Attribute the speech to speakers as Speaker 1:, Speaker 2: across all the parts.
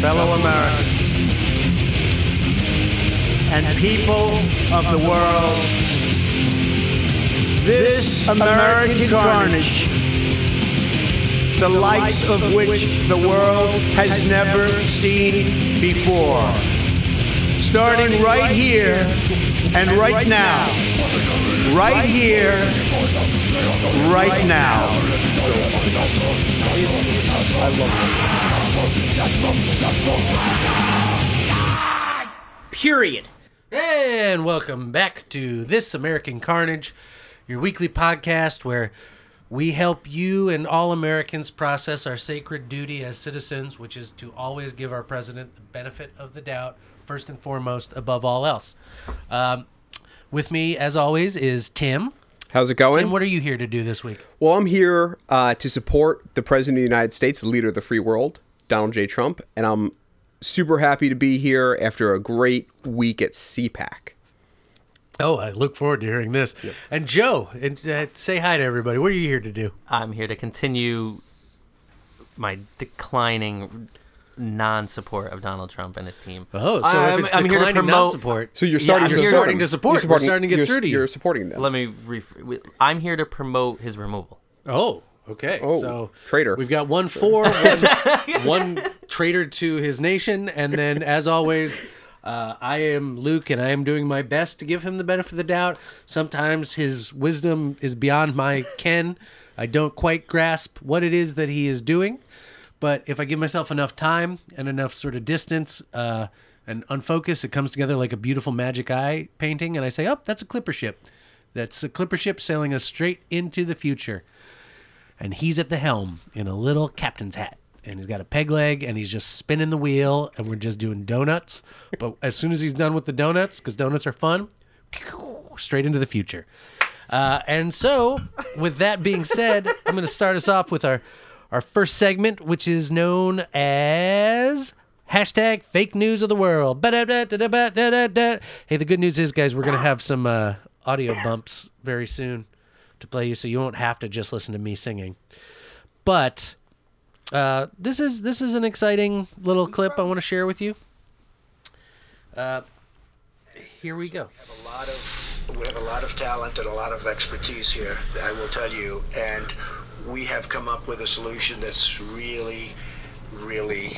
Speaker 1: fellow Americans, and people of the world, this American carnage, the likes of which the world has never seen before, starting right here and right now, right here, right now.
Speaker 2: Period.
Speaker 3: And welcome back to This American Carnage, your weekly podcast where we help you and all Americans process our sacred duty as citizens, which is to always give our president the benefit of the doubt, first and foremost, above all else. Um, with me, as always, is Tim.
Speaker 4: How's it going?
Speaker 3: Tim, what are you here to do this week?
Speaker 4: well, I'm here uh, to support the President of the United States, the leader of the free world, Donald J. Trump, and I'm super happy to be here after a great week at CPAC.
Speaker 3: Oh, I look forward to hearing this. And Joe, and, uh, say hi to everybody. What are you here to do?
Speaker 2: I'm here to continue my declining non-support of Donald Trump and his team.
Speaker 3: Oh, so
Speaker 2: I'm-
Speaker 3: if it's
Speaker 2: I'm here to
Speaker 3: declining
Speaker 2: promote-
Speaker 3: support,
Speaker 4: So you're starting.
Speaker 2: I'm
Speaker 4: you're
Speaker 2: here-
Speaker 4: supporting-
Speaker 3: to support.
Speaker 4: You're
Speaker 3: We're
Speaker 4: supporting,
Speaker 3: starting to get
Speaker 4: you're,
Speaker 3: through to you.
Speaker 4: You're supporting them.
Speaker 2: Let me. Ref- I'm here to promote his removal.
Speaker 3: Oh, okay.
Speaker 4: Oh,
Speaker 3: so
Speaker 4: traitor.
Speaker 3: We've got one for one, one traitor to his nation, and then as always. Uh, I am Luke, and I am doing my best to give him the benefit of the doubt. Sometimes his wisdom is beyond my ken. I don't quite grasp what it is that he is doing, but if I give myself enough time and enough sort of distance uh, and unfocus, it comes together like a beautiful magic eye painting. And I say, "Oh, that's a clipper ship. That's a clipper ship sailing us straight into the future." and he's at the helm in a little captain's hat and he's got a peg leg and he's just spinning the wheel and we're just doing donuts but as soon as he's done with the donuts because donuts are fun straight into the future uh, and so with that being said i'm going to start us off with our our first segment which is known as hashtag fake news of the world Ba-da-da-da-da-ba-da-da-da. hey the good news is guys we're going to have some uh, audio bumps very soon to play you so you won't have to just listen to me singing. But uh, this is this is an exciting little clip I want to share with you. Uh, here we go.
Speaker 5: a lot of we have a lot of talent and a lot of expertise here. I will tell you, and we have come up with a solution that's really, really,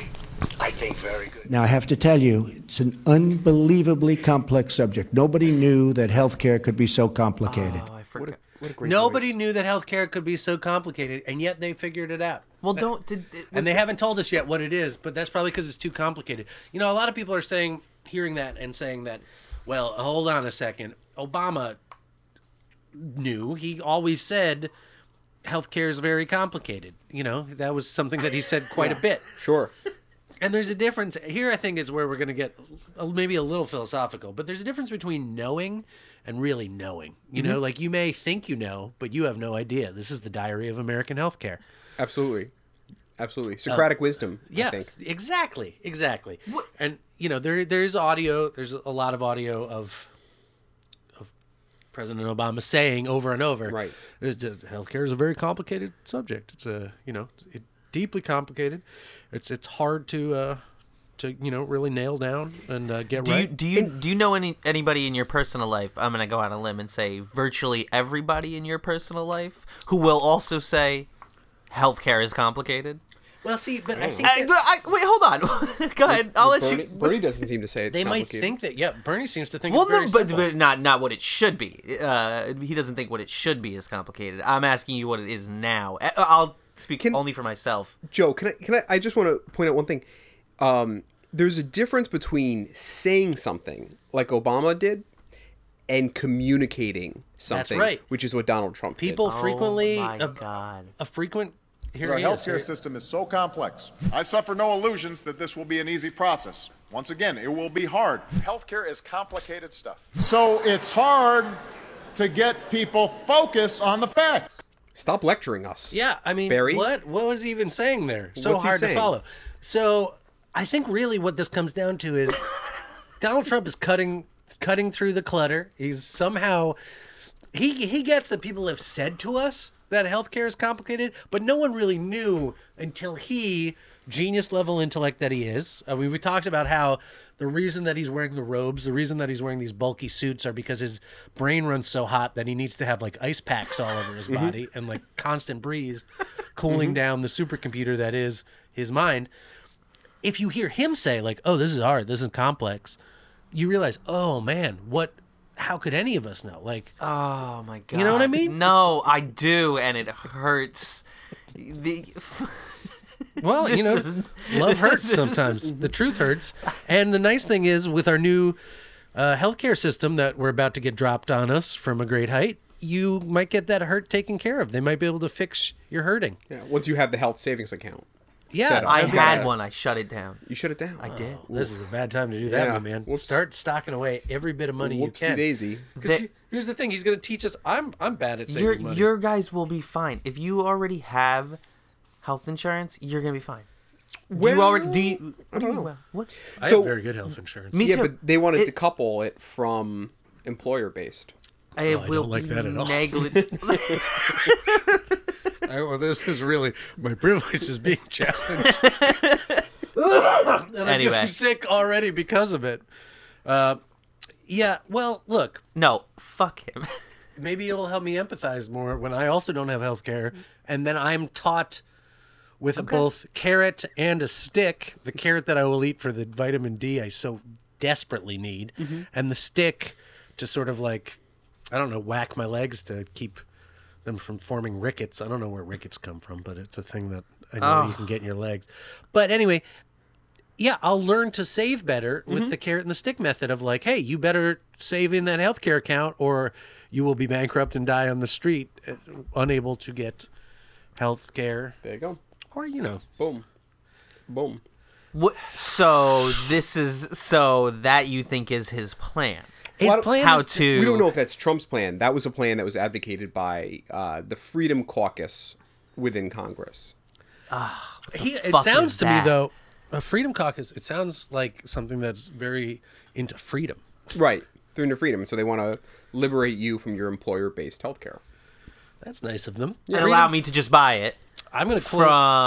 Speaker 5: I think, very good.
Speaker 6: Now, I have to tell you, it's an unbelievably complex subject. Nobody knew that healthcare could be so complicated.
Speaker 3: Ah,
Speaker 2: Oh, I forgot.
Speaker 3: Nobody knew that healthcare could be so complicated, and yet they figured it out.
Speaker 2: well, don't. Did, it was-
Speaker 3: And they haven't told us yet what it is, but that's probably because it's too complicated. You know, a lot of people are saying, hearing that and saying that, well, hold on a second. Obama knew. He always said healthcare is very complicated. You know, that was something that he said quite a bit.
Speaker 4: Sure.
Speaker 3: And there's a difference here. I think is where we're going to get a, maybe a little philosophical, but there's a difference between knowing and really knowing. You
Speaker 2: Mm-hmm.
Speaker 3: know, like you may think you know, but you have no idea. This is the Diary of American Healthcare.
Speaker 4: Absolutely. Absolutely. Socratic wisdom. I think.
Speaker 3: Uh, Yes, exactly, exactly. And you know, there there's audio. There's a lot of audio of of President Obama saying over and over,
Speaker 4: Right.
Speaker 3: "This- this- Healthcare is a very complicated subject. It's a you know, it, deeply complicated. It's it's hard to uh, to you know really nail down and uh, get
Speaker 2: do you
Speaker 3: right.
Speaker 2: do you do you know any anybody in your personal life? I'm gonna go out on a limb and say virtually everybody in your personal life who will also say healthcare is complicated.
Speaker 3: well, see, but
Speaker 4: Oh,
Speaker 3: I think
Speaker 2: I,
Speaker 3: that
Speaker 2: I- wait, hold on. go ahead. I'll let
Speaker 4: Bernie,
Speaker 2: you.
Speaker 4: Bernie doesn't seem to say it's
Speaker 3: they might
Speaker 4: complicated.
Speaker 3: think that yeah, Bernie seems to think.
Speaker 2: Well,
Speaker 3: it's very
Speaker 2: no, but,
Speaker 3: simple.
Speaker 2: but not not what it should be. Uh, he doesn't think what it should be is complicated. I'm asking you what it is now. I- I'll speak
Speaker 4: Can-
Speaker 2: only for myself.
Speaker 4: Joe, can I can I, I just want to point out one thing. Um, there's a difference between saying something like Obama did and communicating something,
Speaker 3: right.
Speaker 4: which is what Donald Trump did.
Speaker 3: people frequently
Speaker 2: oh my
Speaker 3: a,
Speaker 2: god.
Speaker 3: a frequent here
Speaker 7: Our
Speaker 3: he is.
Speaker 7: healthcare system is so complex. I suffer no illusions that this will be an easy process. Once again, it will be hard. Healthcare is complicated stuff. So it's hard to get people focused on the facts.
Speaker 4: Stop lecturing us.
Speaker 3: Yeah, I mean,
Speaker 4: Barry?
Speaker 3: what what was he even saying there? So
Speaker 4: What's he
Speaker 3: hard to
Speaker 4: saying?
Speaker 3: follow. So I think really what this comes down to is Donald Trump is cutting cutting through the clutter. He's somehow he he gets that people have said to us that healthcare is complicated, but no one really knew until he genius level intellect that he is. I mean, we talked about how the reason that he's wearing the robes, the reason that he's wearing these bulky suits are because his brain runs so hot that he needs to have like ice packs all over his body and like constant breeze cooling down the supercomputer that is his mind. If you hear him say like, "Oh, this is hard. This is complex." You realize, "Oh man, what how could any of us know?" Like
Speaker 2: Oh my god.
Speaker 3: know what I mean?
Speaker 2: No, I do, and it hurts. The
Speaker 3: Well, you
Speaker 2: This
Speaker 3: know,
Speaker 2: is-
Speaker 3: love hurts
Speaker 2: this is-
Speaker 3: sometimes. The truth hurts. And the nice thing is, with our new uh, healthcare system that we're about to get dropped on us from a great height, you might get that hurt taken care of. They might be able to fix your hurting.
Speaker 4: Yeah, once you have the health savings account,
Speaker 3: Yeah,
Speaker 4: Set up.
Speaker 2: I
Speaker 4: I've
Speaker 2: had
Speaker 4: got-
Speaker 2: one. I shut it down.
Speaker 4: you shut it down. I
Speaker 2: did.
Speaker 3: This is a bad time to do that,
Speaker 4: Yeah.
Speaker 3: my man.
Speaker 4: Whoops.
Speaker 3: Start stocking away every bit of money you
Speaker 4: Whoopsie
Speaker 3: can.
Speaker 4: daisy.
Speaker 3: 'Cause
Speaker 2: That-
Speaker 3: Here's the thing. He's going to teach us. I'm I'm bad at saving
Speaker 2: Your
Speaker 3: money.
Speaker 2: your guys will be fine if you already have health insurance. You're gonna be fine. do you already do? You, what do you mean, well, What?
Speaker 3: I
Speaker 4: so-
Speaker 3: have very good health insurance.
Speaker 2: Me
Speaker 4: Yeah,
Speaker 2: too.
Speaker 4: but they wanted
Speaker 2: It-
Speaker 4: to couple it from employer based.
Speaker 2: I
Speaker 3: don't
Speaker 2: will
Speaker 3: like
Speaker 2: be
Speaker 3: that at all.
Speaker 2: negli-
Speaker 3: I, well, this is really my privilege is being challenged. and I'm
Speaker 2: Anyway.
Speaker 3: getting sick already because of it. Uh, yeah. Well, look,
Speaker 2: no, fuck him.
Speaker 3: maybe it'll help me empathize more when I also don't have health care, and then I'm taught with both carrot and a stick. The carrot that I will eat for the vitamin D I so desperately need, and the stick to sort of like, I don't know, whack my legs to keep them from forming rickets. I don't know where rickets come from, but it's a thing that I know you can get in your legs. But anyway, yeah, I'll learn to save better with the carrot and the stick method of like, hey, you better save in that healthcare account or you will be bankrupt and die on the street, uh, unable to get health care.
Speaker 4: There you go.
Speaker 3: Or, you know,
Speaker 4: Boom. Boom.
Speaker 2: What? So this is so that you think is his plan.
Speaker 3: his
Speaker 4: don't-
Speaker 3: plan
Speaker 2: How
Speaker 3: is
Speaker 2: to?
Speaker 4: We don't know if that's Trump's plan. That was a plan that was advocated by uh, the Freedom Caucus within Congress.
Speaker 3: he, it
Speaker 2: fuck
Speaker 3: sounds
Speaker 2: is
Speaker 3: to
Speaker 2: that?
Speaker 3: me, though, a freedom caucus, it sounds like something that's very into freedom.
Speaker 4: Right. Through into freedom. So they want to liberate you from your employer based health care.
Speaker 3: That's nice of them.
Speaker 2: And allow me to just buy it
Speaker 3: I'm going to call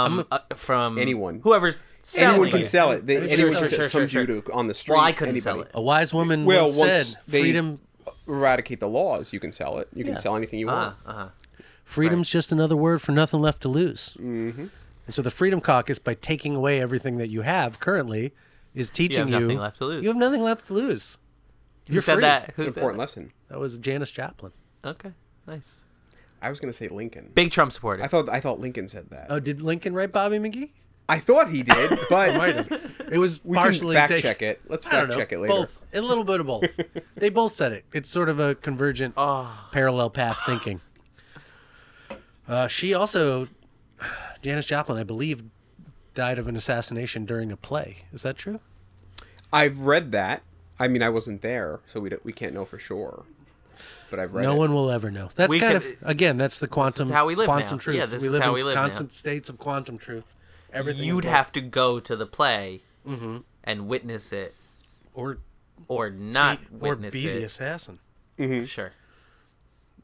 Speaker 2: from uh, from
Speaker 4: Anyone.
Speaker 2: whoever's selling
Speaker 4: Anyone can
Speaker 2: it.
Speaker 4: sell it. They,
Speaker 3: Sure,
Speaker 4: anyone
Speaker 3: sure,
Speaker 4: can
Speaker 2: sure,
Speaker 4: sell some
Speaker 2: sure,
Speaker 4: Jew to, on the street.
Speaker 2: Well, I couldn't sell
Speaker 4: anybody.
Speaker 2: it.
Speaker 3: A wise woman
Speaker 4: Well,
Speaker 3: once
Speaker 4: once
Speaker 3: said,
Speaker 4: they-
Speaker 3: freedom
Speaker 4: Eradicate the laws. You can sell it. You can sell anything
Speaker 2: Ah, Uh-huh.
Speaker 4: you want.
Speaker 3: Freedom's just another word for nothing left to lose. Mm-hmm. And so the Freedom Caucus, by taking away everything that you have currently, is teaching you
Speaker 2: nothing left to lose.
Speaker 3: You have nothing left to lose.
Speaker 2: Who said
Speaker 3: free.
Speaker 2: that?
Speaker 4: It's
Speaker 2: Who
Speaker 4: an
Speaker 2: said
Speaker 4: important lesson.
Speaker 3: That was Janis Joplin.
Speaker 2: that? Okay, nice.
Speaker 4: I was going to say Lincoln.
Speaker 2: Big Uh, Trump supporter.
Speaker 4: I thought I thought Lincoln said that.
Speaker 3: Oh, did Lincoln write Bobby McGee?
Speaker 4: I thought he did, but
Speaker 3: It was
Speaker 4: we can
Speaker 3: partially
Speaker 4: fact
Speaker 3: taken-
Speaker 4: check it. Let's
Speaker 3: I don't
Speaker 4: fact
Speaker 3: know.
Speaker 4: check it later.
Speaker 3: Both a little bit of both. they both said it. It's sort of a convergent,
Speaker 2: Ah.
Speaker 3: parallel path thinking. Uh, she also, Janis Joplin, I believe, died of an assassination during a play. Is that true?
Speaker 4: I've read that. I mean, I wasn't there, so we don't, we can't know for sure. But I've read
Speaker 3: No
Speaker 4: it.
Speaker 3: one will ever know. That's
Speaker 2: We
Speaker 3: kind
Speaker 2: can-
Speaker 3: of again. That's the quantum.
Speaker 2: how we live
Speaker 3: quantum
Speaker 2: now.
Speaker 3: truth.
Speaker 2: Yeah, this
Speaker 3: we
Speaker 2: is
Speaker 3: live
Speaker 2: how
Speaker 3: in
Speaker 2: we live now.
Speaker 3: constant states of quantum truth. Everything is
Speaker 2: You'd
Speaker 3: both-
Speaker 2: have to go to the play
Speaker 4: Mm-hmm.
Speaker 2: and witness it,
Speaker 3: or
Speaker 2: or not
Speaker 3: or
Speaker 2: witness
Speaker 3: be the
Speaker 2: it.
Speaker 3: assassin.
Speaker 2: Sure.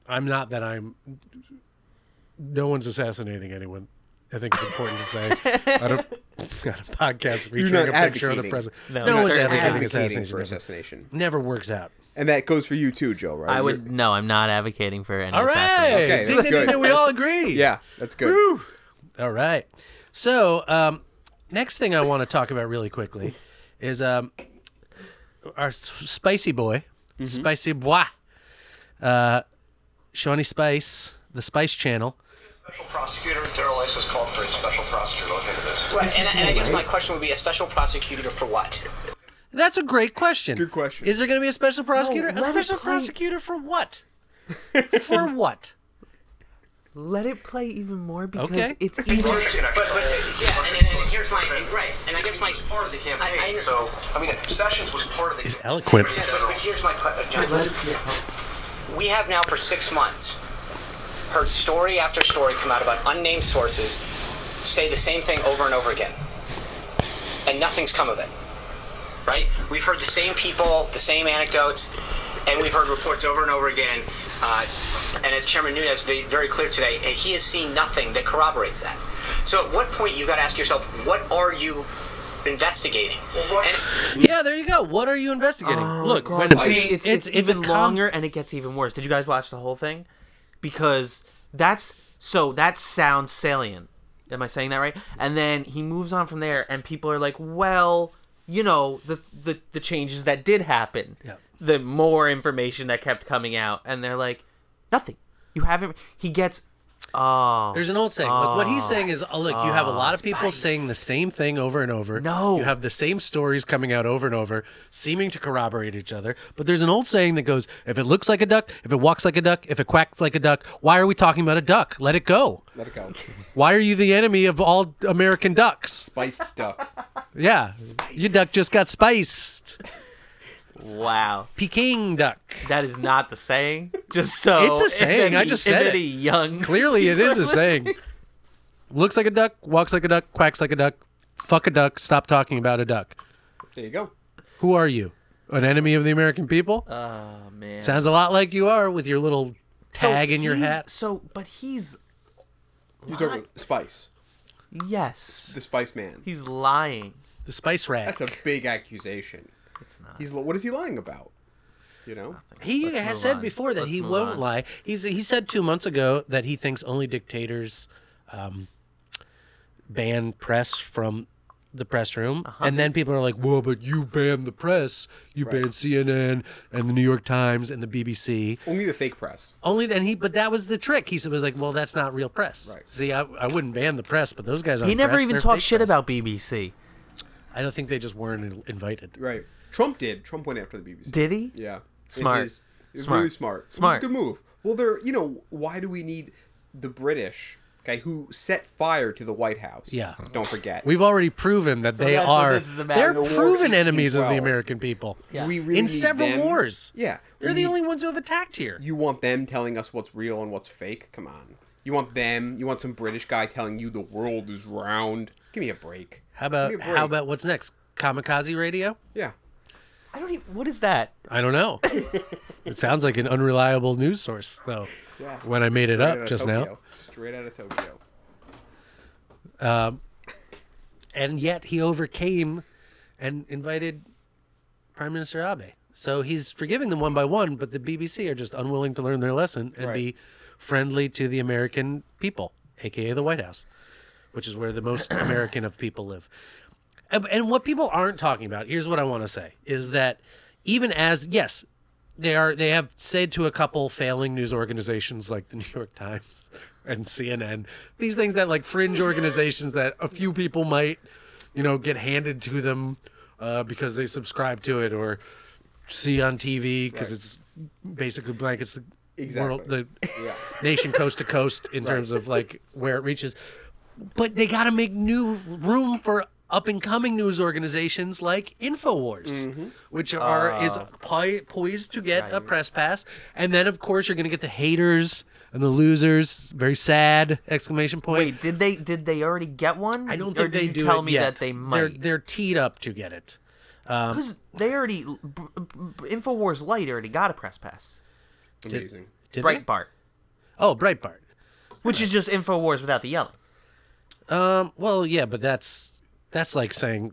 Speaker 3: I'm not that I'm. No one's assassinating anyone. I think it's important to say. I don't. Got a podcast featuring
Speaker 4: not
Speaker 3: a picture of the
Speaker 4: advocating.
Speaker 3: president.
Speaker 2: No,
Speaker 3: No,
Speaker 2: you're
Speaker 3: one's
Speaker 2: certainly not
Speaker 3: advocating
Speaker 4: advocating
Speaker 3: assassination.
Speaker 4: for
Speaker 3: never-
Speaker 4: assassination,
Speaker 3: Never works out.
Speaker 4: and that goes for you too, Joe. Right?
Speaker 2: I
Speaker 4: You're-
Speaker 2: would no. I'm not advocating for any.
Speaker 3: All right.
Speaker 2: assassination.
Speaker 4: Okay,
Speaker 3: Ding,
Speaker 4: that's
Speaker 3: ding, ding,
Speaker 4: good.
Speaker 3: ding, we all agree.
Speaker 4: Yeah, that's good.
Speaker 3: All right. So, um, next thing I want to talk about really quickly is um, our s- spicy boy,
Speaker 4: Mm-hmm.
Speaker 3: spicy boy, uh, Shawnee Spice, the Spice Channel.
Speaker 5: Special prosecutor internal license called for a special prosecutor looking into this.
Speaker 8: Right, and, and I guess my question would be a special prosecutor for what?
Speaker 3: That's a great question.
Speaker 4: Good question.
Speaker 3: Is there going to be a special prosecutor? a special prosecutor for what? for what?
Speaker 2: Let it play even more because
Speaker 3: Okay.
Speaker 2: it's even.
Speaker 8: But, but yeah, and, and, and here's my and, right, and I guess my
Speaker 5: part of the campaign.
Speaker 8: I- I-
Speaker 5: so I mean, Sessions was part of the.
Speaker 3: Eloquent.
Speaker 8: Yeah, but, but here's my question, We have now for six months heard story after story come out about unnamed sources say the same thing over and over again, and nothing's come of it. Right? We've heard the same people, the same anecdotes, and we've heard reports over and over again. Uh, and as Chairman Nunes made very clear today, he has seen nothing that corroborates that. So at what point you got to ask yourself, what are you investigating? And
Speaker 3: Yeah, there you go. What are you investigating? Look, when
Speaker 2: Oh, See, it's, it's, even
Speaker 3: a com-
Speaker 2: longer and it gets even worse. Did you guys watch the whole thing? Because that's so that sounds salient. Am I saying that right? And then he moves on from there, and people are like, "Well, you know, the the, the changes that did happen,
Speaker 3: Yeah.
Speaker 2: the more information that kept coming out," and they're like, "Nothing. You haven't." He gets. Oh,
Speaker 3: There's an old saying. Like what he's saying is, oh, look, you have a lot of people
Speaker 2: Spice.
Speaker 3: saying the same thing over and over.
Speaker 2: No.
Speaker 3: you have the same stories coming out over and over, seeming to corroborate each other. But there's an old saying that goes, if it looks like a duck, if it walks like a duck, if it quacks like a duck, why are we talking about a duck? Let it go.
Speaker 4: Let it go.
Speaker 3: Why are you the enemy of all American ducks?
Speaker 4: Spiced duck.
Speaker 3: Yeah, your duck just got spiced.
Speaker 2: wow.
Speaker 3: Peking duck.
Speaker 2: That is not the saying. Just so
Speaker 3: It's a
Speaker 2: if
Speaker 3: saying, I
Speaker 2: any-
Speaker 3: just
Speaker 2: if
Speaker 3: said it.
Speaker 2: any young
Speaker 3: Clearly, it is a saying. Looks like a duck, walks like a duck, quacks like a duck. Fuck a duck. Stop talking about a duck.
Speaker 4: There you go.
Speaker 3: Who are you? An enemy of the American people?
Speaker 2: Ah, man.
Speaker 3: Sounds a lot like you are with your little tag in your
Speaker 2: he's-
Speaker 3: hat.
Speaker 2: So, but he's
Speaker 4: You're talking about spice.
Speaker 2: yes,
Speaker 4: The spice man.
Speaker 2: he's lying.
Speaker 3: The spice rack.
Speaker 4: That's a big accusation. It's not. He's what is he lying about? You know.
Speaker 3: he
Speaker 2: Let's
Speaker 3: has
Speaker 2: move
Speaker 3: said
Speaker 2: on.
Speaker 3: before that
Speaker 2: Let's
Speaker 3: he
Speaker 2: move
Speaker 3: won't
Speaker 2: on.
Speaker 3: lie. He's he said two months ago that he thinks only dictators um, ban press from the press room,
Speaker 2: Uh-huh.
Speaker 3: and then people are like, "Well, but you banned the press. You banned CNN and the New York Times and the BBC."
Speaker 4: Only the fake press.
Speaker 3: Only then he, but that was the trick. He was like, "Well, that's not real press." Right. See, I, I wouldn't ban the press, but those guys.
Speaker 2: He
Speaker 3: aren't
Speaker 2: never
Speaker 3: press,
Speaker 2: even
Speaker 3: they're
Speaker 2: talked
Speaker 3: fake
Speaker 2: shit
Speaker 3: press.
Speaker 2: about BBC.
Speaker 3: I don't think they just weren't in- invited.
Speaker 4: Right. Trump did. Trump went after the BBC.
Speaker 2: Did he?
Speaker 4: Yeah.
Speaker 2: Smart.
Speaker 4: It is, it's
Speaker 2: Smart.
Speaker 4: really smart.
Speaker 2: Smart.
Speaker 4: It was a good move. Well, there. You know, why do we need the British? Okay, who set fire to the White House?
Speaker 3: Yeah.
Speaker 4: Don't forget.
Speaker 3: We've already proven that they
Speaker 2: that's what
Speaker 3: are.
Speaker 2: this is about.
Speaker 3: They're
Speaker 2: The war
Speaker 3: proven enemies of the
Speaker 4: 1812.
Speaker 3: American people.
Speaker 2: Yeah.
Speaker 4: We really
Speaker 3: in
Speaker 4: need
Speaker 3: several
Speaker 4: them-
Speaker 3: wars.
Speaker 4: Yeah.
Speaker 3: They're
Speaker 4: We
Speaker 3: the
Speaker 4: need-
Speaker 3: only ones who have attacked here.
Speaker 4: You want them telling us what's real and what's fake? Come on. You want them? You want some British guy telling you the world is round? Give me a break.
Speaker 3: how about
Speaker 4: Give me a
Speaker 3: how
Speaker 4: break.
Speaker 3: about what's next? Kamikaze radio?
Speaker 4: Yeah.
Speaker 2: I don't. Even, what is that?
Speaker 3: I don't know. it sounds like an unreliable news source though. When I made it
Speaker 4: Straight
Speaker 3: up
Speaker 4: outta
Speaker 3: just
Speaker 4: Tokyo.
Speaker 3: now.
Speaker 4: Straight out of Tokyo.
Speaker 3: And yet he overcame and invited Prime Minister Abe. So he's forgiving them one by one, but the BBC are just unwilling to learn their lesson and be friendly to the American people, aka the White House, which is where the most American of people live. And, and what people aren't talking about, here's what I want to say, is that even as yes, they are they have said to a couple failing news organizations like the New York Times and CNN, these things that like fringe organizations that a few people might, you know, get handed to them uh, because they subscribe to it or see on TV because it's basically blankets the world, the nation coast to coast in terms of like where it reaches. But they got to make new room for up and coming news organizations like Infowars,
Speaker 2: Mm-hmm.
Speaker 3: which are
Speaker 2: Ah.
Speaker 3: is poi- poised to get a press pass. And then of course you're going to get the haters and the losers. Very sad exclamation point.
Speaker 2: Wait, did they did they already get one?
Speaker 3: I don't
Speaker 2: Or
Speaker 3: think
Speaker 2: did
Speaker 3: they
Speaker 2: you
Speaker 3: do
Speaker 2: tell
Speaker 3: it
Speaker 2: me
Speaker 3: yet.
Speaker 2: that they
Speaker 3: They're,
Speaker 2: might
Speaker 3: they're teed up to get it.
Speaker 2: because they already b- b- Infowars Light already got a press pass.
Speaker 4: Amazing.
Speaker 3: Did they?
Speaker 2: Breitbart,
Speaker 3: Oh, Breitbart.
Speaker 2: which is just Infowars without the yelling.
Speaker 3: Um. Well, yeah, but that's that's like saying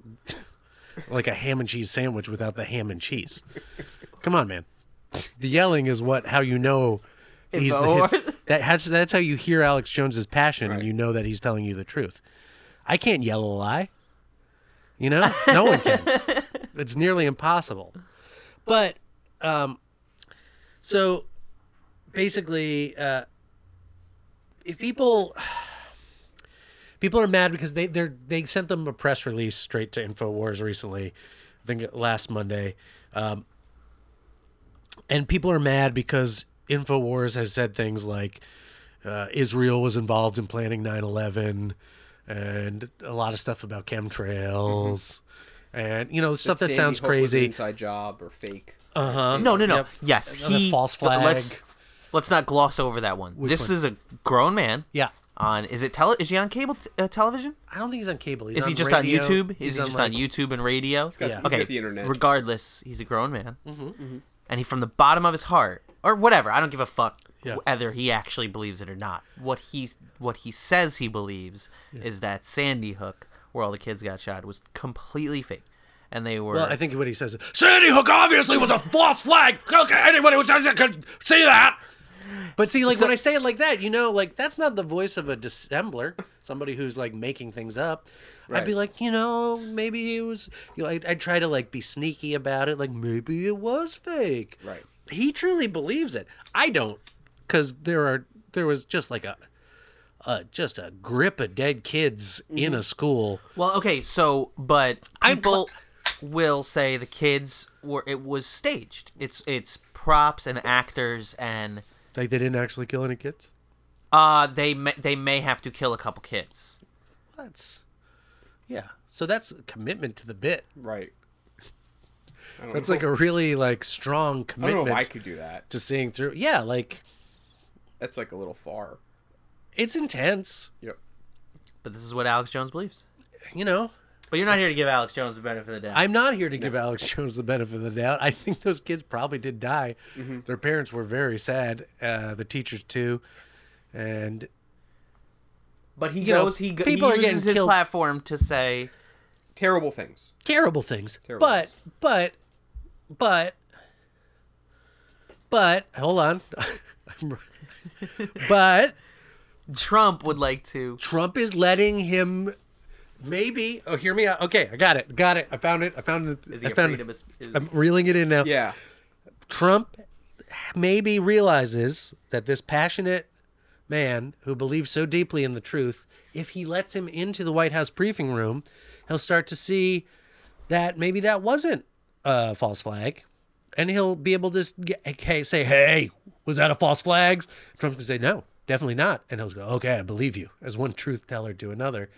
Speaker 3: like a ham and cheese sandwich without the ham and cheese. Come on, man. The yelling is what how you know he's
Speaker 2: Infowars.
Speaker 3: his, that has, that's how you hear Alex Jones's passion and you know that he's telling you the truth. I can't yell a lie. You know, no one can. It's nearly impossible. But um, so basically, uh, if people people are mad because they they they sent them a press release straight to Infowars recently, I think last Monday, um, and people are mad because Infowars has said things like uh, Israel was involved in planning 9/11 and a lot of stuff about chemtrails. And you know stuff that,
Speaker 4: Mm-hmm. Sandy
Speaker 3: sounds
Speaker 4: Hook was an
Speaker 3: crazy. Uh,
Speaker 4: inside job or fake.
Speaker 2: No, no, no.
Speaker 3: Yep.
Speaker 2: Yes,
Speaker 3: And the
Speaker 2: he
Speaker 3: false
Speaker 2: th- Let's
Speaker 3: flag.
Speaker 2: let's not gloss over that one. this
Speaker 3: one?
Speaker 2: is a grown man.
Speaker 3: Yeah.
Speaker 2: On is it tele? Is he on cable t- uh, television?
Speaker 3: I don't think he's on cable. He's
Speaker 2: Is he
Speaker 3: on
Speaker 2: just
Speaker 3: radio.
Speaker 2: on YouTube? Is
Speaker 3: He's
Speaker 2: he just
Speaker 3: like-
Speaker 2: on YouTube and radio?
Speaker 4: got-
Speaker 3: Yeah. Mm-hmm,
Speaker 4: he's got the internet.
Speaker 2: Regardless, he's a grown man, and he from the bottom of his heart, or whatever. I don't give a fuck
Speaker 3: Yeah.
Speaker 2: whether he actually believes it or not. What he what he says he believes is that Sandy Hook, where all the kids got shot, was completely fake, and they were.
Speaker 3: Well, I think what he says is Sandy Hook obviously was a false flag. Okay, anybody who says it could see that. But see, like when I say it like that, you know, like that's not the voice of a dissembler, somebody who's like making things up. I'd be like, you know, maybe it was. You know, I'd, I'd try to like be sneaky about it, like maybe it was fake.
Speaker 4: Right.
Speaker 3: He truly believes it. I don't, because there are there was just like a, uh, just a grip of dead kids in a school.
Speaker 2: Well, okay, so but
Speaker 3: I'm
Speaker 2: people will say the kids were it was staged. It's it's props and actors and
Speaker 3: Like they didn't actually kill any kids.
Speaker 2: uh they may, they may have to kill a couple kids.
Speaker 3: That's yeah. So that's a commitment to the bit.
Speaker 4: Right.
Speaker 3: That's like a really like strong
Speaker 4: I don't know
Speaker 3: commitment
Speaker 4: if I could do that.
Speaker 3: to seeing through. Yeah, like
Speaker 4: That's like a little far.
Speaker 3: it's intense,
Speaker 4: Yep.
Speaker 2: But this is what Alex Jones believes.
Speaker 3: you know.
Speaker 2: But you're not here to give Alex Jones the benefit of the doubt.
Speaker 3: I'm not here to give Alex Jones the benefit of the doubt. I think those kids probably did die.
Speaker 4: Mm-hmm.
Speaker 3: Their parents were very sad, uh, the teachers too. And
Speaker 2: but he
Speaker 3: you know,
Speaker 2: goes he go-
Speaker 3: people are
Speaker 2: he uses
Speaker 3: getting
Speaker 2: his
Speaker 3: killed.
Speaker 2: platform to say
Speaker 4: Terrible things.
Speaker 3: terrible things.
Speaker 4: Terrible
Speaker 3: but
Speaker 4: things.
Speaker 3: but but but hold on. I'm- but
Speaker 2: Trump would like to
Speaker 3: Trump is letting him maybe oh hear me out. Okay, I got it. Got it. I found it. I found it.
Speaker 2: is he
Speaker 3: I found
Speaker 2: afraid
Speaker 3: it.
Speaker 2: of his, is-
Speaker 3: I'm reeling it in now.
Speaker 4: Yeah.
Speaker 3: Trump maybe realizes that this passionate man who believes so deeply in the truth, if he lets him into the White House briefing room, he'll start to see that maybe that wasn't a false flag. And he'll be able to s- get- okay, say, hey, was that a false flag? Trump's going to say, no, definitely not. And he'll go, okay, I believe you, as one truth teller to another.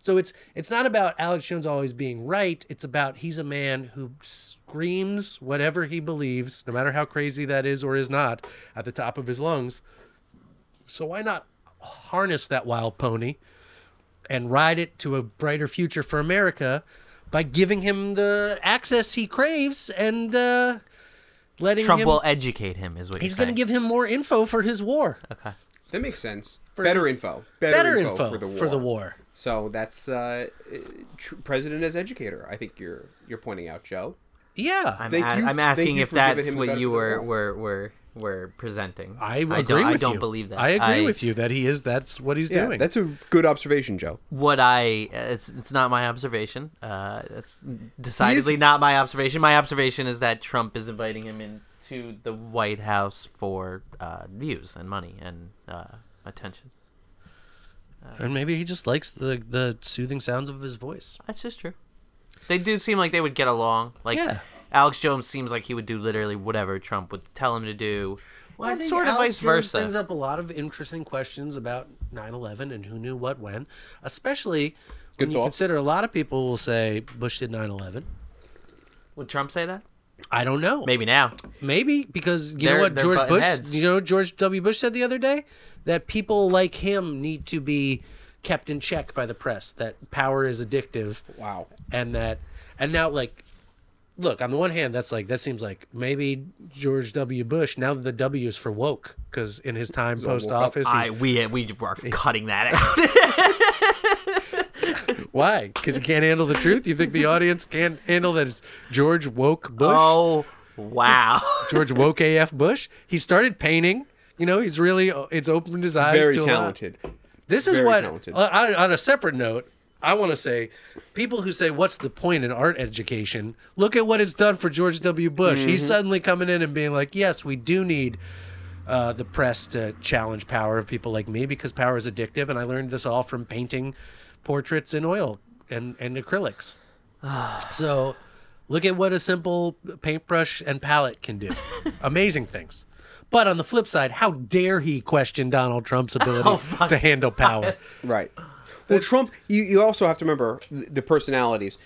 Speaker 3: So it's it's not about Alex Jones always being right. It's about he's a man who screams whatever he believes, no matter how crazy that is or is not, at the top of his lungs. So why not harness that wild pony and ride it to a brighter future for America by giving him the access he craves and uh, letting
Speaker 2: Trump
Speaker 3: him.
Speaker 2: will educate him is what
Speaker 3: he's
Speaker 2: going
Speaker 3: to give him more info for his war.
Speaker 4: That makes sense.
Speaker 3: For
Speaker 4: better
Speaker 3: his-
Speaker 4: info. Better,
Speaker 3: Better,
Speaker 4: info,
Speaker 3: info,
Speaker 4: for the war.
Speaker 3: war.
Speaker 4: So that's uh, tr- president as educator. I think you're you're pointing out, Joe.
Speaker 3: Yeah,
Speaker 2: I'm,
Speaker 4: Thank
Speaker 2: a-
Speaker 4: you-
Speaker 2: I'm
Speaker 4: thank
Speaker 2: asking
Speaker 4: you
Speaker 2: if
Speaker 4: for giving
Speaker 2: that's
Speaker 4: him the
Speaker 2: what
Speaker 4: benefit
Speaker 2: you
Speaker 4: of the
Speaker 2: were
Speaker 4: doubt.
Speaker 2: were were were presenting.
Speaker 3: I agree
Speaker 2: don't, I
Speaker 3: with
Speaker 2: don't
Speaker 3: you.
Speaker 2: believe that.
Speaker 3: I agree with you that he is. That's what he's
Speaker 4: Yeah,
Speaker 3: doing.
Speaker 4: that's a good observation, Joe.
Speaker 2: What I it's it's not my observation. Uh, it's decidedly not my observation. My observation is that Trump is inviting him into the White House for uh, views and money and uh, attention.
Speaker 3: and maybe he just likes the the soothing sounds of his voice.
Speaker 2: That's just true. They do seem like they would get along. Like
Speaker 3: Yeah.
Speaker 2: Alex Jones seems like he would do literally whatever Trump would tell him to do.
Speaker 3: I
Speaker 2: and
Speaker 3: think
Speaker 2: sort of
Speaker 3: Alex
Speaker 2: vice
Speaker 3: Jones
Speaker 2: versa.
Speaker 3: Brings up a lot of interesting questions about 9/11 and who knew what when, especially when
Speaker 4: Good
Speaker 3: you
Speaker 4: thought.
Speaker 3: consider a lot of people will say Bush did 9/11.
Speaker 2: would Trump say that?
Speaker 3: I don't know.
Speaker 2: Maybe now.
Speaker 3: Maybe because you
Speaker 2: They're-
Speaker 3: know what
Speaker 2: they're
Speaker 3: George
Speaker 2: butting
Speaker 3: Bush,
Speaker 2: heads.
Speaker 3: you know what George W. Bush said the other day that people like him need to be kept in check by the press. That power is addictive.
Speaker 4: Wow.
Speaker 3: And that, and now like, look on the one hand, that's like that seems like maybe George W. Bush. Now the W is for woke because in his time post
Speaker 4: woke up.
Speaker 3: office,
Speaker 2: I
Speaker 3: he's-
Speaker 2: we we are cutting that out.
Speaker 3: why? Because you can't handle the truth. You think the audience can't handle that? It's George woke Bush.
Speaker 2: oh wow!
Speaker 3: George woke AF Bush. He started painting. You know, he's really uh, it's opened his eyes.
Speaker 4: Very
Speaker 3: to a lot.
Speaker 4: talented.
Speaker 3: This is
Speaker 4: Very
Speaker 3: what
Speaker 4: talented.
Speaker 3: uh, on, on a separate note, I want to say people who say what's the point in art education? Look at what it's done for George W. Bush. He's
Speaker 4: Mm-hmm.
Speaker 3: suddenly coming in and being like, "Yes, we do need uh, the press to challenge power of people like me because power is addictive." And I learned this all from painting portraits in oil and and acrylics. so, look at what a simple paintbrush and palette can do. Amazing things. But on the flip side, how dare he question Donald Trump's ability
Speaker 4: Oh,
Speaker 3: to handle power?
Speaker 4: Right. Well, Trump. You, you also have to remember th- the personalities.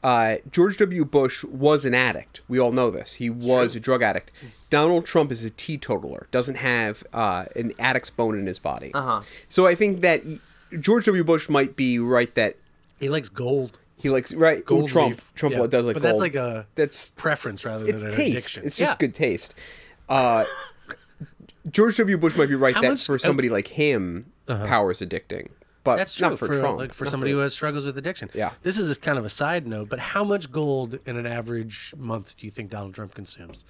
Speaker 4: Uh, George W. Bush was an addict. We all know this. He was a drug addict. Donald Trump is a teetotaler. Doesn't have uh, an addict's bone in his body. Uh-huh. So I think that y- George W. Bush might be right that
Speaker 3: He likes gold
Speaker 4: he likes right. ooh,
Speaker 3: Gold
Speaker 4: Trump.
Speaker 3: leaf.
Speaker 4: Trump
Speaker 3: Yeah.
Speaker 4: does like
Speaker 3: But that's
Speaker 4: gold.
Speaker 3: like a-
Speaker 4: that's
Speaker 3: preference rather
Speaker 4: it's
Speaker 3: than an
Speaker 4: taste.
Speaker 3: addiction.
Speaker 4: It's just
Speaker 3: Yeah.
Speaker 4: good taste. Uh, George W. Bush might be right
Speaker 3: How
Speaker 4: that
Speaker 3: much- Uh-huh.
Speaker 4: for somebody like him, power is addicting, but
Speaker 3: That's true
Speaker 4: not for, Trump.
Speaker 3: like for
Speaker 4: Not
Speaker 3: somebody who has struggles with addiction.
Speaker 4: Yeah.
Speaker 3: This is a kind of a side note, but how much gold in an average month do you think Donald Trump consumes,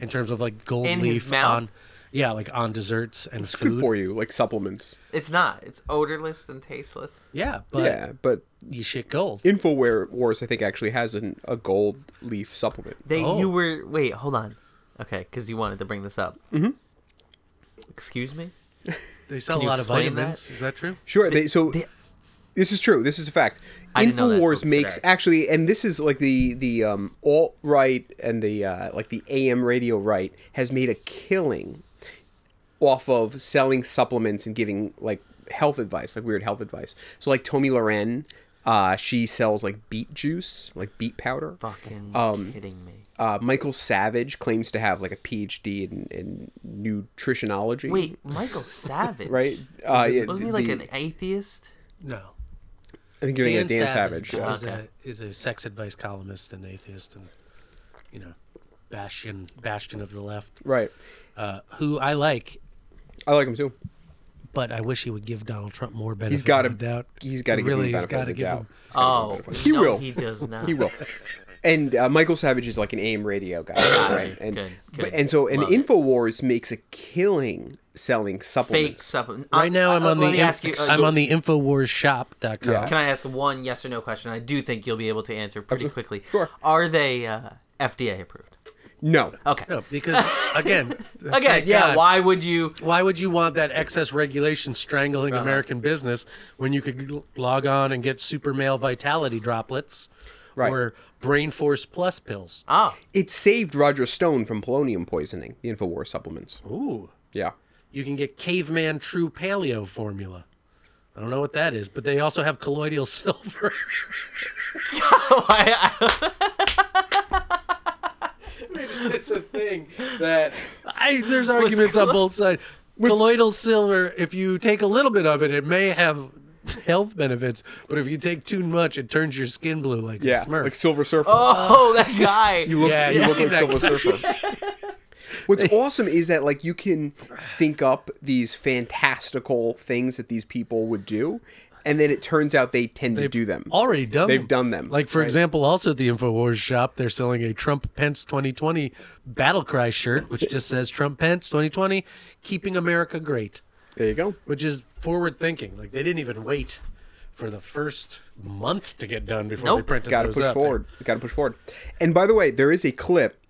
Speaker 3: in terms of like gold
Speaker 2: In his
Speaker 3: leaf
Speaker 2: mouth?
Speaker 3: on, yeah, like on desserts and
Speaker 4: It's
Speaker 3: food.
Speaker 4: good for you, like supplements.
Speaker 2: It's not. It's odorless and tasteless.
Speaker 3: Yeah, but
Speaker 4: yeah, but
Speaker 3: you shit gold.
Speaker 4: Infowar Wars, I think, actually has an, a gold leaf supplement.
Speaker 2: They
Speaker 3: Oh.
Speaker 2: you were wait, hold on. Okay, because you wanted to bring this up. Mm-hmm. Excuse me.
Speaker 3: they sell a
Speaker 2: you
Speaker 3: lot of
Speaker 2: explain
Speaker 3: vitamins. Is
Speaker 2: that?
Speaker 3: that true?
Speaker 4: Sure. They, so
Speaker 2: they-
Speaker 4: this is true. This is a fact.
Speaker 2: I didn't know that
Speaker 4: Infowars
Speaker 2: till
Speaker 4: makes
Speaker 2: today.
Speaker 4: actually, and this is like the the um, alt right and the uh, like the AM radio right has made a killing off of selling supplements and giving like health advice, like weird health advice. So like Tommy Loren, uh, she sells like beet juice, like beet powder.
Speaker 2: Fucking
Speaker 3: Um,
Speaker 2: kidding me.
Speaker 4: Uh, Michael Savage claims to have like a PhD in, in nutritionology.
Speaker 2: Wait, Michael Savage.
Speaker 4: Right? Uh, yeah,
Speaker 2: Wasn't he like
Speaker 4: the-
Speaker 2: an atheist?
Speaker 3: No.
Speaker 4: I think you're thinking of Dan Savage.
Speaker 3: is,
Speaker 2: Okay.
Speaker 3: a, is a sex advice columnist and atheist and you know bastion bastion of the left,
Speaker 4: Right.
Speaker 3: uh, who I like,
Speaker 4: I like him too.
Speaker 3: but I wish he would give Donald Trump more benefit.
Speaker 4: He's got
Speaker 3: of
Speaker 4: to
Speaker 3: the doubt.
Speaker 4: He's got to
Speaker 3: really.
Speaker 4: give him
Speaker 3: he's got to give him.
Speaker 2: Oh,
Speaker 4: He
Speaker 2: no,
Speaker 4: will.
Speaker 2: He does not.
Speaker 4: He will. And uh, Michael Savage is like an AIM radio guy, right? And
Speaker 2: Good,
Speaker 4: but-
Speaker 2: good.
Speaker 4: and so and
Speaker 2: Love it.
Speaker 4: Infowars makes a killing selling
Speaker 2: Fake
Speaker 4: supplements.
Speaker 2: supplement.
Speaker 3: Right now, I'm on the
Speaker 2: Let me
Speaker 3: inf-
Speaker 2: ask you. uh,
Speaker 3: I'm on the InfoWarsShop.com.
Speaker 4: Yeah.
Speaker 2: Can I ask one yes or no question? I do think you'll be able to answer pretty quickly.
Speaker 4: Sure.
Speaker 2: Are they uh, FDA approved?
Speaker 4: No,
Speaker 2: Okay.
Speaker 3: No, because again,
Speaker 2: Again,
Speaker 3: thank
Speaker 2: yeah.
Speaker 3: God.
Speaker 2: Why would you?
Speaker 3: Why would you want that excess regulation strangling
Speaker 2: Uh-huh.
Speaker 3: American business when you could l- log on and get Super Male Vitality droplets
Speaker 4: Right.
Speaker 3: or Brain Force Plus pills?
Speaker 2: Oh,
Speaker 4: it saved Roger Stone from polonium poisoning. The Infowars supplements.
Speaker 3: Ooh,
Speaker 4: Yeah,
Speaker 3: you can get Caveman True Paleo formula. I don't know what that is, but they also have colloidal silver.
Speaker 2: why? I,
Speaker 3: it's a thing that I, there's arguments on both sides. Colloidal silver, if you take a little bit of it, it may have health benefits, but if you take too much, it turns your skin blue like
Speaker 4: yeah,
Speaker 3: a smurf.
Speaker 4: like Silver Surfer.
Speaker 2: oh, that guy. You
Speaker 4: look,
Speaker 3: Yeah,
Speaker 4: you
Speaker 3: yeah.
Speaker 4: look like Silver Surfer. What's awesome is that like you can think up these fantastical things that these people would do, and then it turns out they tend to do them.
Speaker 3: already done.
Speaker 4: They've done them.
Speaker 3: Like for example, also at the Infowars shop, they're selling a Trump Pence 2020 battle cry shirt, which just says Trump Pence 2020, keeping America great,
Speaker 4: There you go.
Speaker 3: which is forward thinking. Like they didn't even wait for the first month to get done before they
Speaker 2: Nope.
Speaker 3: printed
Speaker 4: Got to
Speaker 3: those
Speaker 4: push
Speaker 3: up.
Speaker 4: forward. Got to push forward. And by the way, there is a clip.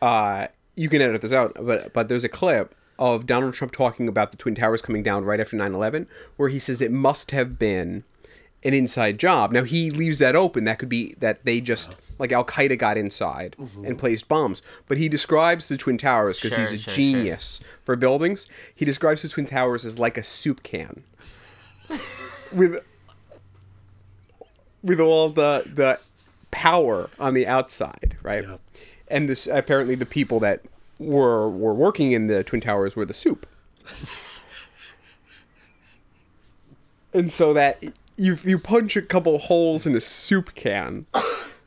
Speaker 4: Uh, you can edit this out, but but there's a clip of Donald Trump talking about the Twin Towers coming down right after 9/11, where he says it must have been an inside job. Now he leaves that open. That could be that they just like Al Qaeda got inside and placed bombs. But he describes the Twin Towers because
Speaker 2: Sure,
Speaker 4: he's a
Speaker 2: sure, sure.
Speaker 4: genius for buildings. He describes the Twin Towers as like a soup can with with all the the power on the outside, right?
Speaker 3: Yeah.
Speaker 4: And this apparently the people that were were working in the twin towers were the soup. and so that you you punch a couple holes in a soup can,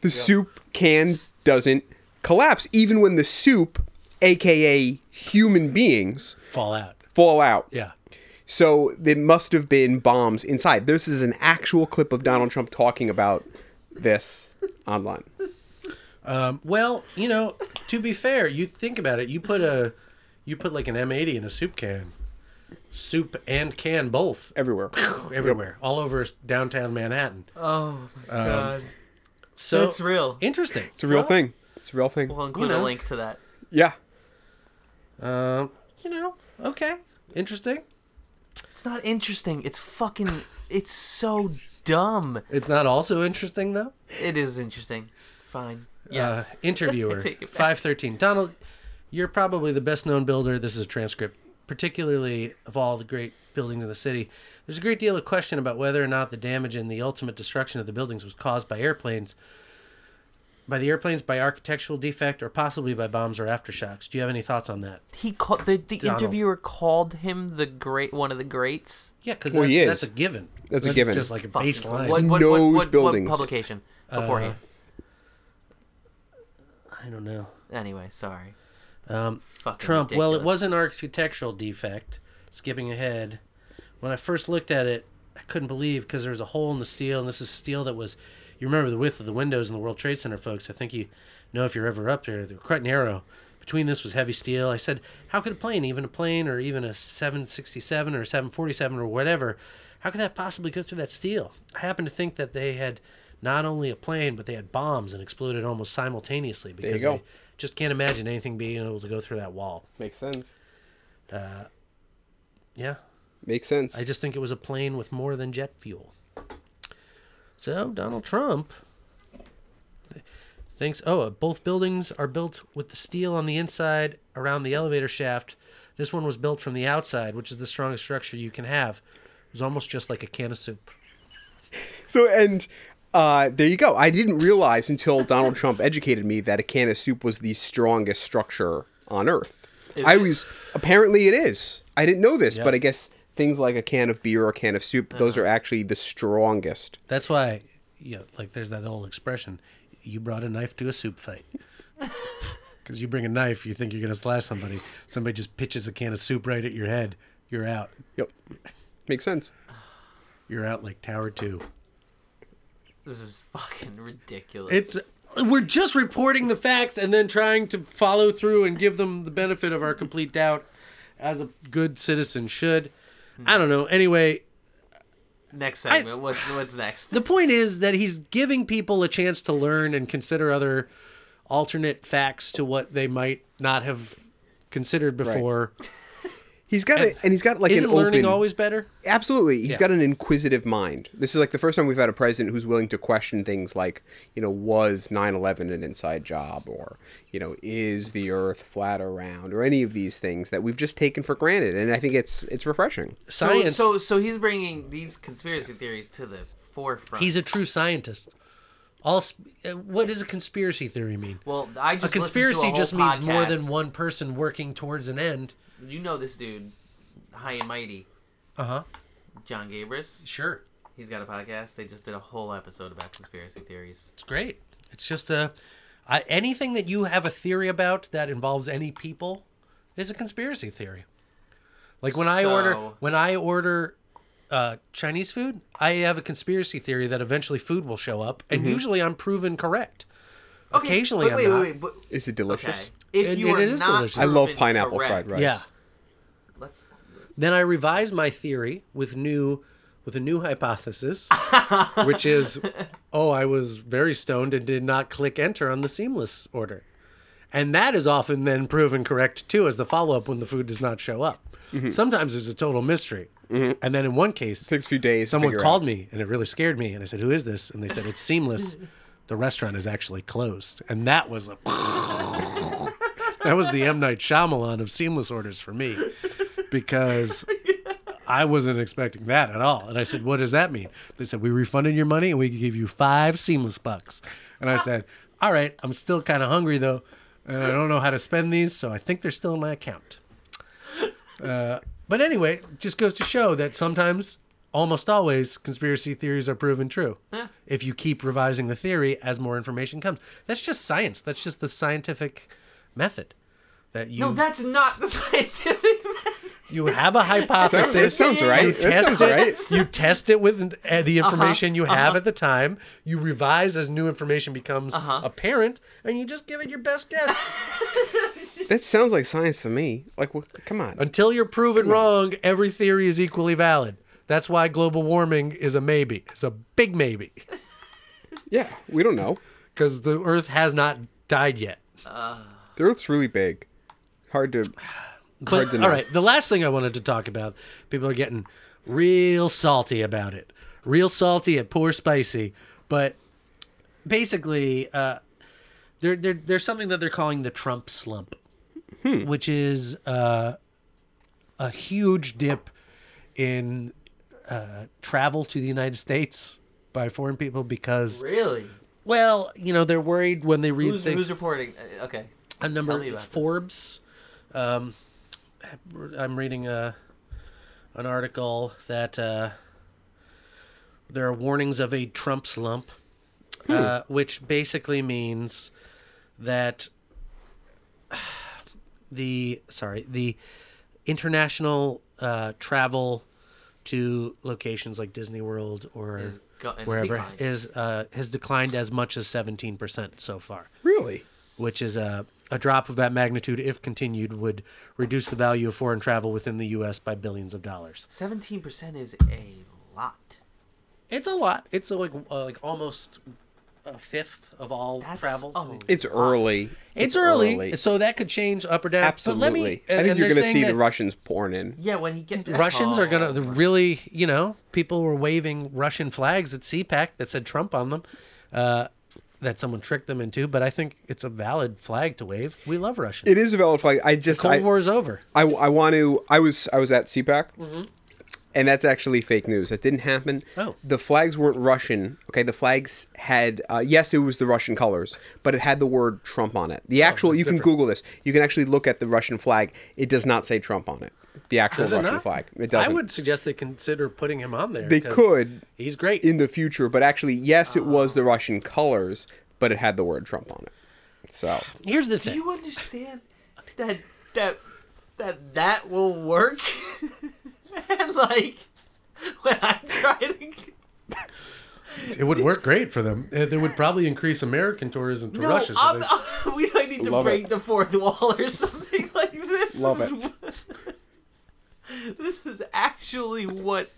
Speaker 4: the soup can doesn't collapse even when the soup, aka human beings,
Speaker 3: Fall out.
Speaker 4: fall out.
Speaker 3: Yeah.
Speaker 4: So there must have been bombs inside. This is an actual clip of Donald Trump talking about this online.
Speaker 3: Well, you know, to be fair, you think about it. You put a, you put like an M80 in a soup can, soup and can both
Speaker 4: Everywhere.
Speaker 3: everywhere, all over downtown Manhattan. Um,
Speaker 2: Oh my god.
Speaker 3: So
Speaker 2: That's real.
Speaker 3: Interesting.
Speaker 4: It's a real thing. It's a real thing.
Speaker 2: We'll include
Speaker 3: You know.
Speaker 2: a link to that.
Speaker 4: Yeah.
Speaker 3: Um, you know, okay, interesting.
Speaker 2: It's not interesting. It's fucking. It's so dumb.
Speaker 3: It's not also interesting though.
Speaker 2: It is interesting. Fine. Yes.
Speaker 3: Uh, interviewer
Speaker 2: take it back.
Speaker 3: five thirteen. Donald, you're probably the best known builder. This is a transcript, particularly of all the great buildings in the city. There's a great deal of question about whether or not the damage and the ultimate destruction of the buildings was caused by airplanes. By the airplanes, by architectural defect, or possibly by bombs or aftershocks. Do you have any thoughts on that?
Speaker 2: he called the, the
Speaker 3: Donald.
Speaker 2: interviewer called him the great one of the greats.
Speaker 3: Yeah, because
Speaker 4: Well,
Speaker 3: that's,
Speaker 4: he is.
Speaker 3: that's a given.
Speaker 4: That's a given.
Speaker 3: Just like a
Speaker 2: Fucking-
Speaker 3: baseline.
Speaker 2: What, what, what,
Speaker 4: Knows
Speaker 2: what, what
Speaker 4: buildings.
Speaker 2: publication
Speaker 3: Uh,
Speaker 2: beforehand?
Speaker 3: I don't know.
Speaker 2: anyway, sorry. Fucking
Speaker 3: um, Trump. Well, it
Speaker 2: ridiculous.
Speaker 3: was an architectural defect. Skipping ahead, when I first looked at it, I couldn't believe because there was a hole in the steel, and this is steel that was. You remember the width of the windows in the World Trade Center, folks. I think you know if you're ever up there, they were quite narrow. Between this was heavy steel. I said, how could a plane, even a plane or even a 767 or a 747 or whatever, how could that possibly go through that steel? I happened to think that they had not only a plane, but they had bombs and exploded almost simultaneously because
Speaker 4: go.
Speaker 3: I just can't imagine anything being able to go through that wall.
Speaker 4: Makes sense.
Speaker 3: Yeah.
Speaker 4: Makes sense.
Speaker 3: I just think it was a plane with more than jet fuel. So Donald Trump th- thinks, oh, uh, both buildings are built with the steel on the inside around the elevator shaft. This one was built from the outside, which is the strongest structure you can have. It was almost just like a can of soup.
Speaker 4: So and uh, there you go. I didn't realize until Donald Trump educated me that a can of soup was the strongest structure on Earth. I was apparently it is. I didn't know this, but I guess things like a can of beer or a can of soup, those are actually the strongest.
Speaker 3: That's why, you know, like there's that old expression, you brought a knife to a soup fight. Because you bring a knife, you think you're going to slash somebody. Somebody just pitches a can of soup right at your head. You're out.
Speaker 4: Yep, makes sense.
Speaker 3: You're out like Tower 2.
Speaker 2: This is fucking ridiculous.
Speaker 3: It's we're just reporting the facts and then trying to follow through and give them the benefit of our complete doubt as a good citizen should. I don't know. Anyway,
Speaker 2: next segment. what's what's next?
Speaker 3: the point is that he's giving people a chance to learn and consider other alternate facts to what they might not have considered before.
Speaker 4: He's got it, and he's got like an
Speaker 3: Isn't learning
Speaker 4: open,
Speaker 3: always better?
Speaker 4: Absolutely. he's
Speaker 3: Yeah.
Speaker 4: got an inquisitive mind. This is like the first time we've had a president who's willing to question things like, you know, was 9/11 an inside job or, you know, is the earth flat or round or any of these things that we've just taken for granted and I think it's it's refreshing.
Speaker 2: So,
Speaker 3: Science.
Speaker 2: so so he's bringing these conspiracy theories to the forefront.
Speaker 3: he's a true scientist. All sp- uh, what does a conspiracy theory mean?
Speaker 2: well, I just
Speaker 3: a
Speaker 2: listened to a
Speaker 3: conspiracy
Speaker 2: whole
Speaker 3: just means more than
Speaker 2: podcast.
Speaker 3: one person working towards an end.
Speaker 2: You know this dude, high and mighty,
Speaker 3: Uh huh.
Speaker 2: John Gabris.
Speaker 3: Sure.
Speaker 2: He's got a podcast. They just did a whole episode about conspiracy theories.
Speaker 3: It's great. It's just a I, anything that you have a theory about that involves any people is a conspiracy theory. Like when I order
Speaker 2: So-
Speaker 3: when I order uh, Chinese food, I have a conspiracy theory that eventually food will show up, and usually I'm proven correct. Occasionally,
Speaker 2: wait,
Speaker 3: I'm
Speaker 2: wait,
Speaker 3: not.
Speaker 2: wait, wait, but-
Speaker 4: Is it delicious?
Speaker 2: If
Speaker 3: It-
Speaker 2: you
Speaker 3: it
Speaker 2: are
Speaker 3: is
Speaker 2: not
Speaker 3: delicious.
Speaker 4: I love
Speaker 2: proven
Speaker 4: pineapple
Speaker 2: correct-
Speaker 4: fried rice.
Speaker 3: Yeah.
Speaker 2: Let's.
Speaker 3: Then I revise my theory with new with a new hypothesis, which is, oh, I was very stoned and did not click enter on the seamless order, and that is often then proven correct too as the follow up when the food does not show up. Sometimes it's a total mystery, and then in one case,
Speaker 4: Mm-hmm. Takes a few days to
Speaker 3: Someone
Speaker 4: figure
Speaker 3: called me and it really scared me, and I said, "Who is this?" And they said, "It's seamless. the restaurant is actually closed," and that was a. That was the M Night Shyamalan of seamless orders for me, because I wasn't expecting that at all. And I said, "What does that mean?" They said, "We refunded your money and we give you five seamless bucks." And I said, "All right, I'm still kind of hungry though, and I don't know how to spend these, so I think they're still in my account." Uh, but anyway, it just goes to show that sometimes, almost always, conspiracy theories are proven true if you keep revising the theory as more information comes. That's just science. That's just the scientific method. That you
Speaker 2: No, that's not the scientific.
Speaker 3: you have a hypothesis.
Speaker 4: That sounds right.
Speaker 3: You
Speaker 4: That
Speaker 3: test
Speaker 4: sounds
Speaker 3: it.
Speaker 4: right.
Speaker 3: You test it with uh, the
Speaker 4: Uh-huh.
Speaker 3: information you have at the time. You revise as new information becomes
Speaker 4: Uh-huh.
Speaker 3: apparent, and you just give it your best guess
Speaker 4: That sounds like science to me. Like well, come on.
Speaker 3: until you're proven wrong. Every theory is equally valid. That's why global warming is a maybe. It's a big maybe
Speaker 4: yeah, we don't know.
Speaker 3: because the Earth has not died yet.
Speaker 4: The earth's really big. Hard to
Speaker 3: But
Speaker 4: hard to know.
Speaker 3: all right, the last thing I wanted to talk about, people are getting real salty about it, real salty at poor spicy. But basically, uh, there there there's something that they're calling the Trump slump,
Speaker 4: Hmm.
Speaker 3: which is uh, a huge dip in uh, travel to the United States by foreign people because,
Speaker 2: really?
Speaker 3: well, you know, they're worried when they read
Speaker 2: Who's,
Speaker 3: things
Speaker 2: who's reporting? Uh, Okay.
Speaker 3: a
Speaker 2: Tell me
Speaker 3: number
Speaker 2: about this.
Speaker 3: Forbes. Um, I'm reading a an article that uh, there are warnings of a Trump slump, uh, which basically means that the sorry the international uh, travel to locations like Disney World or
Speaker 2: Is go- and
Speaker 3: wherever
Speaker 2: declined.
Speaker 3: is uh, has declined as much as seventeen percent so far
Speaker 4: Really?
Speaker 3: which is a, a drop of that magnitude, if continued, would reduce the value of foreign travel within the U.S. by billions of dollars.
Speaker 2: Seventeen percent is a lot.
Speaker 3: It's a lot. It's like uh, like almost a fifth of all
Speaker 2: That's
Speaker 3: travel.
Speaker 2: a
Speaker 3: so-
Speaker 2: lot.
Speaker 4: It's early.
Speaker 3: it's early, so that could change up or down. But
Speaker 4: Absolutely.
Speaker 3: let me, and-
Speaker 4: I think
Speaker 3: and
Speaker 4: you're
Speaker 3: they're
Speaker 4: going to
Speaker 3: saying
Speaker 4: see the
Speaker 3: that
Speaker 4: Russians pouring in.
Speaker 2: Yeah, when he get
Speaker 3: Russians are
Speaker 2: Oh.
Speaker 3: going to really, you know, people were waving Russian flags at CPAC that said Trump on them. Uh, that someone tricked them into, but I think it's a valid flag to wave. We love Russians.
Speaker 4: It is a valid flag. I just
Speaker 3: Cold
Speaker 4: I,
Speaker 3: War's over.
Speaker 4: I, I want to. I was I was at CPAC, and that's actually fake news. That didn't happen.
Speaker 3: Mm-hmm. Oh.
Speaker 4: the flags weren't Russian. Okay, the flags had uh, yes, it was the Russian colors, but it had the word Trump on it. The
Speaker 3: Oh,
Speaker 4: actual
Speaker 3: that's
Speaker 4: you can
Speaker 3: different.
Speaker 4: Google this. You can actually look at the Russian flag. It does not say Trump on it. The actual
Speaker 3: Does it
Speaker 4: Russian
Speaker 3: not?
Speaker 4: flag. It doesn't.
Speaker 3: I would suggest they consider putting him on there.
Speaker 4: They
Speaker 3: 'cause
Speaker 4: could.
Speaker 3: He's great.
Speaker 4: in the future, but actually, yes, it
Speaker 3: Oh.
Speaker 4: was the Russian colors, but it had the word Trump on it. So
Speaker 3: Here's the
Speaker 2: Do
Speaker 3: thing.
Speaker 2: you understand that that that that will work? and like when I try to
Speaker 9: It would work great for them.
Speaker 3: Uh,
Speaker 9: It, it would probably increase American tourism to
Speaker 2: no,
Speaker 9: Russia. so
Speaker 2: I'm,
Speaker 9: they-
Speaker 2: we might need to
Speaker 4: Love
Speaker 2: break
Speaker 4: it.
Speaker 2: the fourth wall or something like this.
Speaker 4: Love
Speaker 2: is what- this is actually what.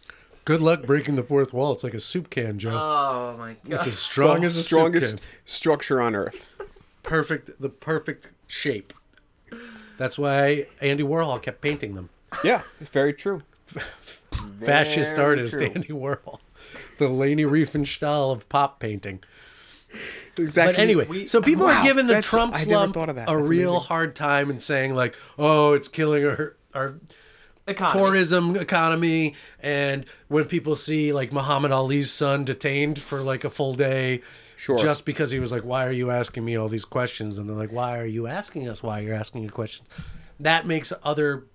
Speaker 9: good luck breaking the fourth wall. It's like a soup can, Joe.
Speaker 2: Oh my
Speaker 9: it's
Speaker 2: god!
Speaker 9: as strong as a
Speaker 4: Uh, strongest
Speaker 9: soup can.
Speaker 4: structure on earth.
Speaker 3: Perfect. The perfect shape. That's why Andy Warhol kept painting them.
Speaker 4: Yeah, very true.
Speaker 3: Fascist
Speaker 4: Very
Speaker 3: artist
Speaker 4: true.
Speaker 3: Andy Warhol. The Leni Riefenstahl of pop painting.
Speaker 4: Exactly.
Speaker 3: but anyway, so people
Speaker 4: Wow,
Speaker 3: are giving the
Speaker 4: that's-
Speaker 3: Trump
Speaker 4: I never
Speaker 3: slump
Speaker 4: thought of that.
Speaker 3: a
Speaker 4: That's
Speaker 3: real
Speaker 4: amazing.
Speaker 3: hard time and saying like, "Oh, it's killing our our
Speaker 2: Economy.
Speaker 3: tourism economy and when people see like Muhammad Ali's son detained for like a full day
Speaker 4: Sure.
Speaker 3: just because he was like why are you asking me all these questions and they're like why are you asking us why you're asking you questions that makes other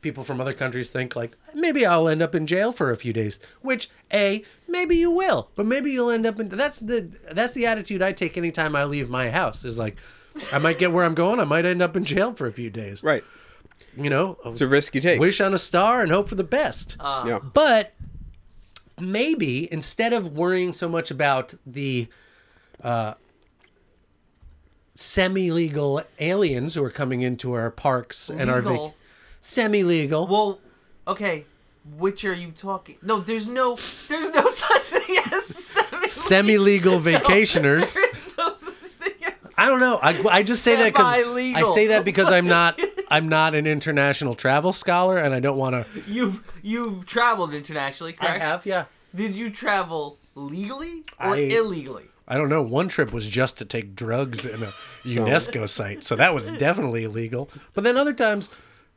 Speaker 3: people from other countries think like maybe I'll end up in jail for a few days which a maybe you will but maybe you'll end up in that's the that's the attitude I take anytime I leave my house is like I might get where I'm going I might end up in jail for a few days
Speaker 4: right.
Speaker 3: you know
Speaker 4: It's a risk you take.
Speaker 3: wish on a star and hope for the best.
Speaker 2: Ah.
Speaker 4: yeah.
Speaker 3: but maybe instead of worrying so much about the uh, semi-legal aliens who are coming into our parks and our vac-
Speaker 2: Legal.
Speaker 3: semi-legal.
Speaker 2: Well, okay. Which are you talking? No, there's no, there's no such thing as semi.
Speaker 3: Semi-legal vacationers.
Speaker 2: There's no such thing as.
Speaker 3: I don't know. I, I just say that because I
Speaker 2: Semi-legal.
Speaker 3: say that because I'm not I'm not an international travel scholar, and I don't want to.
Speaker 2: You've you've traveled internationally, correct?
Speaker 3: yeah.
Speaker 2: Did you travel legally or
Speaker 3: I-
Speaker 2: illegally?
Speaker 3: I don't know. One trip was just to take drugs in a UNESCO site, so that was definitely illegal. But then other times,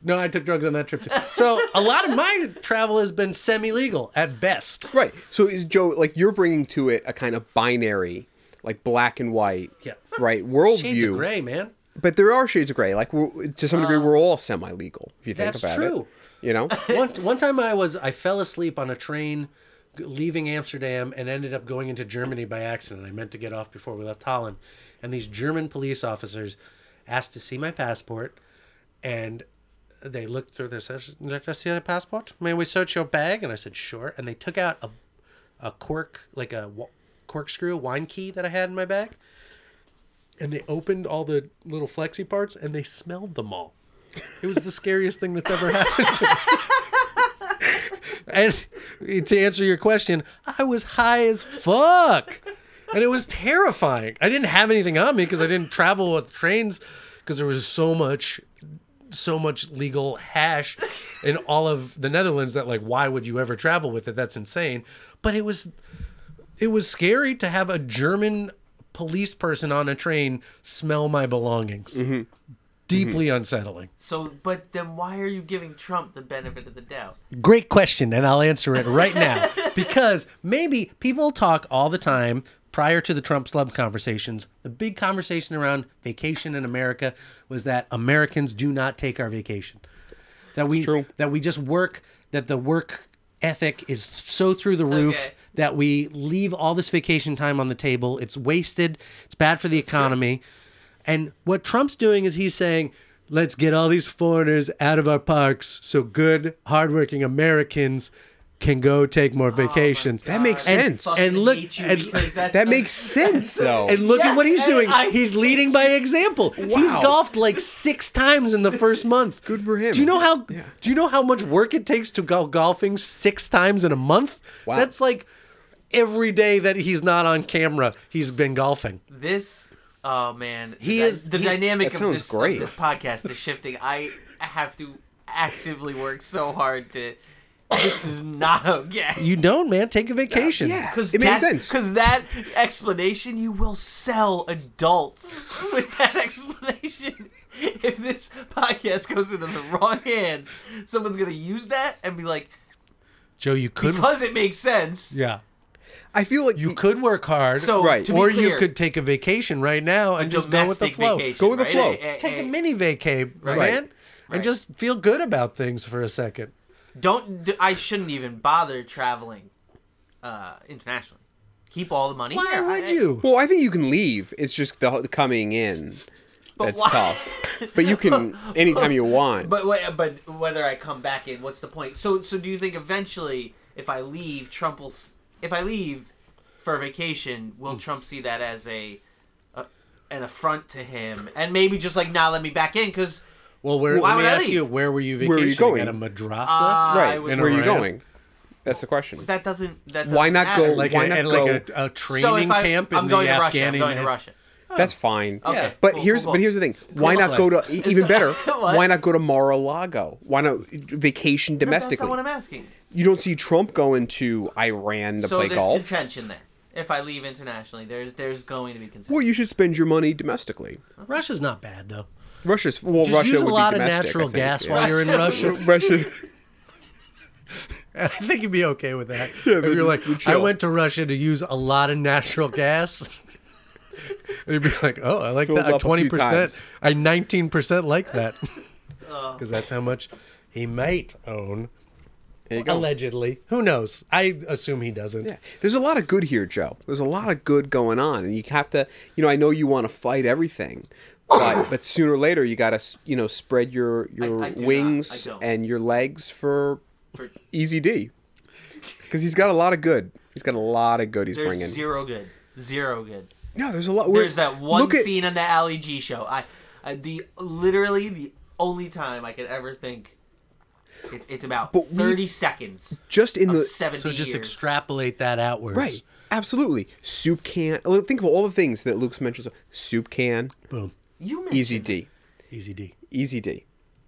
Speaker 3: no, I took drugs on that trip too. So a lot of my travel has been semi-legal at best.
Speaker 4: Right. So is Joe like you're bringing to it a kind of binary, like black and white,
Speaker 3: Yeah.
Speaker 4: right
Speaker 3: Shades of
Speaker 4: worldview.
Speaker 3: gray, man.
Speaker 4: But there are shades of gray. Like we're, to some degree, we're all semi-legal if you
Speaker 3: that's
Speaker 4: think about
Speaker 3: true.
Speaker 4: it. You know.
Speaker 3: One one time I was I fell asleep on a train g- leaving Amsterdam and ended up going into Germany by accident. I meant to get off before we left Holland, and these German police officers asked to see my passport, and they looked through their says, "Let us see your passport. May we search your bag?" And I said, "Sure." And they took out a a cork like a wa- corkscrew wine key that I had in my bag. And they opened all the little flexi parts and they smelled them all. It was the scariest thing that's ever happened to me. And to answer your question, I was high as fuck. And it was terrifying. I didn't have anything on me because I didn't travel with trains because there was so much so much legal hash in all of the Netherlands that like why would you ever travel with it? That's insane. But it was it was scary to have a German police person on a train smell my belongings. Deeply unsettling.
Speaker 2: So, but then why are you giving Trump the benefit of the doubt?
Speaker 3: Great question, and I'll answer it right now. because maybe people talk all the time prior to the Trump slump conversations. The big conversation around vacation in America was that Americans do not take our vacation. That we
Speaker 4: true.
Speaker 3: that we just work, that the work ethic is so through the roof
Speaker 2: Okay.
Speaker 3: that we leave all this vacation time on the table. It's wasted. It's bad for the economy. And what Trump's doing is he's saying, let's get all these foreigners out of our parks so good, hardworking Americans can go take
Speaker 2: Oh
Speaker 3: more vacations.
Speaker 4: That makes sense.
Speaker 2: Fucking
Speaker 3: And look-
Speaker 2: hate you
Speaker 3: and-
Speaker 2: because that's
Speaker 4: That
Speaker 2: the-
Speaker 4: makes sense, though.
Speaker 3: And look at
Speaker 2: Yes,
Speaker 3: what he's
Speaker 2: and
Speaker 3: doing.
Speaker 2: I-
Speaker 3: he's leading by example. He's golfed like six times in the first month.
Speaker 4: Good for him.
Speaker 3: Do you know how?
Speaker 4: Yeah.
Speaker 3: Do you know how much work it takes to go golfing six times in a month?
Speaker 4: Wow.
Speaker 3: That's like every day that he's not on camera, he's been golfing.
Speaker 2: this oh man
Speaker 3: He
Speaker 2: the,
Speaker 3: is-
Speaker 2: the
Speaker 3: he's-
Speaker 2: dynamic
Speaker 4: that
Speaker 2: of
Speaker 4: sounds
Speaker 2: this,
Speaker 4: great.
Speaker 2: of this podcast is shifting i have to actively work so hard to this is not okay
Speaker 3: You don't, man. Take a vacation.
Speaker 4: Yeah.
Speaker 2: because
Speaker 4: It makes
Speaker 2: that,
Speaker 4: sense.
Speaker 2: Because that explanation, you will sell adults with that explanation. If this podcast goes into the wrong hands, someone's gonna use that and be like,
Speaker 3: Joe, you could.
Speaker 2: "Because it makes sense."
Speaker 3: yeah.
Speaker 4: I feel like
Speaker 3: You could work hard.
Speaker 2: So,
Speaker 4: Right.
Speaker 2: to be
Speaker 3: or you
Speaker 2: clear,
Speaker 3: could take a vacation right now and just go with the
Speaker 2: domestic
Speaker 3: flow.
Speaker 2: vacation,
Speaker 4: Go with the
Speaker 2: right?
Speaker 4: flow.
Speaker 2: Eh, eh,
Speaker 3: Take a
Speaker 2: eh.
Speaker 3: mini vacay, man, and
Speaker 2: Right.
Speaker 3: just feel good about things for a second.
Speaker 2: Don't. d- I shouldn't even bother traveling uh, internationally. Keep all the money.
Speaker 3: Why
Speaker 2: here.
Speaker 3: would
Speaker 2: I-
Speaker 3: you?
Speaker 4: Well, I think you can leave. It's just the the coming in
Speaker 2: But
Speaker 4: that's
Speaker 2: why-
Speaker 4: tough. But you can anytime you want.
Speaker 2: But wha- but whether I come back in, what's the point? So so do you think eventually, if I leave, Trump will? s- If I leave for vacation,
Speaker 4: Hmm.
Speaker 2: will Trump see that as a, a an affront to him, and maybe just like not let me back in because
Speaker 3: Well, where,
Speaker 2: Why
Speaker 3: let me
Speaker 2: would I
Speaker 3: ask
Speaker 2: leave? Uh,
Speaker 3: you, where were you vacationing?
Speaker 4: Where were you going?
Speaker 3: At a madrasa?
Speaker 4: right,
Speaker 2: I would-
Speaker 4: where are you
Speaker 3: Iran.
Speaker 4: going? That's the question.
Speaker 2: that doesn't that doesn't
Speaker 4: Why not go-
Speaker 2: matter.
Speaker 3: like
Speaker 4: Why
Speaker 3: a,
Speaker 4: not
Speaker 3: at like
Speaker 4: go-
Speaker 3: a, a training
Speaker 2: so if I,
Speaker 3: camp in
Speaker 2: I'm going
Speaker 3: the
Speaker 2: to Russia.
Speaker 3: Afghani
Speaker 2: I'm going to Russia.
Speaker 4: That's fine.
Speaker 2: Okay,
Speaker 4: But
Speaker 2: cool,
Speaker 4: here's
Speaker 2: cool, cool.
Speaker 4: but here's the thing. Why not go to e- even better?
Speaker 2: What?
Speaker 4: why not go to Mar-a-Lago? Why not vacation
Speaker 2: No, that's
Speaker 4: domestically?
Speaker 2: not what I'm asking.
Speaker 4: you don't see Trump going to Iran to
Speaker 2: so
Speaker 4: play
Speaker 2: there's
Speaker 4: golf.
Speaker 2: contention there. If I leave internationally, there's there's going to be contention.
Speaker 4: well, you should spend your money domestically.
Speaker 3: Russia's not bad though.
Speaker 4: Russia's well,
Speaker 3: Just
Speaker 4: Russia
Speaker 3: use a
Speaker 4: would be
Speaker 3: lot of
Speaker 4: domestic, I
Speaker 3: natural
Speaker 4: think,
Speaker 3: gas
Speaker 4: yeah.
Speaker 3: while you're in Russia.
Speaker 4: Russia's
Speaker 3: I think you'd be okay with that. if
Speaker 4: but
Speaker 3: you're like,
Speaker 4: just
Speaker 3: I
Speaker 4: chill.
Speaker 3: went to Russia to use a lot of natural gas. and you'd be like, oh, I like
Speaker 4: Filled
Speaker 3: that.
Speaker 4: up a few
Speaker 3: Twenty percent.
Speaker 4: times.
Speaker 3: I nineteen percent like that because that's how much he might own.
Speaker 4: there you go.
Speaker 3: Allegedly, who knows? I assume he doesn't.
Speaker 4: Yeah. There's a lot of good here, Joe. There's a lot of good going on, and you have to. You know, I know you want to fight everything, but but sooner or later you gotta s- you know spread your your
Speaker 2: I do not. I
Speaker 4: wings
Speaker 2: don't.
Speaker 4: and your legs for, Easy D, because he's got a lot of good. He's got a lot of good he's
Speaker 2: there's
Speaker 4: bringing.
Speaker 2: zero good, zero good.
Speaker 4: No, there's a lot. we're-
Speaker 2: There's that one
Speaker 4: look at-
Speaker 2: scene on the Ali G show. I, I the literally the only time I could ever think. It's, it's about
Speaker 4: But we-
Speaker 2: thirty seconds.
Speaker 4: just in
Speaker 2: of
Speaker 4: the-
Speaker 2: seventy.
Speaker 3: So just
Speaker 2: years.
Speaker 3: extrapolate that outwards.
Speaker 4: Right. Absolutely. Soup can. look, Think of all the things that Luke's mentioned. Soup can.
Speaker 3: Boom.
Speaker 2: You mentioned
Speaker 4: Easy D.
Speaker 3: Easy D.
Speaker 4: Easy D.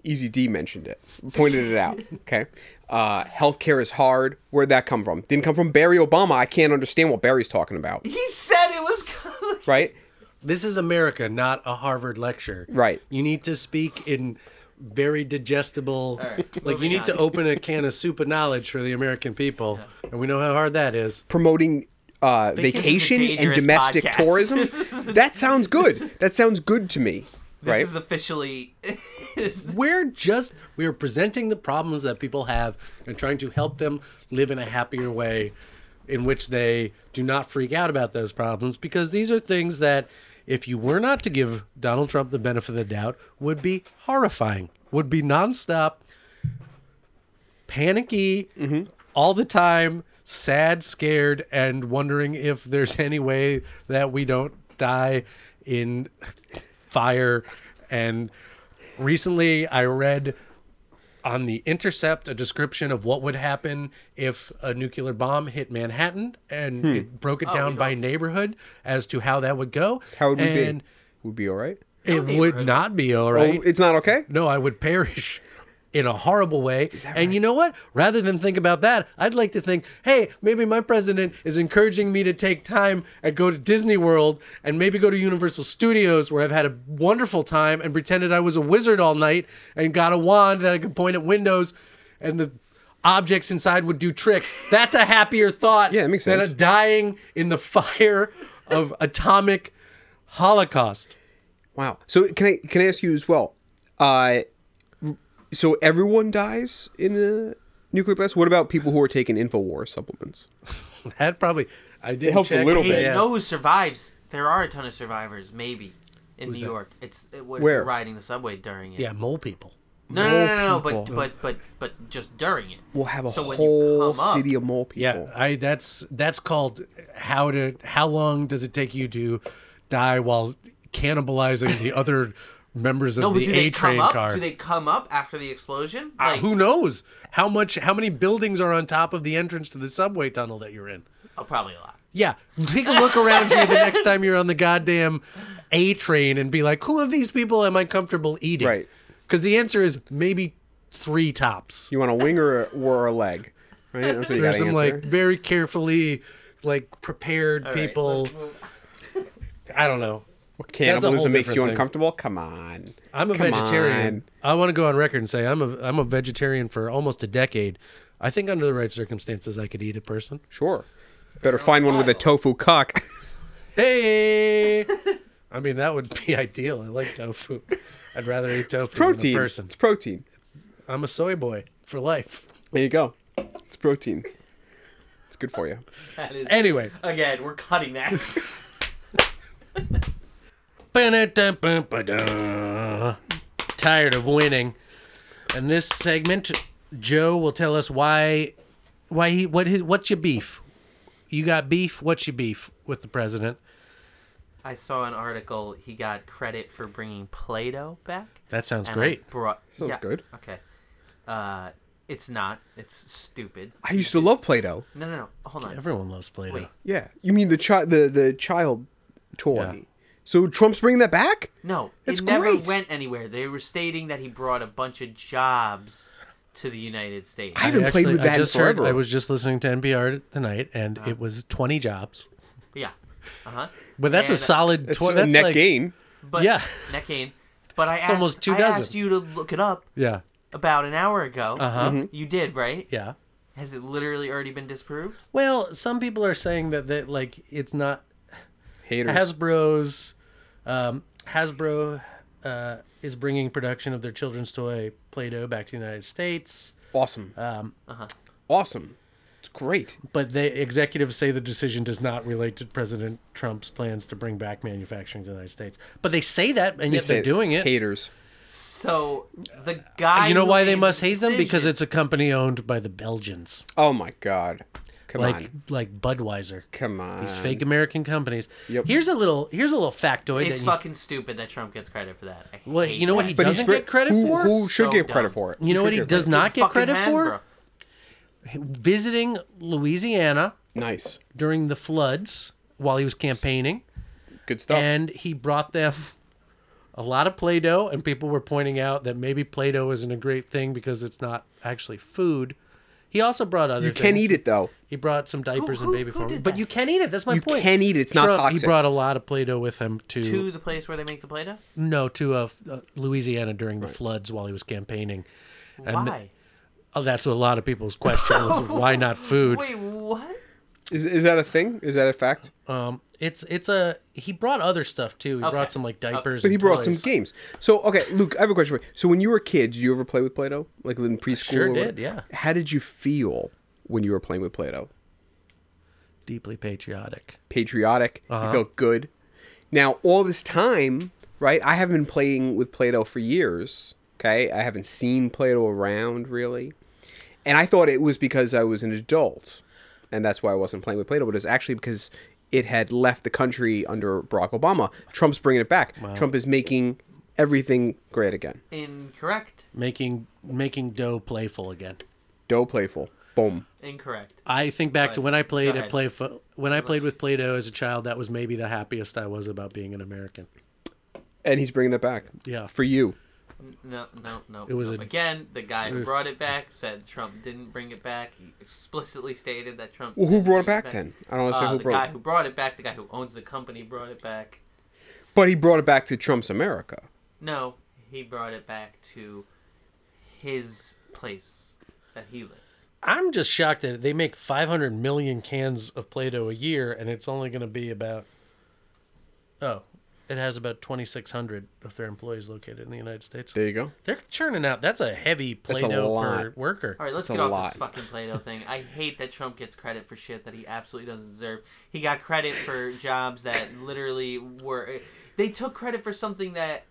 Speaker 4: Easy D mentioned it, pointed it out. Okay. Uh, healthcare is hard. Where'd that come from? Didn't come from Barry Obama. I can't understand what Barry's talking about.
Speaker 2: He said it was. coming.
Speaker 4: Right?
Speaker 3: This is America, not a Harvard lecture.
Speaker 4: Right.
Speaker 3: You need to speak in very digestible. like you
Speaker 2: moving
Speaker 3: need to
Speaker 2: on.
Speaker 3: open a can of soup of knowledge for the American people, and we know how hard that is.
Speaker 4: Promoting uh,
Speaker 2: Vacation's a
Speaker 4: vacation and
Speaker 2: dangerous
Speaker 4: domestic
Speaker 2: podcast. This is
Speaker 4: tourism.
Speaker 2: a-
Speaker 4: that sounds good. That sounds good to me.
Speaker 2: this
Speaker 4: right?
Speaker 2: is officially.
Speaker 3: We're just we are presenting the problems that people have and trying to help them live in a happier way, in which they do not freak out about those problems because these are things that, if you were not to give Donald Trump the benefit of the doubt, would be horrifying. Would be nonstop. panicky
Speaker 4: Mm-hmm.
Speaker 3: all the time, sad, scared, and wondering if there's any way that we don't die in fire. And recently I read on The Intercept a description of what would happen if a nuclear bomb hit Manhattan and
Speaker 4: Hmm.
Speaker 3: it broke it down by neighborhood as to how that would go.
Speaker 4: How would we
Speaker 3: and
Speaker 4: be? Would be all right.
Speaker 3: It would not be all right.
Speaker 4: Oh, it's not okay.
Speaker 3: No, I would perish in a horrible way. And you know what? Rather than think about that, I'd like to think, hey, maybe my president is encouraging me to take time and go to Disney World and maybe go to Universal Studios where I've had a wonderful time and pretended I was a wizard all night and got a wand that I could point at windows and the objects inside would do tricks. That's a happier thought
Speaker 4: Yeah, it makes
Speaker 3: than a
Speaker 4: sense.
Speaker 3: dying in the fire of atomic holocaust.
Speaker 4: Wow. So can I can I ask you as well? Uh, so everyone dies in a nuclear blast. What about people who are taking Infowars supplements?
Speaker 3: That probably I did
Speaker 4: helps a little
Speaker 2: Hey,
Speaker 4: bit.
Speaker 2: you know who survives? There are a ton of survivors. Maybe in New York. It's it, when
Speaker 4: Where?
Speaker 2: you're riding the subway during it.
Speaker 3: Yeah, mole people.
Speaker 2: No, no, no, no, no,
Speaker 4: Mole
Speaker 2: but
Speaker 4: people.
Speaker 2: but but but just during it.
Speaker 4: We'll have a
Speaker 2: So when you
Speaker 4: whole
Speaker 2: come up-
Speaker 4: city of mole people.
Speaker 3: Yeah, I that's that's called how to how long does it take you to die while cannibalizing the other members of
Speaker 2: No, but
Speaker 3: the
Speaker 2: do
Speaker 3: A
Speaker 2: they
Speaker 3: train
Speaker 2: come up?
Speaker 3: car?
Speaker 2: Do they come up after the explosion?
Speaker 3: Ah,
Speaker 2: Like,
Speaker 3: who knows how much how many buildings are on top of the entrance to the subway tunnel that you're in?
Speaker 2: oh, probably a lot.
Speaker 3: Yeah, take a look around you the next time you're on the goddamn A train and be like, who of these people am I comfortable eating?
Speaker 4: Right.
Speaker 3: Because the answer is maybe three tops.
Speaker 4: You want a wing or a, or a leg, right? That's what you
Speaker 3: There's
Speaker 4: gotta
Speaker 3: some
Speaker 4: answer.
Speaker 3: like very carefully like prepared
Speaker 2: right,
Speaker 3: people. I don't know.
Speaker 4: Cannibalism makes you
Speaker 3: different thing.
Speaker 4: uncomfortable. Come on.
Speaker 3: I'm a
Speaker 4: Come
Speaker 3: vegetarian.
Speaker 4: on.
Speaker 3: I want to go on record and say I'm a I'm a vegetarian for almost a decade. I think under the right circumstances I could eat a person.
Speaker 4: Sure. Better find one with a tofu cock.
Speaker 3: Hey. I mean that would be ideal. I like tofu. I'd rather eat tofu than
Speaker 4: protein.
Speaker 3: a person.
Speaker 4: It's protein.
Speaker 3: I'm a soy boy for life.
Speaker 4: There you go. It's protein. It's good for you.
Speaker 2: That is,
Speaker 3: Anyway.
Speaker 2: again, we're cutting that.
Speaker 3: Tired of winning. In this segment, Joe will tell us why why he what his what's your beef? You got beef, what's your beef with the president?
Speaker 2: I saw an article. He got credit for bringing Play-Doh back.
Speaker 3: That sounds
Speaker 2: and I
Speaker 3: great.
Speaker 2: Brought,
Speaker 4: Sounds
Speaker 2: yeah,
Speaker 4: good.
Speaker 2: Okay. Uh, it's not. It's stupid.
Speaker 4: I used to love Play-Doh.
Speaker 2: No, no, no. Hold on.
Speaker 3: Everyone loves Play-Doh.
Speaker 2: Wait.
Speaker 4: Yeah. You mean the child the the child toy?
Speaker 3: Yeah.
Speaker 4: So Trump's bringing that back?
Speaker 2: No,
Speaker 4: It's
Speaker 2: it never
Speaker 4: great.
Speaker 2: went anywhere. They were stating that he brought a bunch of jobs to the United States.
Speaker 4: I haven't played with that
Speaker 3: I
Speaker 4: in
Speaker 3: just heard-
Speaker 4: forever.
Speaker 3: I was just listening to NPR tonight, and it was 20 jobs.
Speaker 2: yeah. Uh huh.
Speaker 3: But that's a
Speaker 2: And-
Speaker 3: solid
Speaker 4: it's
Speaker 3: 20.
Speaker 4: a
Speaker 3: That's
Speaker 4: net
Speaker 3: like,
Speaker 4: gain.
Speaker 2: But
Speaker 3: Yeah.
Speaker 2: Neck gain. But I asked,
Speaker 3: almost two
Speaker 2: I
Speaker 3: dozen.
Speaker 2: asked you to look it up
Speaker 3: Yeah,
Speaker 2: about an hour ago. Uh huh.
Speaker 4: Mm-hmm.
Speaker 2: You did, right?
Speaker 3: Uh-huh. yeah.
Speaker 2: Has it literally already been disproved?
Speaker 3: Well, some people are saying that that like it's not
Speaker 4: Haters.
Speaker 3: Hasbro's. Um, Hasbro uh, is bringing production of their children's toy Play-Doh back to the United States,
Speaker 4: awesome. Um,
Speaker 2: Uh-huh.
Speaker 4: Awesome. It's great.
Speaker 3: but the executives say the decision does not relate to President Trump's plans to bring back manufacturing to the United States. But they say that, and yet
Speaker 4: Say
Speaker 3: they're doing it.
Speaker 4: Haters.
Speaker 2: So the guy.
Speaker 3: You know
Speaker 2: who
Speaker 3: why they
Speaker 2: made the
Speaker 3: must hate them? Because
Speaker 2: decision-
Speaker 3: it's a company owned by the Belgians.
Speaker 4: Oh my god. Come
Speaker 3: like
Speaker 4: on.
Speaker 3: like Budweiser.
Speaker 4: Come on.
Speaker 3: These fake American companies.
Speaker 4: Yep.
Speaker 3: Here's a little here's a little factoid.
Speaker 2: It's
Speaker 3: that you-
Speaker 2: fucking stupid that Trump gets credit for that. I
Speaker 3: Well,
Speaker 2: hate
Speaker 3: you know what
Speaker 2: that.
Speaker 3: he
Speaker 4: But he's
Speaker 3: doesn't
Speaker 4: br-
Speaker 3: get credit
Speaker 4: who,
Speaker 3: for?
Speaker 4: Who should
Speaker 2: So
Speaker 4: get credit
Speaker 2: dumb.
Speaker 4: for it?
Speaker 3: you know
Speaker 4: Who
Speaker 3: what
Speaker 4: should
Speaker 3: he
Speaker 4: get
Speaker 3: does
Speaker 4: credit?
Speaker 3: not get
Speaker 2: Fucking
Speaker 3: credit
Speaker 2: Hasbro.
Speaker 3: for? Visiting Louisiana
Speaker 4: Nice.
Speaker 3: during the floods while he was campaigning,
Speaker 4: Good stuff.
Speaker 3: and he brought them a lot of Play-Doh, and people were pointing out that maybe Play-Doh isn't a great thing because it's not actually food. He also brought other
Speaker 4: you can eat it though.
Speaker 3: He brought some diapers
Speaker 2: who-
Speaker 3: and baby
Speaker 2: who
Speaker 3: formula.
Speaker 2: did
Speaker 3: But
Speaker 2: that?
Speaker 3: you can eat it. That's my
Speaker 4: You
Speaker 3: point.
Speaker 4: can eat it, it's not
Speaker 3: Trump- He
Speaker 4: toxic.
Speaker 3: brought a lot of Play-Doh with him to,
Speaker 2: To the place where they make the Play-Doh?
Speaker 3: no to uh, f- uh, Louisiana during the floods while he was campaigning. And
Speaker 2: Why?
Speaker 3: oh, that's what a lot of people's question was: why not food?
Speaker 2: Wait, what?
Speaker 4: Is is that a thing? Is that a fact?
Speaker 3: Um, it's it's a he brought other stuff too. He brought some like diapers.
Speaker 4: But he
Speaker 3: and
Speaker 4: brought some
Speaker 3: toys.
Speaker 4: games. So okay, Luke, I have a question for you. So when you were a kid, did you ever play with Play-Doh? Like in preschool?
Speaker 3: sure
Speaker 4: or
Speaker 3: did,
Speaker 4: whatever?
Speaker 3: yeah.
Speaker 4: How did you feel when you were playing with Play-Doh?
Speaker 3: Deeply patriotic.
Speaker 4: Patriotic. You felt good. Now all this time, right? I haven't been playing with Play-Doh for years. Okay, I haven't seen Play-Doh around really, and I thought it was because I was an adult, and that's why I wasn't playing with Play-Doh. But it's actually because it had left the country under Barack Obama. Trump's bringing it back. Trump is making everything great again.
Speaker 2: Incorrect.
Speaker 3: Making making dough playful again.
Speaker 4: Doe playful. Boom.
Speaker 2: Incorrect.
Speaker 3: I think back to when I played
Speaker 2: Go
Speaker 3: at play
Speaker 2: ahead.
Speaker 3: when I played with Play-Doh as a child. That was maybe the happiest I was about being an American.
Speaker 4: And he's bringing that back.
Speaker 3: Yeah.
Speaker 4: For you.
Speaker 2: No, no, no.
Speaker 3: It was
Speaker 2: no.
Speaker 3: a-
Speaker 2: again the guy who brought it back said Trump didn't bring it back. He explicitly stated that Trump.
Speaker 4: Well, who
Speaker 2: didn't
Speaker 4: brought it
Speaker 2: bring
Speaker 4: back then? I don't understand
Speaker 2: Uh,
Speaker 4: who
Speaker 2: the
Speaker 4: brought
Speaker 2: guy
Speaker 4: it.
Speaker 2: who brought it back, the guy who owns the company, brought it back.
Speaker 4: But he brought it back to Trump's America.
Speaker 2: No, he brought it back to his place that he lives.
Speaker 3: I'm just shocked that they make 500 million cans of Play-Doh a year, and it's only going to be about oh, It has about 2,600 of their employees located in the United States.
Speaker 4: There you go.
Speaker 3: They're churning out. That's a heavy
Speaker 4: That's a
Speaker 3: Play-Doh per
Speaker 4: lot.
Speaker 3: worker.
Speaker 2: All right, let's
Speaker 4: That's
Speaker 2: get
Speaker 4: a
Speaker 2: off
Speaker 4: lot.
Speaker 2: this fucking Play-Doh thing. I hate that Trump gets credit for shit that he absolutely doesn't deserve. He got credit for jobs that literally were. They took credit for something that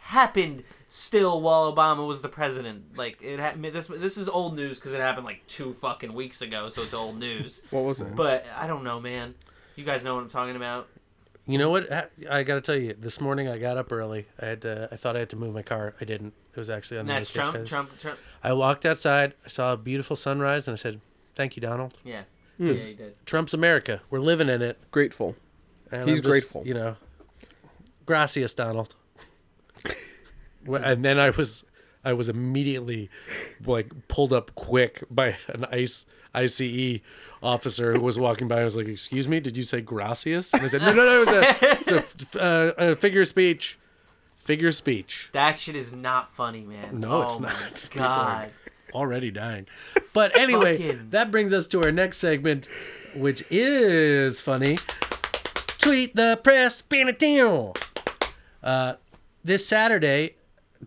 Speaker 2: happened still while Obama was the president. Like it ha- this this is old news because it happened like two fucking weeks ago, so it's old news.
Speaker 4: What was it?
Speaker 2: But I don't know, man. You guys know what I'm talking about.
Speaker 3: You know what? I- I got to tell you, this morning I got up early. I had to, I thought I had to move my car. I didn't. It was actually on
Speaker 2: And
Speaker 3: the
Speaker 2: that's
Speaker 3: list of
Speaker 2: Trump.
Speaker 3: guys.
Speaker 2: Trump. Trump.
Speaker 3: I walked outside. I saw a beautiful sunrise, and I said, "Thank you, Donald.
Speaker 2: Yeah.
Speaker 3: Hmm.
Speaker 2: Yeah, he did.
Speaker 3: Trump's America. We're living in it."
Speaker 4: Grateful.
Speaker 3: And
Speaker 4: He's
Speaker 3: I'm just,
Speaker 4: grateful.
Speaker 3: You know, gracias, Donald. Well, and then I was, I was immediately, like pulled up quick by an E ICE ICE officer who was walking by. I was like, "Excuse me, did you say gracias?" And I said, "No, no, no, it was a, it's a f- uh, a figure of speech, figure of speech."
Speaker 2: That shit is not funny, man.
Speaker 3: No,
Speaker 2: oh
Speaker 3: it's
Speaker 2: my
Speaker 3: not.
Speaker 2: God.
Speaker 3: already dying. But anyway,
Speaker 2: Fucking-
Speaker 3: that brings us to our next segment, which is funny. Tweet the press. Uh, this Saturday,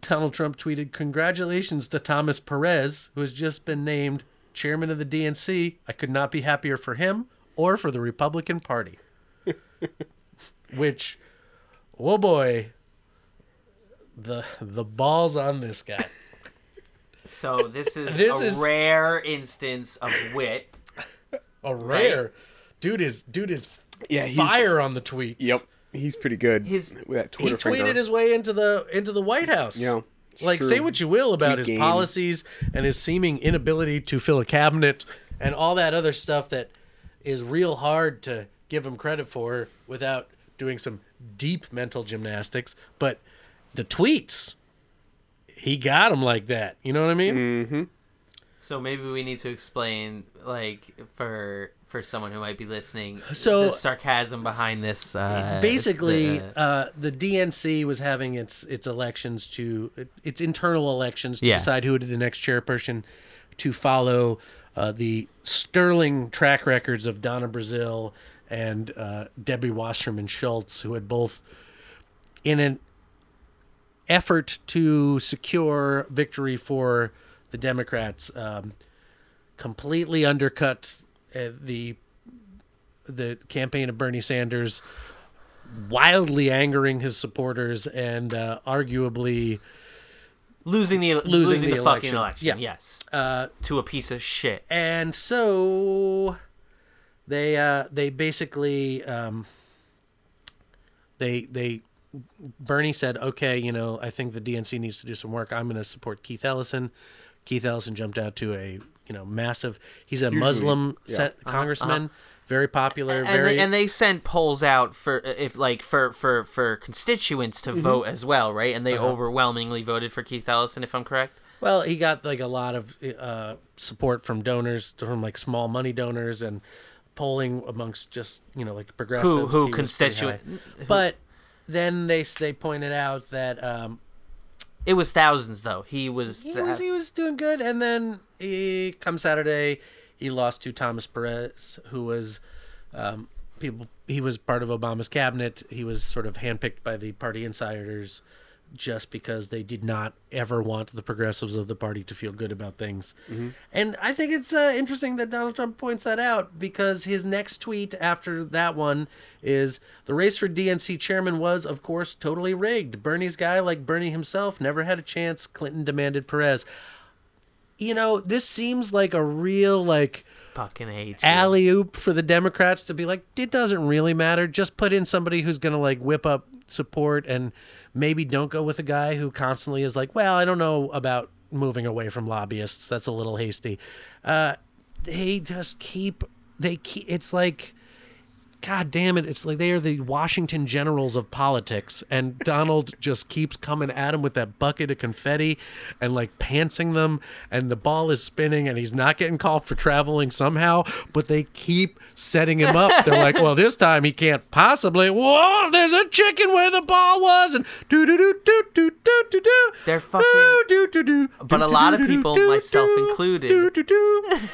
Speaker 3: Donald Trump tweeted, Congratulations to Thomas Perez, who has just been named chairman of the DNC. I could not be happier for him or for the Republican Party. which, oh boy, the the balls on this guy.
Speaker 2: So this is
Speaker 3: This
Speaker 2: a
Speaker 3: is-
Speaker 2: rare instance of wit.
Speaker 3: a rare dude is dude is
Speaker 4: Yeah, he's-
Speaker 3: fire on the tweets.
Speaker 4: Yep. He's pretty good
Speaker 2: His-
Speaker 4: with that
Speaker 3: he
Speaker 4: Twitter
Speaker 3: tweeted
Speaker 4: finger.
Speaker 3: his way into the into the White House.
Speaker 4: Yeah, it's
Speaker 3: like
Speaker 4: true.
Speaker 3: say what you will about
Speaker 4: Tweet
Speaker 3: his
Speaker 4: game.
Speaker 3: policies and his seeming inability to fill a cabinet and all that other stuff that is real hard to give him credit for without doing some deep mental gymnastics. But the tweets, he got him like that. You know what I mean?
Speaker 2: So maybe we need to explain, like, for for someone who might be listening,
Speaker 3: So-
Speaker 2: the sarcasm behind this. Uh,
Speaker 3: basically
Speaker 2: the-
Speaker 3: uh, the DNC was having its its elections to its internal elections to
Speaker 2: Yeah.
Speaker 3: decide who to the next chairperson to follow uh, the sterling track records of Donna Brazil and uh, Debbie Wasserman Schultz, who had both in an effort to secure victory for the Democrats, um, completely undercut uh, the the campaign of Bernie Sanders, wildly angering his supporters and uh, arguably
Speaker 2: losing the losing,
Speaker 3: the
Speaker 2: the, fucking
Speaker 3: election.
Speaker 2: election.
Speaker 3: Yeah. Uh,
Speaker 2: Yes. to a piece of shit.
Speaker 3: and so they uh, they basically um, they they Bernie said, okay, you know, I think the DNC needs to do some work. I'm going to support Keith Ellison. Keith Ellison jumped out to a you know massive. He's a Muslim sen- congressman, very popular,
Speaker 2: and,
Speaker 3: very
Speaker 2: they, and they sent polls out for if like for for for constituents
Speaker 3: Mm-hmm.
Speaker 2: to vote as well, right? And
Speaker 3: Uh-huh.
Speaker 2: they overwhelmingly voted for Keith Ellison, if I'm correct.
Speaker 3: Well, he got like a lot of uh, support from donors, from like small money donors, and polling amongst just you know like progressives
Speaker 2: Who- who
Speaker 3: he was pretty
Speaker 2: constituent-
Speaker 3: high. But then they s- they pointed out that um,
Speaker 2: It was thousands, though. He was.
Speaker 3: he
Speaker 2: the-
Speaker 3: was e- he was doing good, and then he come Saturday, he lost to Thomas Perez, who was um, people he was part of Obama's cabinet. He was sort of handpicked by the party insiders just because they did not ever want the progressives of the party to feel good about things. And I think it's uh, interesting that Donald Trump points that out because his next tweet after that one is the race for DNC chairman was of course totally rigged. Bernie's guy like Bernie himself never had a chance. Clinton demanded Perez. You know, this seems like a real like
Speaker 2: fucking hate you.
Speaker 3: alley oop for the Democrats to be like, it doesn't really matter. Just put in somebody who's going to like whip up support and maybe don't go with a guy who constantly is like, well, I don't know about moving away from lobbyists. That's a little hasty. Uh, they just keep, they keep, it's like, God damn it. It's like they are the Washington generals of politics. And Donald just keeps coming at him with that bucket of confetti and like pantsing them. And the ball is spinning and he's not getting called for traveling somehow. But they keep setting him up. They're like, well, this time he can't possibly. Whoa, there's a chicken where the ball was. And do, do, do, do, do, do, do, do.
Speaker 2: They're fucking-
Speaker 3: Do, do, do, do,
Speaker 2: But a lot of people, myself included-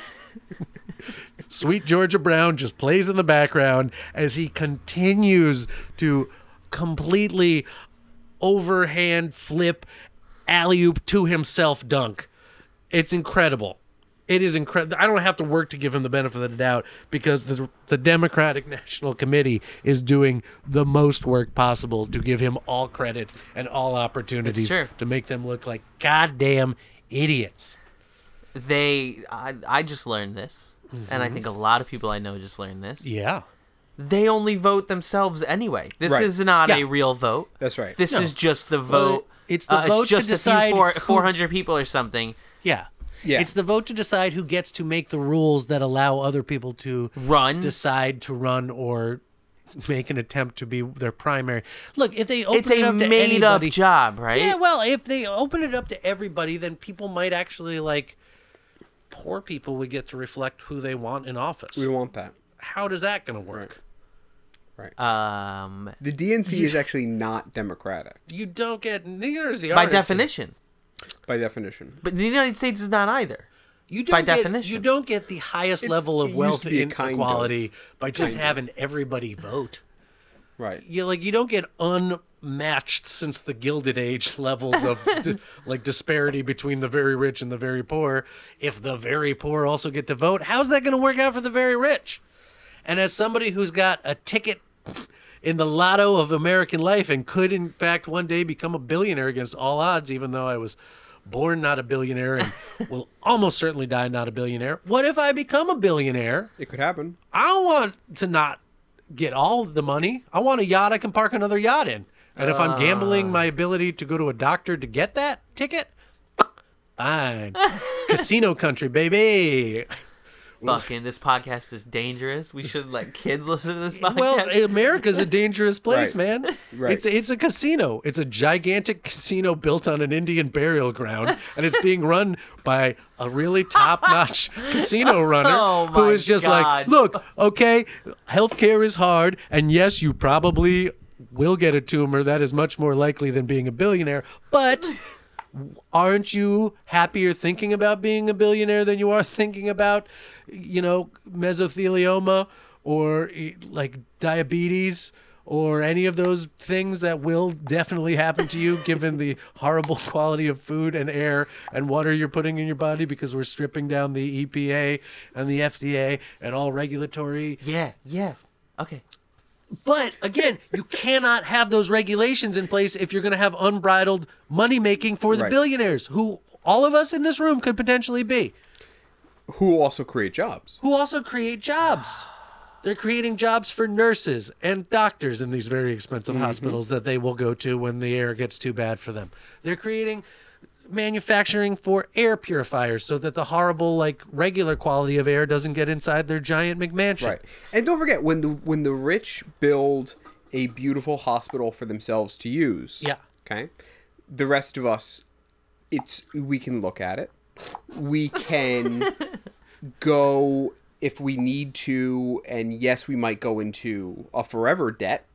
Speaker 3: Sweet Georgia Brown just plays in the background as he continues to completely overhand flip alley oop to himself dunk. It's incredible. It is incredible. I don't have to work to give him the benefit of the doubt because the the Democratic National Committee is doing the most work possible to give him all credit and all opportunities
Speaker 2: It's true.
Speaker 3: to make them look like goddamn idiots.
Speaker 2: They, I, I just learned this, and I think a lot of people I know just learned this.
Speaker 3: Mm-hmm. Yeah.
Speaker 2: They only vote themselves anyway. This
Speaker 4: Right.
Speaker 2: is not
Speaker 3: Yeah.
Speaker 2: a real vote.
Speaker 4: That's right.
Speaker 2: This is just the vote. Uh,
Speaker 3: it's the vote to decide
Speaker 2: four,
Speaker 3: who-
Speaker 2: four hundred people or something.
Speaker 3: Yeah.
Speaker 4: Yeah.
Speaker 3: It's the vote to decide who gets to make the rules that allow other people to
Speaker 2: Run.
Speaker 3: decide to run, or make an attempt to be their primary. Look, if they open
Speaker 2: It's
Speaker 3: it
Speaker 2: a
Speaker 3: up to
Speaker 2: made up
Speaker 3: anybody-
Speaker 2: job, right?
Speaker 3: Yeah, well, if they open it up to everybody, then people might actually like poor people would get to reflect who they want in office.
Speaker 4: We want that.
Speaker 3: How does that going to work?
Speaker 2: um,
Speaker 4: The DNC is actually not democratic
Speaker 3: You don't get neither is the
Speaker 2: by
Speaker 3: RNC.
Speaker 2: definition.
Speaker 4: by definition.
Speaker 2: But the United States is not either.
Speaker 3: You don't
Speaker 2: by
Speaker 3: get,
Speaker 2: definition.
Speaker 3: you don't get the highest
Speaker 4: It's-
Speaker 3: level
Speaker 4: it
Speaker 3: of
Speaker 4: used
Speaker 3: wealth
Speaker 4: to be a kind of-
Speaker 3: inequality by just
Speaker 4: kind of.
Speaker 3: having everybody vote.
Speaker 4: Right.
Speaker 3: you like you don't get unmatched since the Gilded Age levels of di- like disparity between the very rich and the very poor. If the very poor also get to vote, how's that going to work out for the very rich? And as somebody who's got a ticket in the lotto of American life and could in fact one day become a billionaire against all odds, even though I was born not a billionaire and will almost certainly die not a billionaire. What if I become a billionaire?
Speaker 4: It could happen.
Speaker 3: I don't want to not get all the money. I want a yacht I can park another yacht in. And if I'm gambling my ability to go to a doctor to get that ticket, fine. Casino country, baby.
Speaker 2: Fucking this podcast is dangerous. We should let kids listen to this podcast.
Speaker 3: Well, America's a dangerous place,
Speaker 4: Right.
Speaker 3: man.
Speaker 4: Right.
Speaker 3: It's it's a casino. It's a gigantic casino built on an Indian burial ground, and it's being run by a really top-notch casino runner
Speaker 2: Oh
Speaker 3: who
Speaker 2: my
Speaker 3: is just like,
Speaker 2: God.
Speaker 3: "Look, okay, healthcare is hard, and yes, you probably will get a tumor. That is much more likely than being a billionaire, but." aren't you happier thinking about being a billionaire than you are thinking about you know mesothelioma or eh, like diabetes or any of those things that will definitely happen to you given the horrible quality of food and air and water you're putting in your body because we're stripping down the EPA and the FDA and all regulatory
Speaker 2: yeah, yeah. Okay.
Speaker 3: but again, you cannot have those regulations in place if you're going to have unbridled money making for the
Speaker 4: Right.
Speaker 3: billionaires, who all of us in this room could potentially be,
Speaker 4: Who also create jobs?
Speaker 3: who also create jobs. They're creating jobs for nurses and doctors in these very expensive
Speaker 4: Mm-hmm.
Speaker 3: hospitals that they will go to when the air gets too bad for them. They're creating manufacturing for air purifiers so that the horrible like regular quality of air doesn't get inside their giant McMansion.
Speaker 4: Right. And don't forget when the when the rich build a beautiful hospital for themselves to use.
Speaker 3: Yeah.
Speaker 4: Okay. The rest of us it's we can look at it. We can go if we need to and yes we might go into a forever debt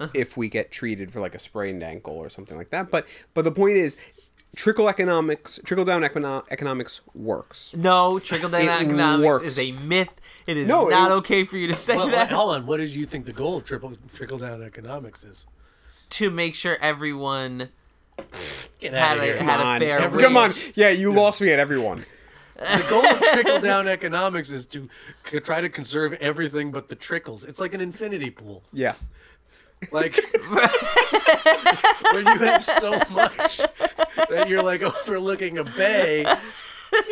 Speaker 2: Uh-huh.
Speaker 4: if we get treated for like a sprained ankle or something like that. But but the point is trickle economics, trickle down econo- economics works.
Speaker 2: No, trickle down
Speaker 4: It
Speaker 2: economics
Speaker 4: works.
Speaker 2: is a myth. It is
Speaker 4: No,
Speaker 2: not
Speaker 4: it-
Speaker 2: okay for you to say
Speaker 3: Well,
Speaker 2: that.
Speaker 3: hold on. What do you think the goal of triple trickle down economics is?
Speaker 2: To make sure everyone
Speaker 3: Get
Speaker 2: had a, had a fair
Speaker 3: Every-
Speaker 2: wage.
Speaker 4: Come on. Yeah, you lost me at everyone.
Speaker 3: The goal of trickle down economics is to c- try to conserve everything but the trickles. It's like an infinity pool.
Speaker 4: Yeah.
Speaker 3: Like when you have so much that you're like overlooking a bay.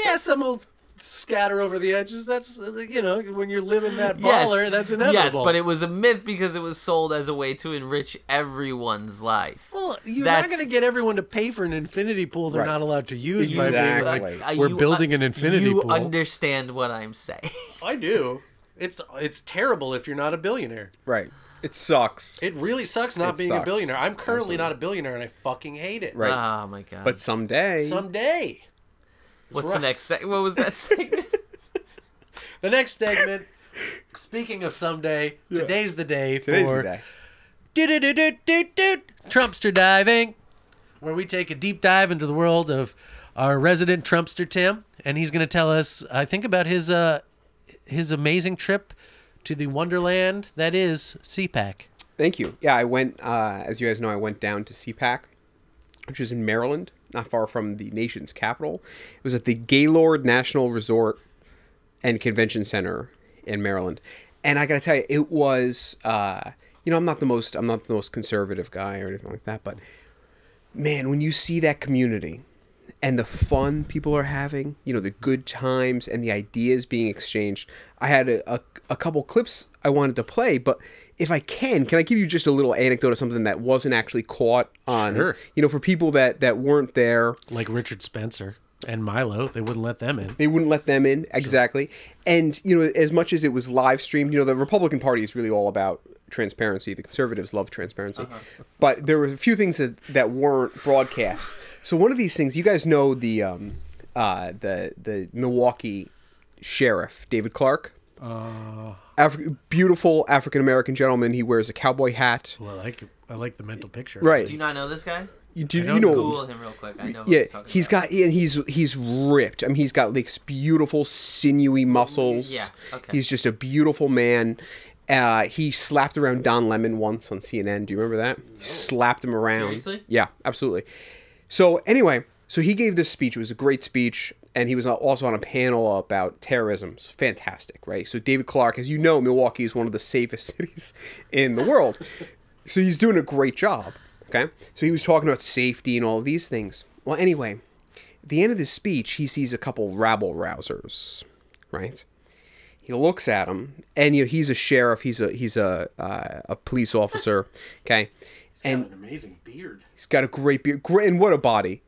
Speaker 3: Yeah, some will scatter over the edges. That's uh, you know when you're living that
Speaker 2: Yes.
Speaker 3: baller, that's inevitable.
Speaker 2: Yes, but it was a myth because it was sold as a way to enrich everyone's life.
Speaker 3: Well, you're not
Speaker 2: That's-
Speaker 3: going to get everyone to pay for an infinity pool they're
Speaker 4: Right.
Speaker 3: not allowed to use
Speaker 4: Exactly.
Speaker 3: by
Speaker 4: Like,
Speaker 3: being like,
Speaker 2: Uh,
Speaker 3: we're
Speaker 2: you
Speaker 3: building
Speaker 2: un-
Speaker 3: an infinity
Speaker 2: you
Speaker 3: pool.
Speaker 2: understand what I'm saying.
Speaker 3: I do. It's it's terrible if you're not a billionaire.
Speaker 4: Right. It sucks.
Speaker 3: It really sucks not
Speaker 4: It
Speaker 3: being a
Speaker 4: sucks.
Speaker 3: billionaire. I'm currently not a billionaire and I fucking hate it.
Speaker 4: right.
Speaker 2: Oh my god.
Speaker 4: But someday,
Speaker 3: Someday.
Speaker 2: What's
Speaker 3: right.
Speaker 2: the next seg What was that segment?
Speaker 3: The next segment. Speaking of someday, today's the day for
Speaker 4: today's the day.
Speaker 3: do-do-do-do-do-do, Trumpster diving, where we take a deep dive into the world of our resident Trumpster Tim, and he's going to tell us, I think, about his uh his amazing trip to the wonderland that is CPAC.
Speaker 4: Thank you. Yeah, I went, uh, as you guys know, I went down to CPAC, which was in Maryland, not far from the nation's capital. It was at the Gaylord National Resort and Convention Center in Maryland. And I got to tell you, it was, uh, you know, I'm not the most, I'm not the most conservative guy or anything like that, but man, when you see that community and the fun people are having, you know, the good times and the ideas being exchanged, I had a, a, a couple clips I wanted to play, but if I can, can I give you just a little anecdote of something that wasn't actually caught on,
Speaker 3: Sure.
Speaker 4: you know, for people that, that weren't there,
Speaker 3: Like Richard Spencer and Milo, they wouldn't let them in.
Speaker 4: they wouldn't let them in exactly. And you know, as much as it was live streamed, you know, the Republican Party is really all about transparency. The conservatives love transparency,
Speaker 2: Uh-huh.
Speaker 4: but there were a few things that that weren't broadcast. So one of these things, you guys know the um, uh, the the Milwaukee sheriff David Clark.
Speaker 2: Uh.
Speaker 4: Afri- beautiful African American gentleman. He wears a cowboy hat.
Speaker 3: Well, I like I like the mental picture.
Speaker 4: Right.
Speaker 2: Do you not know this guy?
Speaker 4: You, do,
Speaker 3: I
Speaker 4: you
Speaker 3: don't
Speaker 4: know
Speaker 2: Google him real quick. I know. who
Speaker 4: yeah,
Speaker 2: he's talking
Speaker 4: he's
Speaker 2: about.
Speaker 4: got and he's he's ripped. I mean, he's got like beautiful sinewy muscles.
Speaker 2: Yeah, okay.
Speaker 4: He's just a beautiful man. Uh, he slapped around Don Lemon once on CNN. Do you remember that? Slapped him around.
Speaker 2: Seriously?
Speaker 4: Yeah, absolutely. So anyway, so he gave this speech. It was a great speech, and he was also on a panel about terrorism. It's fantastic, right? So David Clark, as you know, Milwaukee is one of the safest cities in the world. so he's doing a great job. Okay, so he was talking about safety and all of these things. Well, anyway, at the end of this speech, he sees a couple rabble rousers, right? he looks at him, and you know, he's a sheriff. He's a he's a uh, a police officer. Okay, and
Speaker 3: amazing beard.
Speaker 4: he's got a great beard, great, and what a body,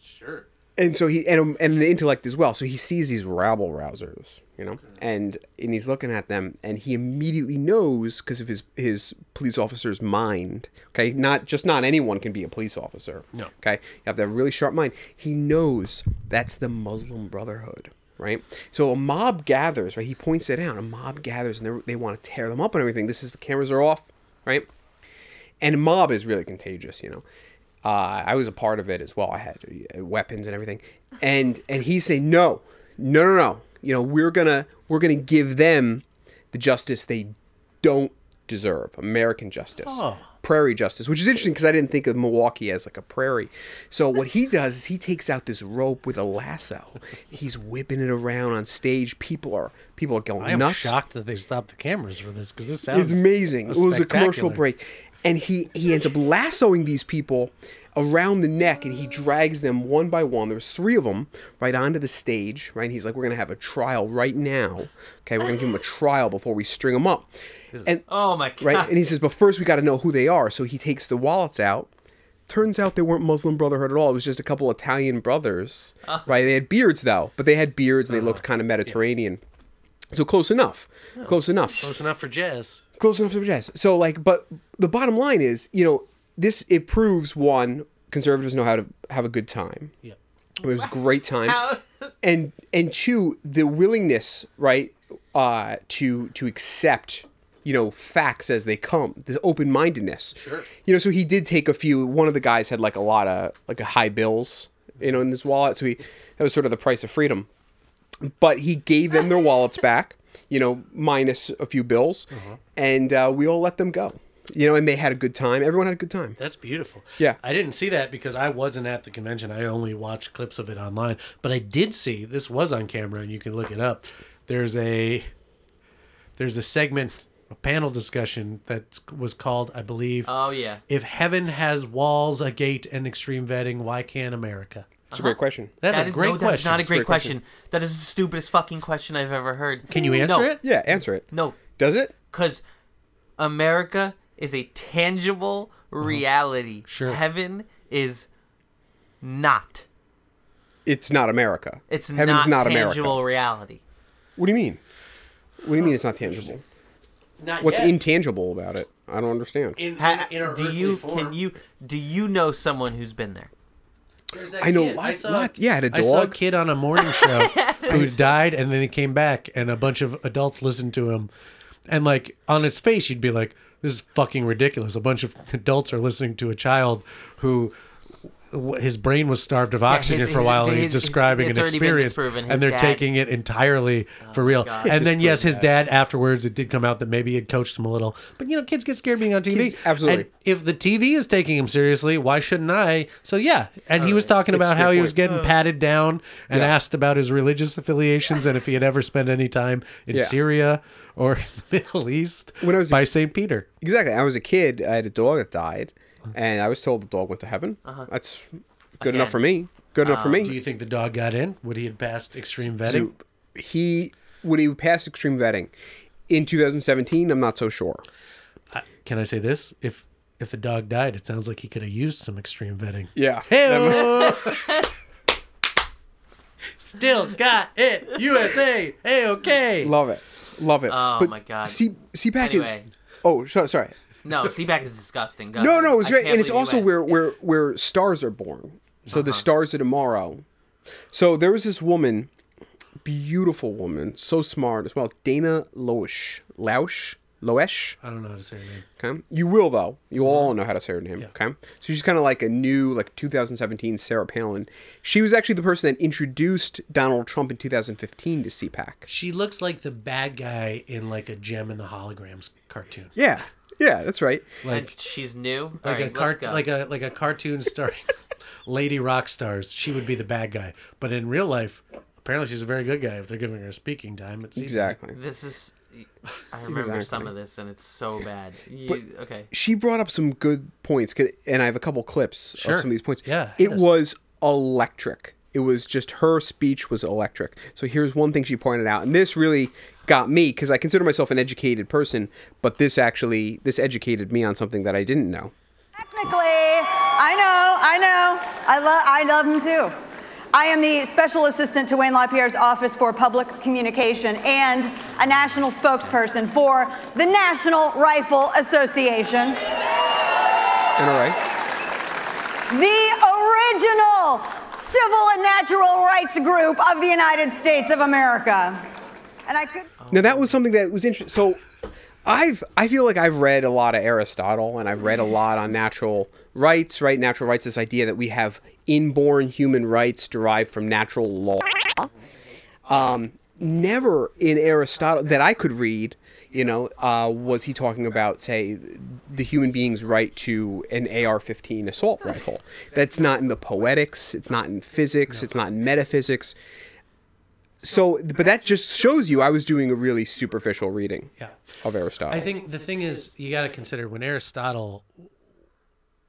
Speaker 3: Sure.
Speaker 4: and so he and and an intellect as well. So he sees these rabble rousers, you know, and and he's looking at them, and he immediately knows because of his his police officer's mind. Okay, not just not anyone can be a police officer.
Speaker 3: No.
Speaker 4: Okay, you have to have a really sharp mind. He knows that's the Muslim Brotherhood, right? So a mob gathers, right? He points it out. A mob gathers, and they they want to tear them up and everything. This is the cameras are off, right? and mob is really contagious you know uh, i was a part of it as well i had uh, weapons and everything and and he said no no no no you know we're gonna we're gonna give them the justice they don't deserve american justice prairie justice which is interesting because i didn't think of milwaukee as like a prairie so what he does is he takes out this rope with a lasso he's whipping it around on stage people are people are going
Speaker 3: I am
Speaker 4: nuts
Speaker 3: shocked that they stopped the cameras for this because this sounds
Speaker 4: it's amazing. It was a commercial
Speaker 3: spectacular.
Speaker 4: break, and he he ends up lassoing these people around the neck, and he drags them one by one. There was three of them right onto the stage, right? And he's like, "We're gonna have a trial right now. Okay, we're gonna give them a trial before we string them up." And
Speaker 2: Oh my god.
Speaker 4: right, and he says, "But first, we got to know who they are." So he takes the wallets out. Turns out they weren't Muslim Brotherhood at all. It was just a couple Italian brothers, right? They had beards though, but they had beards and they looked kind of Mediterranean. So close enough, close enough
Speaker 3: Close enough for jazz.
Speaker 4: close enough to jazz. So like, but the bottom line is, you know, this it proves one conservatives know how to have a good time.
Speaker 3: Yeah.
Speaker 4: It was a great time, and and two, the willingness, right, uh, to to accept, you know, facts as they come, the open mindedness. Sure. You know, so he did take a few. One of the guys had like a lot of like a high bills, you know, in his wallet. So he that was sort of the price of freedom but he gave them their wallets back, you know, minus a few bills,
Speaker 2: Uh-huh.
Speaker 4: and uh, we all let them go. You know, and they had a good time. Everyone had a good time.
Speaker 3: That's beautiful.
Speaker 4: Yeah.
Speaker 3: I didn't see that because I wasn't at the convention. I only watched clips of it online. But I did see this was on camera and you can look it up. There's a there's a segment, a panel discussion that was called, I believe,
Speaker 2: oh yeah.
Speaker 3: If Heaven Has Walls, a Gate, and Extreme Vetting, Why Can't America?
Speaker 4: It's a great question.
Speaker 3: That's
Speaker 2: Uh-huh. That
Speaker 3: a
Speaker 2: is-
Speaker 3: great
Speaker 2: no,
Speaker 3: question.
Speaker 2: That's not a
Speaker 4: a
Speaker 2: great,
Speaker 4: great
Speaker 2: question. That is the stupidest fucking question I've ever heard.
Speaker 3: Can you answer
Speaker 2: No.
Speaker 3: it?
Speaker 4: Yeah, answer it.
Speaker 2: No,
Speaker 4: Does it?
Speaker 2: because America is a tangible
Speaker 4: Uh-huh.
Speaker 2: reality.
Speaker 3: Sure.
Speaker 2: Heaven is not.
Speaker 4: It's not America.
Speaker 2: It's
Speaker 4: Heaven's
Speaker 2: not,
Speaker 4: not
Speaker 2: tangible
Speaker 4: America.
Speaker 2: reality.
Speaker 4: What do you mean? What do you mean it's not tangible?
Speaker 3: Not
Speaker 4: What's
Speaker 3: yet.
Speaker 4: intangible about it? I don't understand.
Speaker 3: in,
Speaker 2: Ha-
Speaker 3: in, in our
Speaker 2: do
Speaker 3: earthly
Speaker 2: you
Speaker 3: form.
Speaker 2: can you do you know someone who's been there?
Speaker 3: There's that
Speaker 4: I know,
Speaker 3: kid.
Speaker 4: what- what? Yeah, had a
Speaker 3: I saw a
Speaker 4: dog.
Speaker 3: kid on a morning show who died, and then he came back, and a bunch of adults listened to him, and like on his face, you'd be like, "This is fucking ridiculous." A bunch of adults are listening to a child who w- his brain was starved of oxygen
Speaker 2: his-
Speaker 3: for a
Speaker 2: his-
Speaker 3: while, and
Speaker 2: his-
Speaker 3: he's describing
Speaker 2: it's
Speaker 3: an
Speaker 2: already been
Speaker 3: experience,
Speaker 2: disproven. His
Speaker 3: and they're
Speaker 2: dad- Oh
Speaker 3: taking it entirely for real.
Speaker 2: God.
Speaker 3: And then yes, his dad afterwards, it did come out that maybe he had coached him a little, but you know, kids get scared being on TV.
Speaker 4: Kids- absolutely.
Speaker 3: And if the TV is taking him seriously, why shouldn't I? So yeah, and he was talking
Speaker 4: It's a
Speaker 3: about how
Speaker 4: good
Speaker 3: he was
Speaker 4: point.
Speaker 3: getting patted down and asked about his religious affiliations and if he had ever spent any time in
Speaker 4: Yeah.
Speaker 3: Syria or the Middle East
Speaker 4: When I was a-
Speaker 3: by St. Peter.
Speaker 4: Exactly. I was a kid. I had a dog that died, and I was told the dog went to heaven.
Speaker 2: Uh-huh.
Speaker 4: That's good enough for me. Good enough for me.
Speaker 3: Do you think the dog got in? Would he have passed extreme vetting?
Speaker 4: So he would he pass extreme vetting in 2017? I'm not so sure.
Speaker 3: Can I say this? If if the dog died, it sounds like he could have used some extreme vetting.
Speaker 4: Yeah.
Speaker 3: Still got it, USA. Hey, okay.
Speaker 4: Love it. Love it.
Speaker 2: Oh, my God.
Speaker 4: C- CPAC
Speaker 2: Anyway.
Speaker 4: is. Oh, so, sorry.
Speaker 2: No, Seaback is disgusting.
Speaker 4: No, no, it's
Speaker 2: I
Speaker 4: great,
Speaker 2: can't
Speaker 4: and
Speaker 2: believe
Speaker 4: it's
Speaker 2: you
Speaker 4: also
Speaker 2: went.
Speaker 4: where where where stars are born. So
Speaker 2: Uh-huh.
Speaker 4: the stars of tomorrow. So there was this woman, beautiful woman, so smart as well, Dana Loesch. Lausch. Loesch.
Speaker 3: I don't know how to say her name.
Speaker 4: Okay. You will though. You
Speaker 3: Mm-hmm.
Speaker 4: all know how to say her name. Okay. So she's kind of like a new, like 2017 Sarah Palin. She was actually the person that introduced Donald Trump in 2015 to CPAC.
Speaker 3: She looks like the bad guy in like a Gem and the Holograms cartoon.
Speaker 4: Yeah. Yeah, that's right.
Speaker 2: And
Speaker 3: Like
Speaker 2: she's new. All
Speaker 3: like
Speaker 2: right,
Speaker 3: a
Speaker 2: let's
Speaker 3: cart
Speaker 2: go.
Speaker 3: like a like a cartoon starring lady rock stars. She would be the bad guy, but in real life, apparently she's a very good guy. If they're giving her speaking time, it's
Speaker 4: Exactly.
Speaker 2: This is. I remember some of this, and it's so bad. You, okay.
Speaker 4: She brought up some good points, 'cause- and I have a couple clips
Speaker 3: Sure.
Speaker 4: of some of these points.
Speaker 3: Yeah, hit
Speaker 4: It
Speaker 3: us.
Speaker 4: was electric. It was just her speech was electric. So here's one thing she pointed out, and this really got me because I consider myself an educated person, but this actually this educated me on something that I didn't know.
Speaker 10: Technically, I know, I know. I love I love him too. I am the special assistant to Wayne LaPierre's Office for Public Communication and a national spokesperson for the National Rifle Association,
Speaker 4: And all right,
Speaker 10: the original civil and natural rights group of the United States of America. And I could
Speaker 4: now that was something that was interesting. So I've I feel like I've read a lot of Aristotle, and I've read a lot on natural rights. Right, natural rights this idea that we have inborn human rights derived from natural law. Um, never in Aristotle that I could read, you know, uh, was he talking about, say, the human being's right to an AR 15 assault rifle. That's not in the poetics, it's not in physics, it's not in metaphysics. So, but that just shows you I was doing a really superficial reading
Speaker 3: Yeah.
Speaker 4: of Aristotle.
Speaker 3: I think the thing is, you got to consider when Aristotle,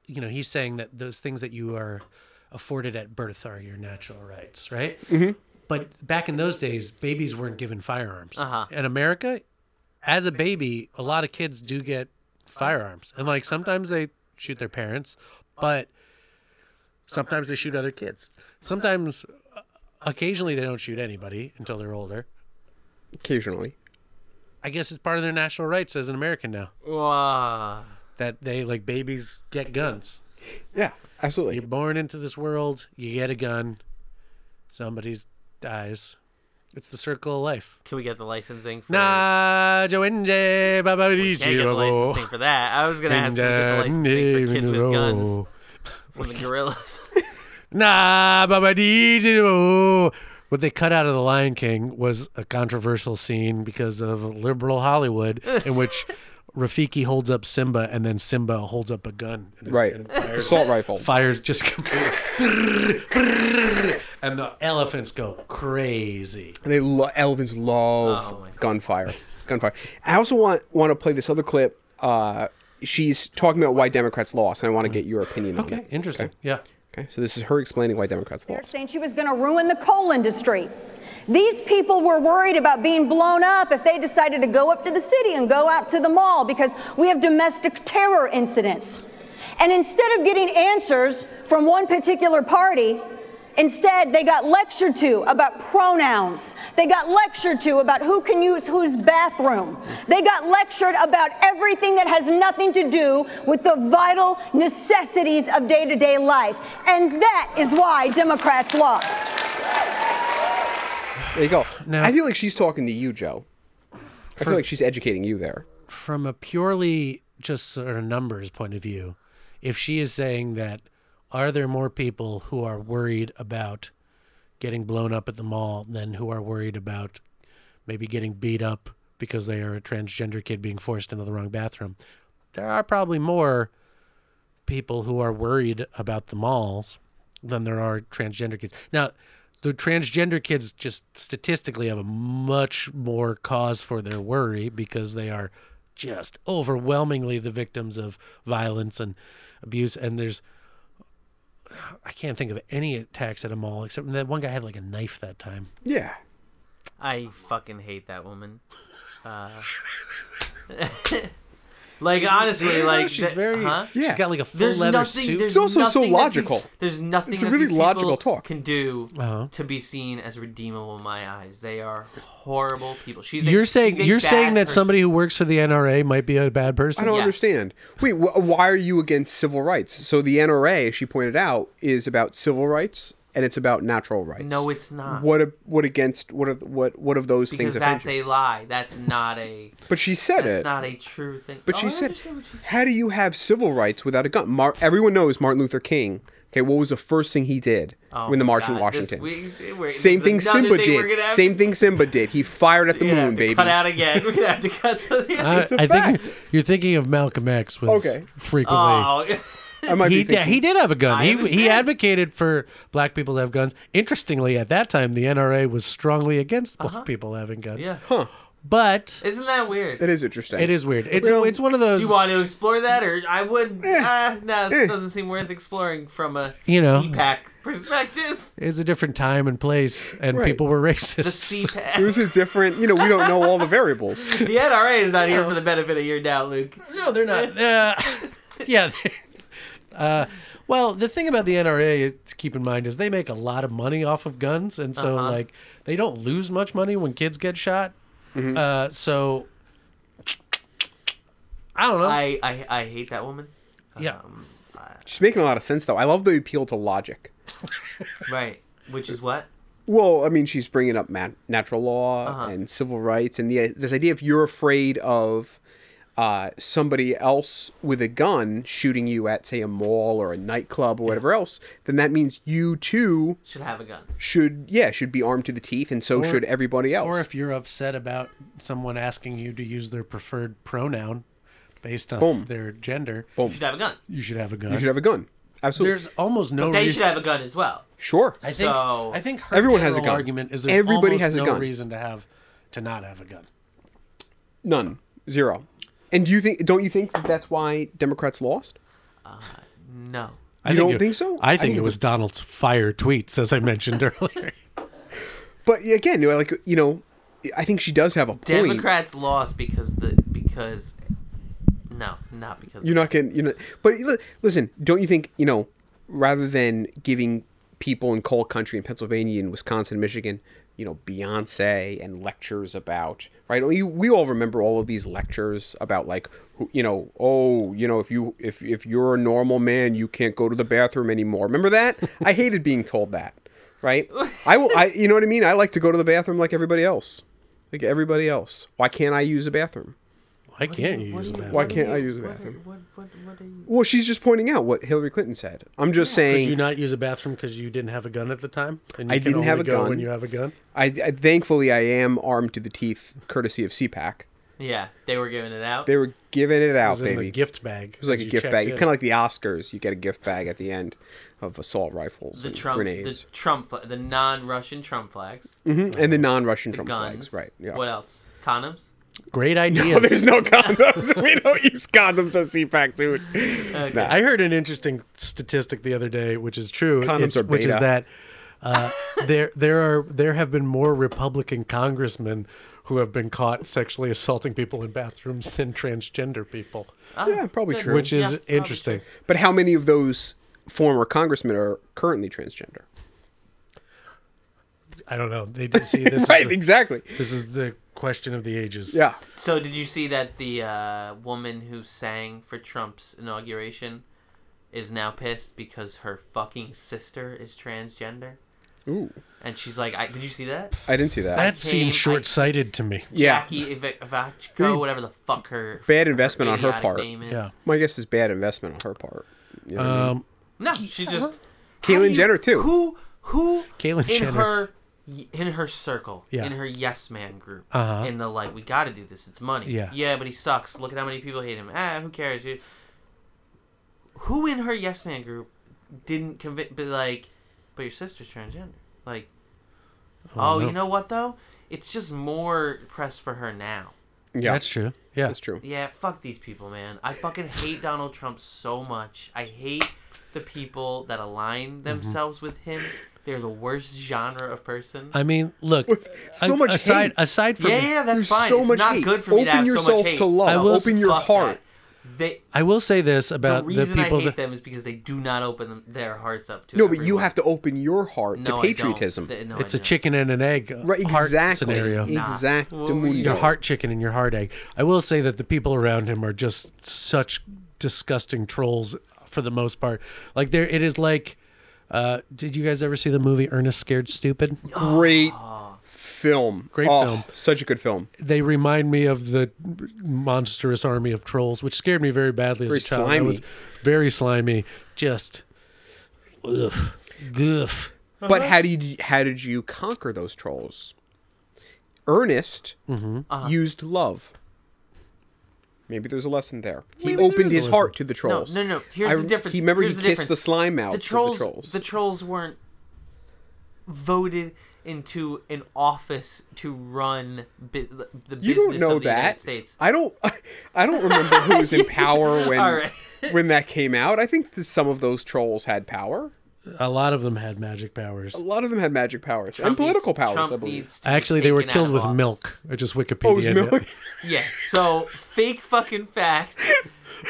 Speaker 3: you know, he's saying that those things that you are afforded at birth are your natural rights, right? Mm-hmm. But back in those days, babies weren't given firearms. Uh-huh. In America, as a baby, a lot of kids do get firearms, and like sometimes they shoot their parents, but sometimes they shoot other kids. Sometimes, uh, occasionally, they don't shoot anybody until they're older.
Speaker 4: occasionally.
Speaker 3: I guess it's part of their national rights as an American now.
Speaker 2: Wow.
Speaker 3: that they like babies get guns.
Speaker 4: Yeah, absolutely.
Speaker 3: You're born into this world, you get a gun, somebody dies. It's the circle of life.
Speaker 2: Can we get the licensing? For,
Speaker 3: Na joinje
Speaker 2: Can't get the licensing for that. I was gonna ask. Can we get
Speaker 4: uh,
Speaker 2: the licensing for kids with guns from the gorillas?
Speaker 3: Nah, babadijiro. What they cut out of The Lion King was a controversial scene because of liberal Hollywood, in which Rafiki holds up Simba and then Simba holds up a gun. and is-
Speaker 4: Right.
Speaker 3: and
Speaker 4: Assault rifle.
Speaker 3: fires just completely and the elephants go crazy
Speaker 4: They lo- elephants
Speaker 3: Oh
Speaker 4: love gunfire. Gunfire. I also want want to play this other clip. Uh, she's talking about why Democrats lost, and I want to get your opinion on
Speaker 3: okay
Speaker 4: it.
Speaker 3: interesting yeah
Speaker 4: Okay. So this is her explaining why Democrats
Speaker 10: They're
Speaker 4: lost.
Speaker 10: saying she was going to ruin the coal industry. These people were worried about being blown up if they decided to go up to the city and go out to the mall because we have domestic terror incidents. And instead of getting answers from one particular party, instead they got lectured to about pronouns. They got lectured to about who can use whose bathroom. They got lectured about everything that has nothing to do with the vital necessities of day to day life. And that is why Democrats lost.
Speaker 4: There you go.
Speaker 3: Now-
Speaker 4: I feel like she's talking to you, Joe. I
Speaker 3: For-
Speaker 4: feel like she's educating you there.
Speaker 3: from a purely just sort of numbers point of view if she is saying that Are there more people who are worried about getting blown up at the mall than who are worried about maybe getting beat up because they are a transgender kid being forced into the wrong bathroom? There are probably more people who are worried about the malls than there are transgender kids. Now, the transgender kids just statistically have a much more cause for their worry because they are just overwhelmingly the victims of violence and abuse. And there's, I can't think of any attacks at a mall except that one guy had like a knife that time.
Speaker 4: Yeah.
Speaker 2: I fucking hate that woman. Uh, like honestly, like
Speaker 3: she's
Speaker 2: the-
Speaker 3: very
Speaker 2: huh?
Speaker 3: she's got like a full
Speaker 2: there's
Speaker 3: leather
Speaker 2: nothing,
Speaker 3: suit.
Speaker 2: There's
Speaker 4: It's also so
Speaker 2: nothing that these-
Speaker 4: logical.
Speaker 2: there's nothing
Speaker 4: It's a
Speaker 2: that
Speaker 4: really
Speaker 2: these
Speaker 4: logical
Speaker 2: people
Speaker 4: talk.
Speaker 2: can do
Speaker 3: Uh-huh.
Speaker 2: to be seen as redeemable in my eyes. They are horrible people. She's a-
Speaker 3: You're saying
Speaker 2: she's a
Speaker 3: you're
Speaker 2: bad
Speaker 3: saying that
Speaker 2: person.
Speaker 3: somebody who works for the NRA might be a bad
Speaker 4: I
Speaker 3: person.
Speaker 4: don't
Speaker 2: Yes.
Speaker 4: understand. Wait, wh- why are you against civil rights? So the NRA, she pointed out, is about civil rights and it's about natural rights.
Speaker 2: No, it's not.
Speaker 4: What a, what against what are, what what of those
Speaker 2: because
Speaker 4: things offend
Speaker 2: that's
Speaker 4: you?
Speaker 2: a lie. That's not a.
Speaker 4: But she said
Speaker 2: That's
Speaker 4: it.
Speaker 2: not a true thing.
Speaker 4: But
Speaker 2: Oh, I
Speaker 4: she said,
Speaker 2: understand what she said.
Speaker 4: "How do you have civil rights without a gun?" Mar- Everyone knows Martin Luther King. Okay, what was the first thing he did
Speaker 2: Oh
Speaker 4: when the
Speaker 2: my
Speaker 4: march
Speaker 2: God,
Speaker 4: in
Speaker 2: this-
Speaker 4: Washington?
Speaker 2: we- we're-
Speaker 4: Same
Speaker 2: this
Speaker 4: thing
Speaker 2: is another
Speaker 4: Simba
Speaker 2: thing we're
Speaker 4: did.
Speaker 2: gonna have
Speaker 4: Same
Speaker 2: to-
Speaker 4: thing Simba did. He fired at the
Speaker 2: We're gonna have
Speaker 4: moon,
Speaker 2: to
Speaker 4: baby.
Speaker 2: Cut out again. We're gonna have to cut something.
Speaker 3: I, I think
Speaker 4: fact.
Speaker 3: you're thinking of Malcolm X was
Speaker 4: Okay.
Speaker 3: frequently.
Speaker 2: oh,
Speaker 4: I might be
Speaker 3: he, yeah,
Speaker 4: thinking-
Speaker 3: he did have a gun.
Speaker 2: I
Speaker 3: He he
Speaker 2: understand.
Speaker 3: advocated for black people to have guns. Interestingly, at that time, the NRA was strongly against black people having guns.
Speaker 2: Uh-huh. yeah.
Speaker 3: But
Speaker 2: Isn't that weird?
Speaker 4: It is interesting.
Speaker 3: it is weird. It's
Speaker 4: Well,
Speaker 3: it's one of those.
Speaker 2: Do you want to explore that, or I would?
Speaker 4: Eh.
Speaker 2: Uh, no, this doesn't seem worth exploring from a
Speaker 3: You know.
Speaker 2: CPAC perspective.
Speaker 3: It's a different time and place, and
Speaker 4: Right.
Speaker 3: people were
Speaker 2: The
Speaker 3: racist.
Speaker 4: It
Speaker 2: CPAC.
Speaker 4: was a different. You know, we don't know all the variables.
Speaker 2: The NRA is not here for the benefit of your doubt, Luke.
Speaker 3: no, they're not. Uh, yeah. they- Uh, well, the thing about the NRA is, to keep in mind is they make a lot of money off of guns, and so
Speaker 2: Uh-huh.
Speaker 3: like they don't lose much money when kids get shot.
Speaker 4: Mm-hmm.
Speaker 3: Uh, so I don't know.
Speaker 2: I, um, I I hate that woman.
Speaker 3: yeah.
Speaker 4: She's making a lot of sense, though. I love the appeal to logic.
Speaker 2: Right. Which is what?
Speaker 4: Well, I mean, she's bringing up mat- natural law
Speaker 3: Uh-huh.
Speaker 4: and civil rights, and the, this idea if you're afraid of uh, somebody else with a gun shooting you at, say, a mall or a nightclub or whatever else, then that means you too
Speaker 2: Should have a gun.
Speaker 4: should, yeah, should be armed to the teeth, and so should everybody else.
Speaker 3: Or if you're upset about someone asking you to use their preferred pronoun based on
Speaker 4: Boom.
Speaker 3: their gender,
Speaker 4: Oh.
Speaker 2: You should have a gun.
Speaker 3: you should have a gun.
Speaker 4: you should have a gun. Absolutely,
Speaker 3: There's almost no
Speaker 2: They
Speaker 3: reason.
Speaker 2: should have a gun as well.
Speaker 4: sure.
Speaker 3: I think,
Speaker 2: So-
Speaker 3: I think her
Speaker 4: Everyone has a
Speaker 3: general
Speaker 4: gun.
Speaker 3: argument is there's
Speaker 4: Everybody
Speaker 3: almost
Speaker 4: has a
Speaker 3: no
Speaker 4: gun.
Speaker 3: reason to have to not have a gun.
Speaker 4: None, zero. And do you think? Don't you think that that's why Democrats lost?
Speaker 2: No.
Speaker 3: I
Speaker 4: You don't think so?
Speaker 3: I
Speaker 4: I
Speaker 3: think,
Speaker 4: think
Speaker 3: it was Donald's fire tweets, as I mentioned earlier.
Speaker 4: But again, you know, like you know, I think she does have a point.
Speaker 2: Democrats lost because the because no, not because
Speaker 4: You're not getting, you know. But li- listen, don't you think you know? Rather than giving people in coal country in Pennsylvania and Wisconsin, Michigan, you know, Beyonce and lectures about right. We, we all remember all of these lectures about like, who- you know, oh, you know, if you if if you're a normal man, you can't go to the bathroom anymore. Remember that? I hated being told that. Right? I will. I you know what I mean. I like to go to the bathroom like everybody else. Like everybody else. Why can't I use a bathroom?
Speaker 3: Why can't you use a bathroom?
Speaker 4: Why can't I use a bathroom?
Speaker 2: What, what, what are you...
Speaker 4: Well, she's just pointing out what Hillary Clinton said. I'm just
Speaker 3: Did
Speaker 4: saying.
Speaker 3: you not use a bathroom because you didn't have a gun at the time? And you
Speaker 4: I
Speaker 3: can
Speaker 4: didn't
Speaker 3: only
Speaker 4: have a
Speaker 3: go
Speaker 4: gun.
Speaker 3: when you have a gun.
Speaker 4: I, I thankfully I am armed to the teeth, courtesy of CPAC.
Speaker 2: Yeah, they were giving it out.
Speaker 4: They were giving it
Speaker 3: It
Speaker 4: out,
Speaker 3: was in
Speaker 4: baby.
Speaker 3: the gift bag.
Speaker 4: it was like a gift bag, kind of like the Oscars. You get a gift bag at the end of assault rifles
Speaker 2: the
Speaker 4: and
Speaker 2: Trump,
Speaker 4: grenades,
Speaker 2: the Trump, fla- the non-Russian Trump flags,
Speaker 4: Mhm, and the non-Russian Trump
Speaker 2: guns.
Speaker 4: flags. Right? Yeah.
Speaker 2: What else? Condoms.
Speaker 3: great idea.
Speaker 4: Oh, there's no condoms. we don't use condoms at CPAC, dude.
Speaker 3: I heard an interesting statistic the other day, which is true.
Speaker 4: Condoms
Speaker 3: It's-
Speaker 4: are
Speaker 3: Which is
Speaker 4: beta.
Speaker 3: that uh, there there are there have been more Republican congressmen who have been caught sexually assaulting people in bathrooms than transgender people,
Speaker 4: yeah, probably
Speaker 2: good.
Speaker 4: true.
Speaker 3: which is
Speaker 2: Ah, Yeah, probably
Speaker 3: interesting.
Speaker 4: but how many of those former congressmen are currently transgender?
Speaker 3: I don't know. They did see this.
Speaker 4: Right.
Speaker 3: is the,
Speaker 4: Exactly.
Speaker 3: This is the question of the ages.
Speaker 4: Yeah.
Speaker 2: So did you see that the uh, woman who sang for Trump's inauguration is now pissed because her fucking sister is transgender,
Speaker 4: Ooh.
Speaker 2: and she's like, I, "Did you see that?"
Speaker 4: I didn't see that.
Speaker 3: That
Speaker 2: Came- I-
Speaker 3: seems short sighted to me.
Speaker 4: yeah. Hmm.
Speaker 2: Jackie Iv- Ivachko, whatever the fuck her
Speaker 4: Bad investment on her
Speaker 2: idiotic
Speaker 4: part.
Speaker 2: Name is.
Speaker 3: Yeah.
Speaker 4: My guess is bad investment on her part. You know what I mean?
Speaker 3: Um,
Speaker 2: No, she just
Speaker 4: Caitlyn
Speaker 2: How do you-
Speaker 4: Jenner, too.
Speaker 2: Who who
Speaker 3: Caitlyn
Speaker 2: in
Speaker 3: Jenner.
Speaker 2: her in her circle,
Speaker 3: Yeah.
Speaker 2: in her yes man group,
Speaker 3: Uh-huh.
Speaker 2: in the like, we got to do this. It's money.
Speaker 3: Yeah.
Speaker 2: yeah, but he sucks. Look at how many people hate him. Ah, who cares? You- Who in her yes man group didn't convince? But like, but your sister's transgender. Like, oh,
Speaker 3: no.
Speaker 2: you know what though? It's just more press for her now.
Speaker 4: Yeah,
Speaker 3: That's true. Yeah.
Speaker 4: that's true.
Speaker 2: Yeah, fuck these people, man. I fucking hate Donald Trump so much. I hate the people that align
Speaker 4: Mm-hmm.
Speaker 2: themselves with him. They're the worst genre of person.
Speaker 3: I mean, look.
Speaker 4: So
Speaker 3: a-
Speaker 4: much
Speaker 3: aside
Speaker 4: hate.
Speaker 3: aside from
Speaker 2: yeah, yeah, that's
Speaker 4: There's
Speaker 2: fine.
Speaker 4: so
Speaker 2: it's
Speaker 4: much
Speaker 2: not
Speaker 4: hate.
Speaker 2: good for me
Speaker 4: Open
Speaker 2: to have so
Speaker 4: yourself
Speaker 2: much hate.
Speaker 4: to love.
Speaker 3: I will- Open
Speaker 4: your
Speaker 2: Fuck
Speaker 4: heart. Uh,
Speaker 2: that. They,
Speaker 3: I will say this
Speaker 2: the
Speaker 3: about the,
Speaker 2: reason
Speaker 3: people
Speaker 2: I hate
Speaker 3: that
Speaker 2: them is because they do not open them, their hearts up to
Speaker 4: No, but you
Speaker 2: everyone.
Speaker 4: have to open your heart
Speaker 2: No, I
Speaker 4: to
Speaker 2: don't.
Speaker 4: patriotism.
Speaker 2: Th- no, I
Speaker 3: it's a
Speaker 2: don't.
Speaker 3: chicken and an egg uh,
Speaker 4: Right,
Speaker 3: heart
Speaker 4: exactly.
Speaker 3: scenario.
Speaker 2: Nah.
Speaker 4: Exact.
Speaker 2: What were you-
Speaker 3: Your heart chicken and your heart egg. I will say that the people around him are just such disgusting trolls for the most part. Like there, it is like. Uh, did you guys ever see the movie Ernest Scared Stupid?
Speaker 4: Great
Speaker 2: Ah.
Speaker 4: film.
Speaker 3: Great
Speaker 4: Oh,
Speaker 3: film.
Speaker 4: Such a good film.
Speaker 3: They remind me of the monstrous army of trolls, which scared me very badly as
Speaker 4: Very
Speaker 3: a child. I
Speaker 4: slimy.
Speaker 3: was very slimy, just ugh, goof.
Speaker 4: But how did you, how did you conquer those trolls? Ernest
Speaker 3: Mm-hmm.
Speaker 2: Uh-huh.
Speaker 4: used love. Maybe there's a lesson there. He
Speaker 3: Maybe there
Speaker 4: opened
Speaker 3: is a
Speaker 4: his
Speaker 3: lesson.
Speaker 4: heart to the trolls.
Speaker 2: No, no, no. Here's
Speaker 4: I-
Speaker 2: the difference.
Speaker 4: He remember
Speaker 2: Here's
Speaker 4: he
Speaker 2: the
Speaker 4: kissed
Speaker 2: difference.
Speaker 4: the slime out.
Speaker 2: The
Speaker 4: of
Speaker 2: trolls,
Speaker 4: The trolls.
Speaker 2: the trolls weren't voted into an office to run bi- the business
Speaker 4: you don't know
Speaker 2: of the United
Speaker 4: that.
Speaker 2: States.
Speaker 4: I don't. I don't remember who was in power when
Speaker 2: All right.
Speaker 4: when that came out. I think that some of those trolls had power.
Speaker 3: A lot of them had magic powers.
Speaker 4: A lot of them had magic powers
Speaker 2: Trump
Speaker 4: and political
Speaker 2: needs-
Speaker 4: powers.
Speaker 2: Trump
Speaker 4: I believe.
Speaker 2: needs to be
Speaker 3: Actually, they were
Speaker 2: taken out
Speaker 3: killed
Speaker 2: of
Speaker 3: with
Speaker 2: office.
Speaker 3: milk. I just Wikipedia.
Speaker 4: Oh, it was milk.
Speaker 2: Yeah. So fake fucking fact.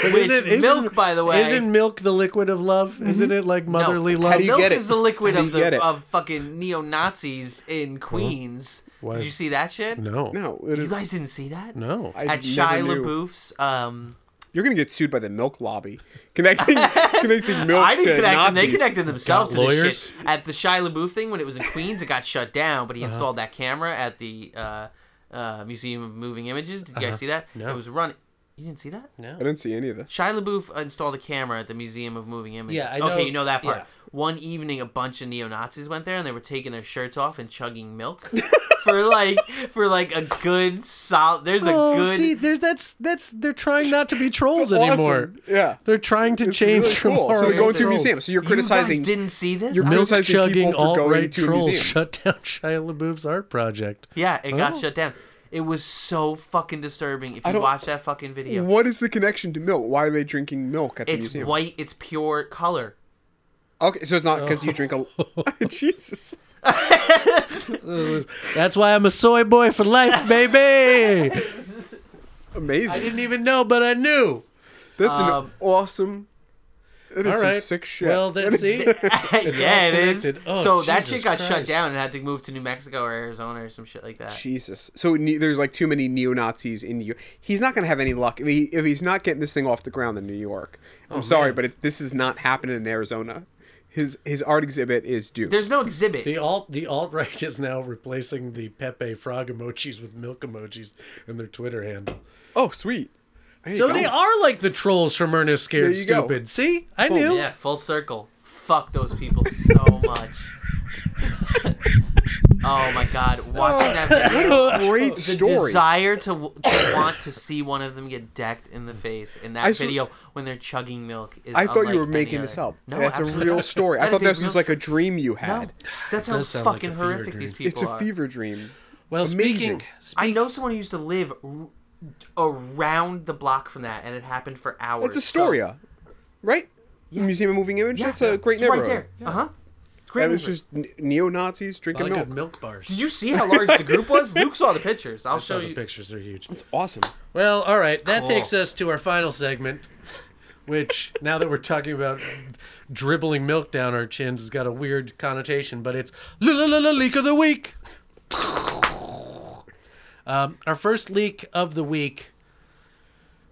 Speaker 2: which
Speaker 3: Isn't- isn't-
Speaker 2: milk, by the way,
Speaker 3: Isn't milk the liquid of love? Isn't it like
Speaker 2: No.
Speaker 3: motherly love?
Speaker 4: Mm-hmm. do you
Speaker 2: milk
Speaker 4: get it?
Speaker 2: is the liquid
Speaker 4: How do
Speaker 2: of
Speaker 4: you get
Speaker 2: the
Speaker 4: it?
Speaker 2: of fucking neo Nazis in Queens.
Speaker 3: Why
Speaker 2: Did
Speaker 3: is-
Speaker 2: you see that shit?
Speaker 3: no.
Speaker 4: No, it
Speaker 2: You
Speaker 4: is-
Speaker 2: guys didn't see that?
Speaker 3: No.
Speaker 4: I
Speaker 2: At
Speaker 4: never
Speaker 2: Shia
Speaker 4: knew.
Speaker 2: LaBeouf's um,
Speaker 4: You're gonna get sued by the milk lobby. Connecting, connecting milk
Speaker 2: I didn't
Speaker 4: to
Speaker 2: connect them.
Speaker 4: Nazis.
Speaker 2: They connected themselves
Speaker 3: Got
Speaker 2: to this
Speaker 3: lawyers. Uh-huh.
Speaker 2: shit. At the Shia LaBeouf thing, when it was in Queens, it got shut down, but he installed that camera at the uh, uh, Museum of Moving Images. Did you guys see that?
Speaker 3: Uh-huh. No.
Speaker 2: It was running. You didn't see that?
Speaker 4: I didn't see any of this.
Speaker 2: Shia LaBeouf installed a camera at the Museum of Moving Images.
Speaker 3: Yeah, I know-
Speaker 2: okay, you know that part.
Speaker 3: yeah.
Speaker 2: One evening, a bunch of neo Nazis went there, and they were taking their shirts off and chugging milk for like for like a good solid. There's a
Speaker 3: Oh,
Speaker 2: good.
Speaker 3: see, there's that's that's they're trying not to be trolls
Speaker 4: awesome.
Speaker 3: anymore.
Speaker 4: Yeah.
Speaker 3: they're trying to
Speaker 4: It's
Speaker 3: change
Speaker 4: really
Speaker 3: from
Speaker 4: cool. So
Speaker 3: horrible
Speaker 4: they're going to a
Speaker 3: trolls.
Speaker 4: museum. So you're
Speaker 2: You guys
Speaker 4: criticizing.
Speaker 2: didn't see this?
Speaker 4: You're
Speaker 2: I-
Speaker 3: Milk
Speaker 4: criticizing people
Speaker 3: chugging
Speaker 4: for
Speaker 3: alt
Speaker 4: going
Speaker 3: right
Speaker 4: to a
Speaker 3: trolls
Speaker 4: museum.
Speaker 3: shut down Shia LaBeouf's art project.
Speaker 2: Yeah, it
Speaker 3: Oh.
Speaker 2: got shut down. It was so fucking disturbing. If you
Speaker 4: don't-
Speaker 2: watch that fucking video,
Speaker 4: What is the connection to milk? Why are they drinking milk at the
Speaker 2: it's
Speaker 4: museum?
Speaker 2: white. It's pure color.
Speaker 4: Okay, so it's not because you drink a. Jesus.
Speaker 3: That's why I'm a soy boy for life, baby. I
Speaker 4: Amazing.
Speaker 3: didn't even know, but I knew.
Speaker 4: That's an
Speaker 2: Um,
Speaker 4: awesome. That is
Speaker 3: All
Speaker 4: some
Speaker 3: right.
Speaker 4: sick shit.
Speaker 3: Well,
Speaker 4: That
Speaker 3: that's
Speaker 4: is-
Speaker 3: see.
Speaker 2: yeah,
Speaker 3: all
Speaker 2: it is.
Speaker 3: connected. Oh,
Speaker 2: so that
Speaker 3: Jesus
Speaker 2: shit got shut
Speaker 3: Christ.
Speaker 2: down and had to move to New Mexico or Arizona or some shit like that.
Speaker 4: Jesus. So ne- there's like too many neo Nazis in New York. He's not going to have any luck. If, he, if he's not getting this thing off the ground in New York,
Speaker 2: Oh,
Speaker 4: I'm sorry, but it, this is not happening in Arizona. His his art exhibit is due.
Speaker 2: There's no exhibit.
Speaker 3: The alt the alt right is now replacing the Pepe frog emojis with milk emojis in their Twitter handle.
Speaker 4: oh, sweet. There you
Speaker 3: So
Speaker 4: go.
Speaker 3: they are like the trolls from Ernest Scared
Speaker 4: There you go.
Speaker 3: Stupid. See, I knew.
Speaker 2: yeah, full circle. Fuck those people so much. oh my god, watching that
Speaker 3: Oh,
Speaker 2: video.
Speaker 4: Great
Speaker 2: The
Speaker 4: story.
Speaker 2: desire to, w- to want to see one of them get decked in the face in that
Speaker 4: I sw-
Speaker 2: video when they're chugging milk is.
Speaker 4: I thought
Speaker 2: unlike
Speaker 4: you were
Speaker 2: any
Speaker 4: making
Speaker 2: other.
Speaker 4: this up.
Speaker 2: No,
Speaker 4: that's a
Speaker 2: absolutely
Speaker 4: real
Speaker 2: not.
Speaker 4: story. I
Speaker 2: That is
Speaker 4: thought
Speaker 2: a
Speaker 4: this
Speaker 2: real
Speaker 4: was like a
Speaker 2: story.
Speaker 4: dream you
Speaker 2: No,
Speaker 4: had.
Speaker 2: that's how
Speaker 3: does sound like
Speaker 2: fucking
Speaker 3: a fever
Speaker 2: horrific
Speaker 3: dream.
Speaker 2: these people
Speaker 4: It's a
Speaker 2: are.
Speaker 4: fever dream.
Speaker 3: Well,
Speaker 4: Amazing.
Speaker 3: speaking
Speaker 2: I know someone who used to live r- around the block from that, and it happened for hours.
Speaker 4: It's
Speaker 2: So-
Speaker 4: Astoria, right? Museum of Moving Image.
Speaker 2: Yeah,
Speaker 4: that's a great
Speaker 2: it's
Speaker 4: neighborhood.
Speaker 2: Right there. Uh huh. It's a great.
Speaker 4: That was
Speaker 2: neighborhood.
Speaker 4: just neo Nazis drinking
Speaker 3: like
Speaker 4: milk.
Speaker 3: milk. milk bars.
Speaker 2: Did you see how large the group was? Luke saw the pictures. I'll
Speaker 3: I saw
Speaker 2: show
Speaker 3: the
Speaker 2: you.
Speaker 3: pictures? They're huge.
Speaker 4: Awesome.
Speaker 3: Well, all right. That
Speaker 2: Cool.
Speaker 3: takes us to our final segment, which now that we're talking about dribbling milk down our chins has got a weird connotation, but it's la la la la leak of the week. Um, our first leak of the week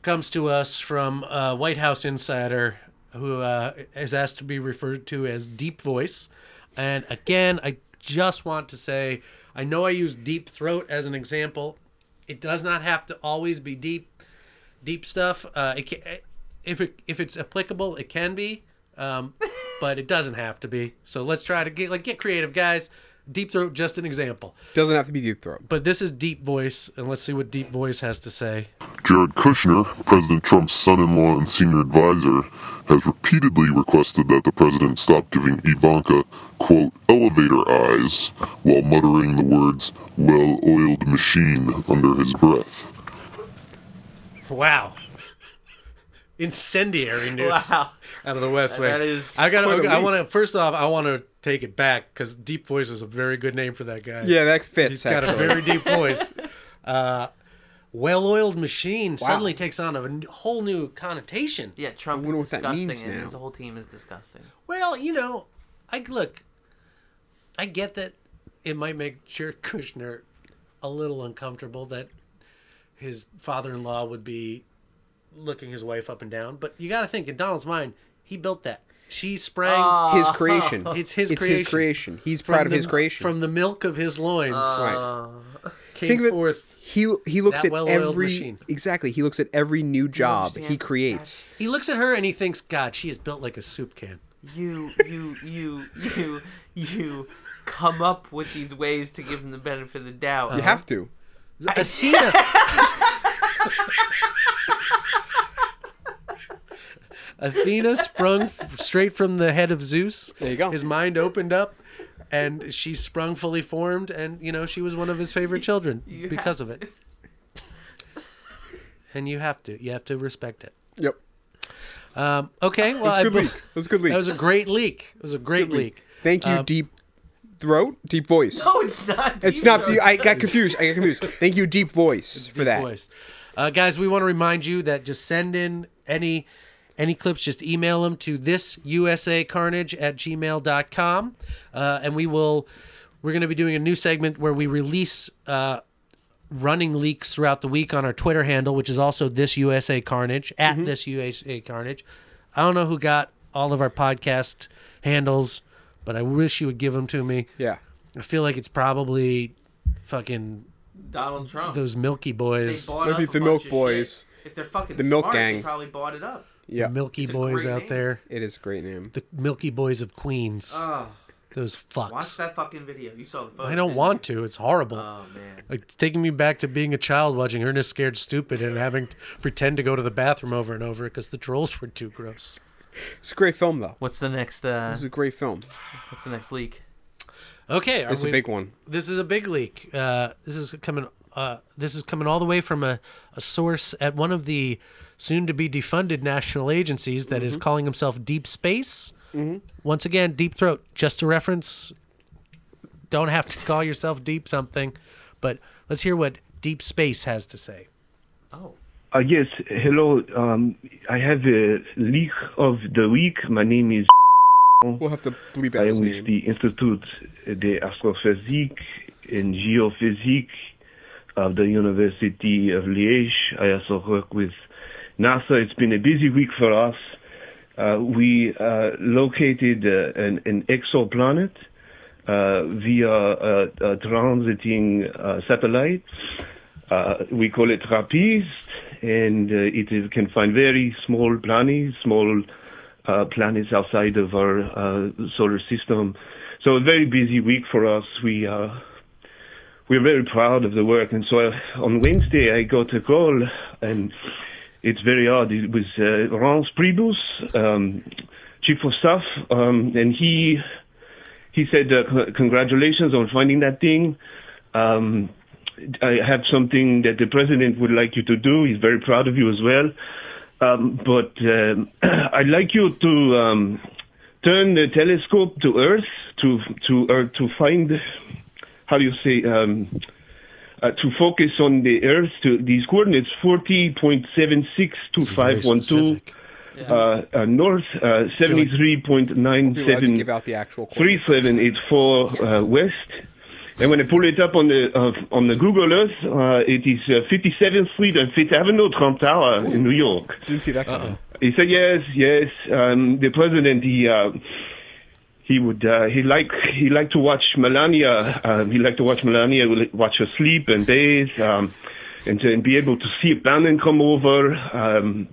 Speaker 3: comes to us from a White House insider who uh, is asked to be referred to as Deep Voice. And again, I just want to say I know I use Deep Throat as an example. It does not have to always be deep, deep stuff. Uh, it can, if it if it's applicable, it can be. Um, but it doesn't have to be. So let's try to get like get creative, guys. Deep throat, just an example.
Speaker 4: Doesn't have to be deep throat.
Speaker 3: But this is Deep Voice, and let's see what Deep Voice has to say.
Speaker 11: Jared Kushner, President Trump's son in law and senior advisor, has repeatedly requested that the president stop giving Ivanka, quote, elevator eyes while muttering the words, well oiled machine, under his breath.
Speaker 3: Wow. Incendiary news
Speaker 2: Wow.
Speaker 3: out of the West Wing.
Speaker 2: That is
Speaker 3: I got.
Speaker 4: quite a
Speaker 3: to I
Speaker 4: leap.
Speaker 3: want to first off. I want to take it back because Deep Voice is a very good name for that guy.
Speaker 4: Yeah, that fits.
Speaker 3: He's got a
Speaker 4: actually.
Speaker 3: very deep voice. Uh, well-oiled machine suddenly takes on a n- whole new connotation.
Speaker 2: Yeah, Trump
Speaker 4: I wonder
Speaker 2: is
Speaker 4: what that
Speaker 2: disgusting,
Speaker 4: means
Speaker 2: and
Speaker 4: now.
Speaker 2: his whole team is disgusting.
Speaker 3: Well, you know, I look. I get that it might make Jared Kushner a little uncomfortable that his father-in-law would be looking his wife up and down, but you got to think in Donald's mind, he built that. She sprang.
Speaker 4: his creation.
Speaker 3: It's his
Speaker 4: it's
Speaker 3: creation.
Speaker 4: his creation. He's
Speaker 3: from
Speaker 4: proud of
Speaker 3: the-
Speaker 4: his creation.
Speaker 3: From the milk of his loins
Speaker 4: right.
Speaker 3: came
Speaker 4: Think of it.
Speaker 3: forth.
Speaker 4: He he looks
Speaker 3: that
Speaker 4: at
Speaker 3: well-oiled
Speaker 4: every
Speaker 3: machine.
Speaker 4: exactly. He looks at every new job he
Speaker 2: understand?
Speaker 4: creates.
Speaker 3: He looks at her and he thinks, God, she is built like a soup can.
Speaker 2: You, you, you, you, you come up with these ways to give him the benefit of the doubt.
Speaker 4: You have to.
Speaker 3: Athena. Athena sprung f- straight from the head of Zeus. There
Speaker 4: you go.
Speaker 3: His mind opened up, and she sprung fully formed, and you know she was one of his favorite children because of it. And you have to, you have to respect it.
Speaker 4: Yep.
Speaker 3: Um, okay, well,
Speaker 4: It's
Speaker 3: I
Speaker 4: good
Speaker 3: be-
Speaker 4: leak. It was a good leak.
Speaker 3: that was a great leak. It was a great leak.
Speaker 4: Thank
Speaker 3: Um,
Speaker 4: you, deep throat, deep voice.
Speaker 2: No, it's not.
Speaker 4: it's
Speaker 2: deep
Speaker 4: not.
Speaker 2: throat.
Speaker 4: Deep, I got confused. I got confused. Thank you, deep voice for
Speaker 3: Deep
Speaker 4: that.
Speaker 3: voice. Uh, guys, we want to remind you that just send in any any clips, just email them to this USA Carnage at gmail.com. Uh, and we will we're gonna be doing a new segment where we release uh, running leaks throughout the week on our Twitter handle, which is also this USA Carnage at
Speaker 4: Mm-hmm.
Speaker 3: this USA Carnage. I don't know who got all of our podcast handles, but I wish you would give them to me.
Speaker 4: Yeah.
Speaker 3: I feel like it's probably fucking
Speaker 2: Donald Trump.
Speaker 3: those Milky
Speaker 2: They
Speaker 3: Boys.
Speaker 2: bought
Speaker 4: Must
Speaker 2: up
Speaker 4: be
Speaker 2: a
Speaker 4: the
Speaker 2: bunch
Speaker 4: Milk
Speaker 2: of shit.
Speaker 4: Boys.
Speaker 2: If they're fucking
Speaker 4: The Milk
Speaker 2: smart,
Speaker 4: Gang.
Speaker 2: They probably bought it up.
Speaker 4: Yeah.
Speaker 3: Milky
Speaker 2: It's a
Speaker 3: Boys
Speaker 2: great
Speaker 3: out
Speaker 2: name.
Speaker 3: there.
Speaker 4: It is a great name.
Speaker 3: The Milky Boys of Queens.
Speaker 2: Oh,
Speaker 3: Those
Speaker 2: watch
Speaker 3: fucks.
Speaker 2: that fucking video. You saw the photo.
Speaker 3: I don't
Speaker 2: didn't
Speaker 3: want to. It's horrible.
Speaker 2: you? Oh man.
Speaker 3: like it's taking me back to being a child watching Ernest Scared Stupid and having to pretend to go to the bathroom over and over because the trolls were too gross.
Speaker 4: It's a great film, though.
Speaker 2: What's the next? Uh,
Speaker 4: It's a great film.
Speaker 2: what's the next leak?
Speaker 3: Okay, are
Speaker 4: It's
Speaker 3: we-
Speaker 4: a big one.
Speaker 3: This is a big leak. Uh, this is coming. Uh, this is coming all the way from a, a source at one of the soon-to-be defunded national agencies that is calling himself Deep Space. Once again, Deep Throat. Just a reference. Don't have to call yourself Deep something, but let's hear what Deep Space has to say.
Speaker 2: Oh,
Speaker 12: Uh, yes, hello. Um, I have a leak of the week. My name is.
Speaker 4: We'll have to bleep
Speaker 12: I
Speaker 4: out
Speaker 12: am
Speaker 4: his
Speaker 12: with
Speaker 4: name.
Speaker 12: the Institute de Astrophysique and Geophysique of the University of Liège. I also work with NASA. It's been a busy week for us. Uh, we uh, located uh, an, an exoplanet uh, via a, a transiting uh, satellite. Uh, we call it Trapeze, and uh, it is, can find very small planets, small uh, planets outside of our uh, solar system. So a very busy week for us. We uh, we're very proud of the work, and so I, on Wednesday I got a call, and it's very odd. It was uh, Rance Pribus, um, chief of staff, um, and he he said, uh, c- "Congratulations on finding that thing." Um, I have something that the president would like you to do. He's very proud of you as well. Um, but um, I'd like you to um, turn the telescope to Earth to to uh, to find how do you say um, uh, to focus on the Earth to these coordinates forty point seven six two five one two
Speaker 3: specific.
Speaker 12: uh, uh, north uh, seventy three point nine
Speaker 4: We'll have to
Speaker 12: seven
Speaker 4: give out the actual.
Speaker 12: three
Speaker 4: coordinates.
Speaker 12: seven eight four uh, west. And when I pull it up on the uh, on the Google Earth, uh, it is uh, 57th Street and Fifth Avenue, Trump Tower in New York.
Speaker 4: Didn't see that coming.
Speaker 12: He said, "Yes, yes." Um, the president, he uh, he would uh, he like he Uh, liked to watch Melania. Um, he liked to watch Melania watch her sleep and bathe. Um, and to and be able to see Bannon come over. Um,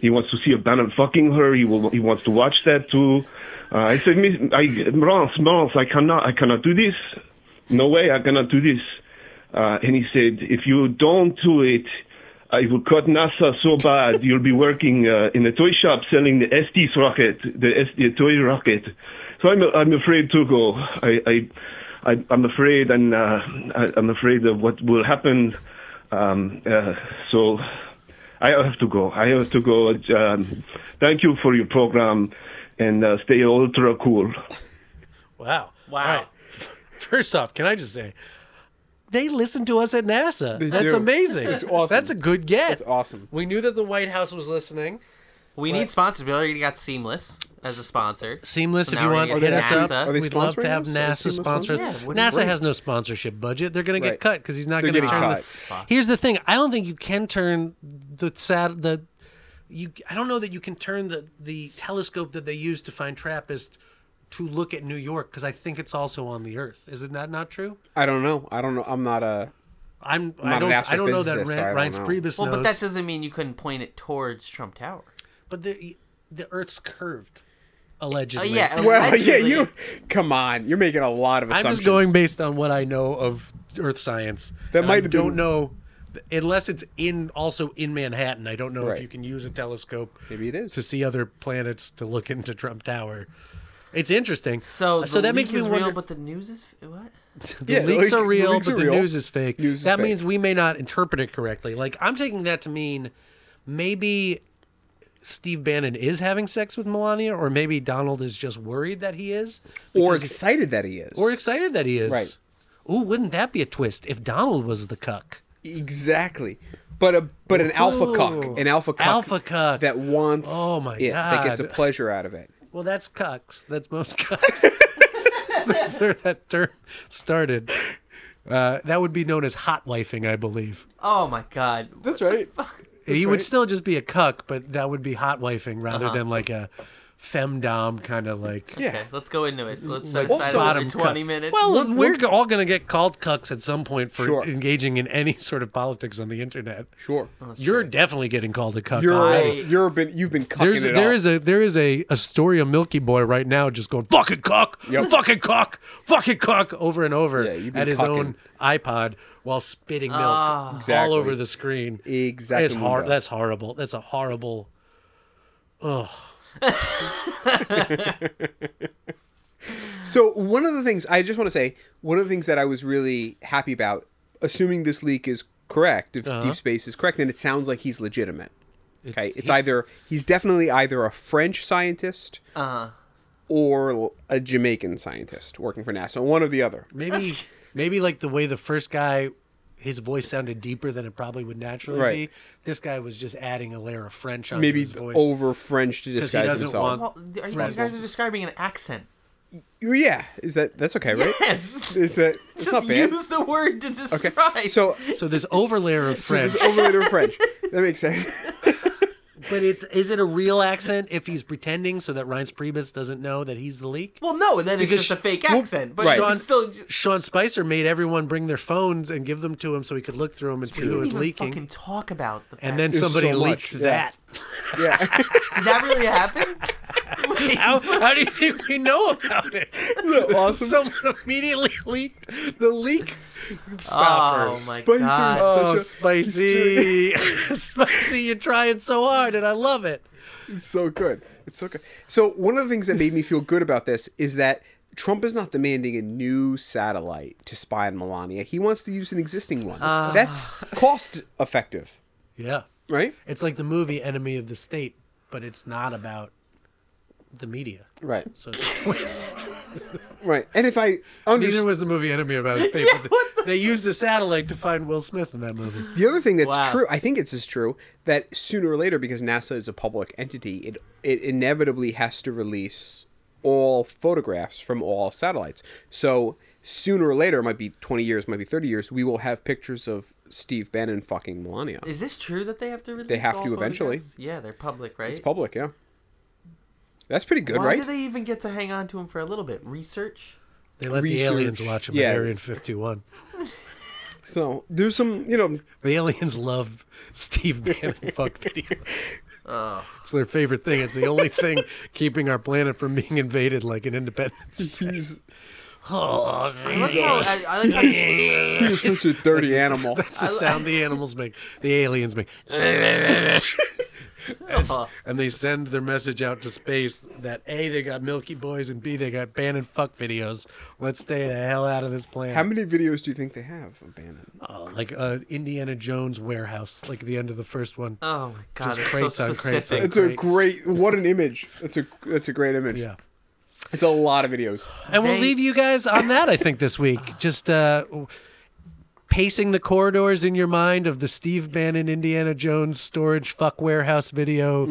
Speaker 12: he wants to see a Bannon fucking her. He will. He wants to watch that too. Uh, I said, Miss, I, Morales, Morales, I cannot, I cannot do this. No way, I cannot do this. Uh, and he said, if you don't do it, I will cut NASA so bad. You'll be working uh, in a toy shop selling the ST's rocket, the, S- the toy rocket. So I'm, I'm afraid to go. I, I, I I'm afraid, and uh, I, I'm afraid of what will happen. Um, uh, so I have to go. I have to go. Um, thank you for your program, and uh, stay ultra cool.
Speaker 3: Wow. Wow. First off, can I just say they listen to us at NASA.
Speaker 9: They
Speaker 3: That's
Speaker 9: do.
Speaker 3: amazing.
Speaker 9: It's awesome.
Speaker 3: That's a good get. That's
Speaker 4: awesome.
Speaker 3: We knew that the White House was listening.
Speaker 2: We
Speaker 3: But-
Speaker 2: need sponsors. We already got Seamless as a sponsor.
Speaker 3: Seamless,
Speaker 2: So
Speaker 3: if
Speaker 2: now
Speaker 3: you
Speaker 2: we're
Speaker 3: want,
Speaker 2: gonna
Speaker 3: hit
Speaker 2: get
Speaker 3: us
Speaker 2: NASA.
Speaker 3: up. We'd love to have
Speaker 2: sponsoring us? Are
Speaker 3: NASA
Speaker 2: they
Speaker 3: sponsor.
Speaker 2: sponsoring us? Yeah, which is
Speaker 3: NASA
Speaker 2: great.
Speaker 3: has no sponsorship budget. They're going to
Speaker 2: Right.
Speaker 3: get cut because he's not
Speaker 2: They're
Speaker 3: going to
Speaker 2: getting
Speaker 3: turn.
Speaker 2: cut.
Speaker 3: The,
Speaker 2: Fuck.
Speaker 3: here's the thing: I don't think you can turn the sad the you. I don't know that you can turn the the telescope that they use to find Trappist to look at New York because I think it's also on the Earth. Is it not not true?
Speaker 4: I don't know. I don't know. I'm not a.
Speaker 3: I'm.
Speaker 4: not
Speaker 3: I don't.
Speaker 4: An
Speaker 3: I don't know that
Speaker 4: astrophysicist, so I
Speaker 3: Ryan,
Speaker 4: don't
Speaker 3: Ryan
Speaker 4: know.
Speaker 3: Priebus
Speaker 2: Well,
Speaker 3: knows.
Speaker 2: but that doesn't mean you couldn't point it towards Trump Tower.
Speaker 3: But the the Earth's curved, allegedly.
Speaker 2: Oh, yeah,
Speaker 4: Well, yeah, you. Come on, you're making a lot of
Speaker 3: I'm
Speaker 4: assumptions.
Speaker 3: just going based on what I know of Earth science.
Speaker 4: That
Speaker 3: And I
Speaker 4: might have
Speaker 3: don't
Speaker 4: been-
Speaker 3: know unless it's in also in Manhattan. I don't know
Speaker 4: Right.
Speaker 3: if you can use a telescope. Maybe it is to see other planets to look into Trump Tower. It's interesting.
Speaker 2: So,
Speaker 3: Uh, so that makes me
Speaker 2: is
Speaker 3: wonder.
Speaker 2: real, but the news is what?
Speaker 3: the
Speaker 2: Yeah, the
Speaker 3: leaks
Speaker 2: leak-
Speaker 3: are
Speaker 2: the
Speaker 3: real,
Speaker 2: leaks
Speaker 3: but
Speaker 2: are
Speaker 3: the
Speaker 2: real.
Speaker 3: news is fake.
Speaker 2: News is
Speaker 3: that
Speaker 2: fake.
Speaker 3: means we may not interpret it correctly. Like I'm taking that to mean maybe Steve Bannon is having sex with Melania, or maybe Donald is just worried that he is,
Speaker 4: Or
Speaker 3: because-
Speaker 4: excited that he is.
Speaker 3: or excited that he is.
Speaker 4: Right.
Speaker 3: Ooh, wouldn't that be a twist if Donald was the cuck?
Speaker 4: Exactly. But a but an alpha
Speaker 3: Ooh.
Speaker 4: cuck, an alpha cuck,
Speaker 3: Alpha
Speaker 4: that wants.
Speaker 3: Oh my
Speaker 4: it, that gets a
Speaker 3: God.
Speaker 4: pleasure out of it.
Speaker 3: Well, that's cucks. That's most cucks. That's where that term started. Uh, that would be known as hot wifing, I believe.
Speaker 2: Oh my god,
Speaker 4: that's right.
Speaker 3: he would still just be a cuck, but that would be hot wifing rather
Speaker 2: Uh-huh.
Speaker 3: than like a femdom kind of like.
Speaker 2: Okay, let's go into it. Let's set
Speaker 3: Like
Speaker 2: aside
Speaker 3: bottom
Speaker 2: another twenty
Speaker 3: cuck.
Speaker 2: minutes.
Speaker 3: Well, we're all going to get called cucks at some point for
Speaker 2: Sure.
Speaker 3: engaging in any sort of politics on the internet.
Speaker 4: Sure,
Speaker 2: Oh,
Speaker 3: you're definitely getting called a cuck.
Speaker 4: You're
Speaker 3: already.
Speaker 4: you're been you've been cucking
Speaker 3: There's
Speaker 4: it
Speaker 3: there
Speaker 4: up.
Speaker 3: is a there is a Astoria Milky Boy right now just going fucking cock,
Speaker 4: Yep.
Speaker 3: fucking cock, fucking cock over and over
Speaker 4: been
Speaker 3: at his
Speaker 4: cucking.
Speaker 3: own iPod while spitting milk
Speaker 4: Ah.
Speaker 3: all
Speaker 4: Exactly.
Speaker 3: over the screen.
Speaker 4: Exactly.
Speaker 3: It's hard. That's horrible. That's a horrible. Ugh.
Speaker 4: So one of the things I just want to say, one of the things that I was really happy about, assuming this leak is correct, if
Speaker 3: Uh-huh.
Speaker 4: Deep Space is correct, then it sounds like he's legitimate. Okay, it's,
Speaker 3: he's-
Speaker 4: either he's definitely either a French scientist
Speaker 2: Uh-huh.
Speaker 4: or l- a Jamaican scientist working for NASA, one or the other.
Speaker 3: Maybe maybe like the way the first guy his voice sounded deeper than it probably would naturally be.
Speaker 4: Right.
Speaker 3: This guy was just adding a layer of French on
Speaker 4: Maybe
Speaker 3: his voice.
Speaker 4: over French to
Speaker 3: 'Cause he
Speaker 4: disguise
Speaker 3: doesn't
Speaker 4: himself. Oh,
Speaker 2: Well,
Speaker 3: want-
Speaker 2: are you, you guys are describing an accent.
Speaker 4: yeah, is that that's okay, right?
Speaker 2: Yes.
Speaker 4: Is that it's
Speaker 2: Just
Speaker 4: not bad?
Speaker 2: use the word to describe.
Speaker 4: So
Speaker 3: so this overlayer of
Speaker 4: So
Speaker 3: French.
Speaker 4: there's overlayer of French. That makes sense.
Speaker 3: But it's is it a real accent if he's pretending so that Ryan's Priebus doesn't know that he's the leak?
Speaker 2: Well, no, then it's
Speaker 3: Because
Speaker 2: just a
Speaker 3: sh-
Speaker 2: fake
Speaker 3: well,
Speaker 2: accent. But you
Speaker 3: Sean,
Speaker 2: can still
Speaker 3: Sean Spicer made everyone bring their phones and give them to him so he could look through them and see
Speaker 2: We
Speaker 3: who
Speaker 2: didn't
Speaker 3: was
Speaker 2: even
Speaker 3: leaking.
Speaker 2: fucking talk about the fact
Speaker 3: and then
Speaker 2: that-
Speaker 3: somebody leaked that.
Speaker 4: Yeah.
Speaker 2: Did that really happen?
Speaker 3: how, how do you think we know about it?
Speaker 4: awesome.
Speaker 3: Someone immediately leaked the leak
Speaker 2: Oh
Speaker 3: stopper.
Speaker 2: my Spicer is God. such
Speaker 3: Oh,
Speaker 2: a-
Speaker 3: spicy. spicy, you're trying so hard, and I love it.
Speaker 4: It's so good. It's so good. So one of the things that made me feel good about this is that Trump is not demanding a new satellite to spy on Melania. He wants to use an existing one.
Speaker 3: Ah.
Speaker 4: That's cost effective.
Speaker 3: Yeah.
Speaker 4: Right?
Speaker 3: It's like the movie Enemy of the State, but it's not about the media.
Speaker 4: Right.
Speaker 3: So it's a twist.
Speaker 4: Right. And if I
Speaker 3: Neither was the movie Enemy about the State, but they used a satellite to find Will Smith in that movie.
Speaker 4: The other thing that's
Speaker 3: Wow.
Speaker 4: true, I think it's as true, that sooner or later, because NASA is a public entity, it it inevitably has to release all photographs from all satellites. So sooner or later, it might be twenty years, might be thirty years, we will have pictures of Steve Bannon fucking Melania.
Speaker 2: Is this true that they have to release?
Speaker 4: They have
Speaker 2: all
Speaker 4: to eventually.
Speaker 2: photographs? Yeah, they're public, right?
Speaker 4: It's public, yeah. That's pretty good,
Speaker 2: Why
Speaker 4: right?
Speaker 2: do they even get to hang on to him for a little bit? Research.
Speaker 3: They let the aliens watch him
Speaker 4: Yeah.
Speaker 3: at Area 51.
Speaker 4: So there's some, you know,
Speaker 12: the aliens love Steve Bannon fuck videos.
Speaker 2: Oh.
Speaker 12: It's their favorite thing. It's the only thing keeping our planet from being invaded, like an Independence. Day. Oh,
Speaker 2: I like how- I- I like how this-
Speaker 4: He's such a dirty animal.
Speaker 12: That's
Speaker 2: I
Speaker 12: the
Speaker 2: li-
Speaker 12: sound the animals make. The aliens make. and, and they send their message out to space that A, they got Milky Boys, and B, they got Bannon fuck videos. Let's stay the hell out of this planet.
Speaker 4: how many videos do you think they have of Bannon?
Speaker 12: Oh, like uh, Indiana Jones warehouse, like the end of the first one.
Speaker 2: Oh my God,
Speaker 12: Just
Speaker 2: it's so
Speaker 12: crates on crates on
Speaker 2: specific.
Speaker 4: It's a
Speaker 12: crates.
Speaker 4: great. What an image. That's a that's a great image.
Speaker 12: Yeah.
Speaker 4: It's a lot of videos.
Speaker 12: And we'll leave you guys on that, I think, this week. Just uh, pacing the corridors in your mind of the Steve Bannon Indiana Jones storage fuck warehouse video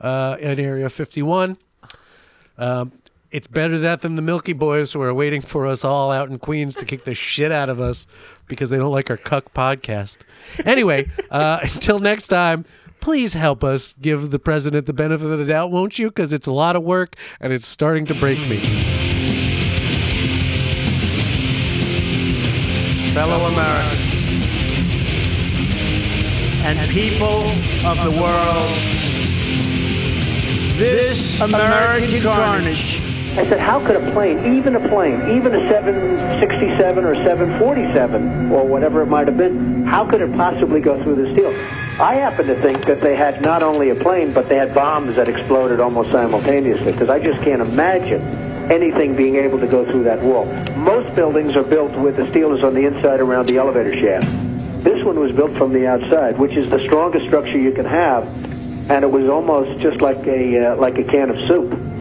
Speaker 12: uh, in Area 51. Um, it's better that than the Milky Boys who are waiting for us all out in Queens to kick the shit out of us because they don't like our cuck podcast. Anyway, uh, until next time, please help us give the president the benefit of the doubt, won't you? Because it's a lot of work and it's starting to break me.
Speaker 13: fellow Americans, and people of the world. This American carnage
Speaker 14: I said, how could a plane, even a plane, even a 767 or 747 or whatever it might have been, how could it possibly go through this deal? I happen to think that they had not only a plane, but they had bombs that exploded almost simultaneously because I just can't imagine anything being able to go through that wall. Most buildings are built with the steel is on the inside around the elevator shaft. This one was built from the outside, which is the strongest structure you can have, and it was almost just like a uh, like a can of soup.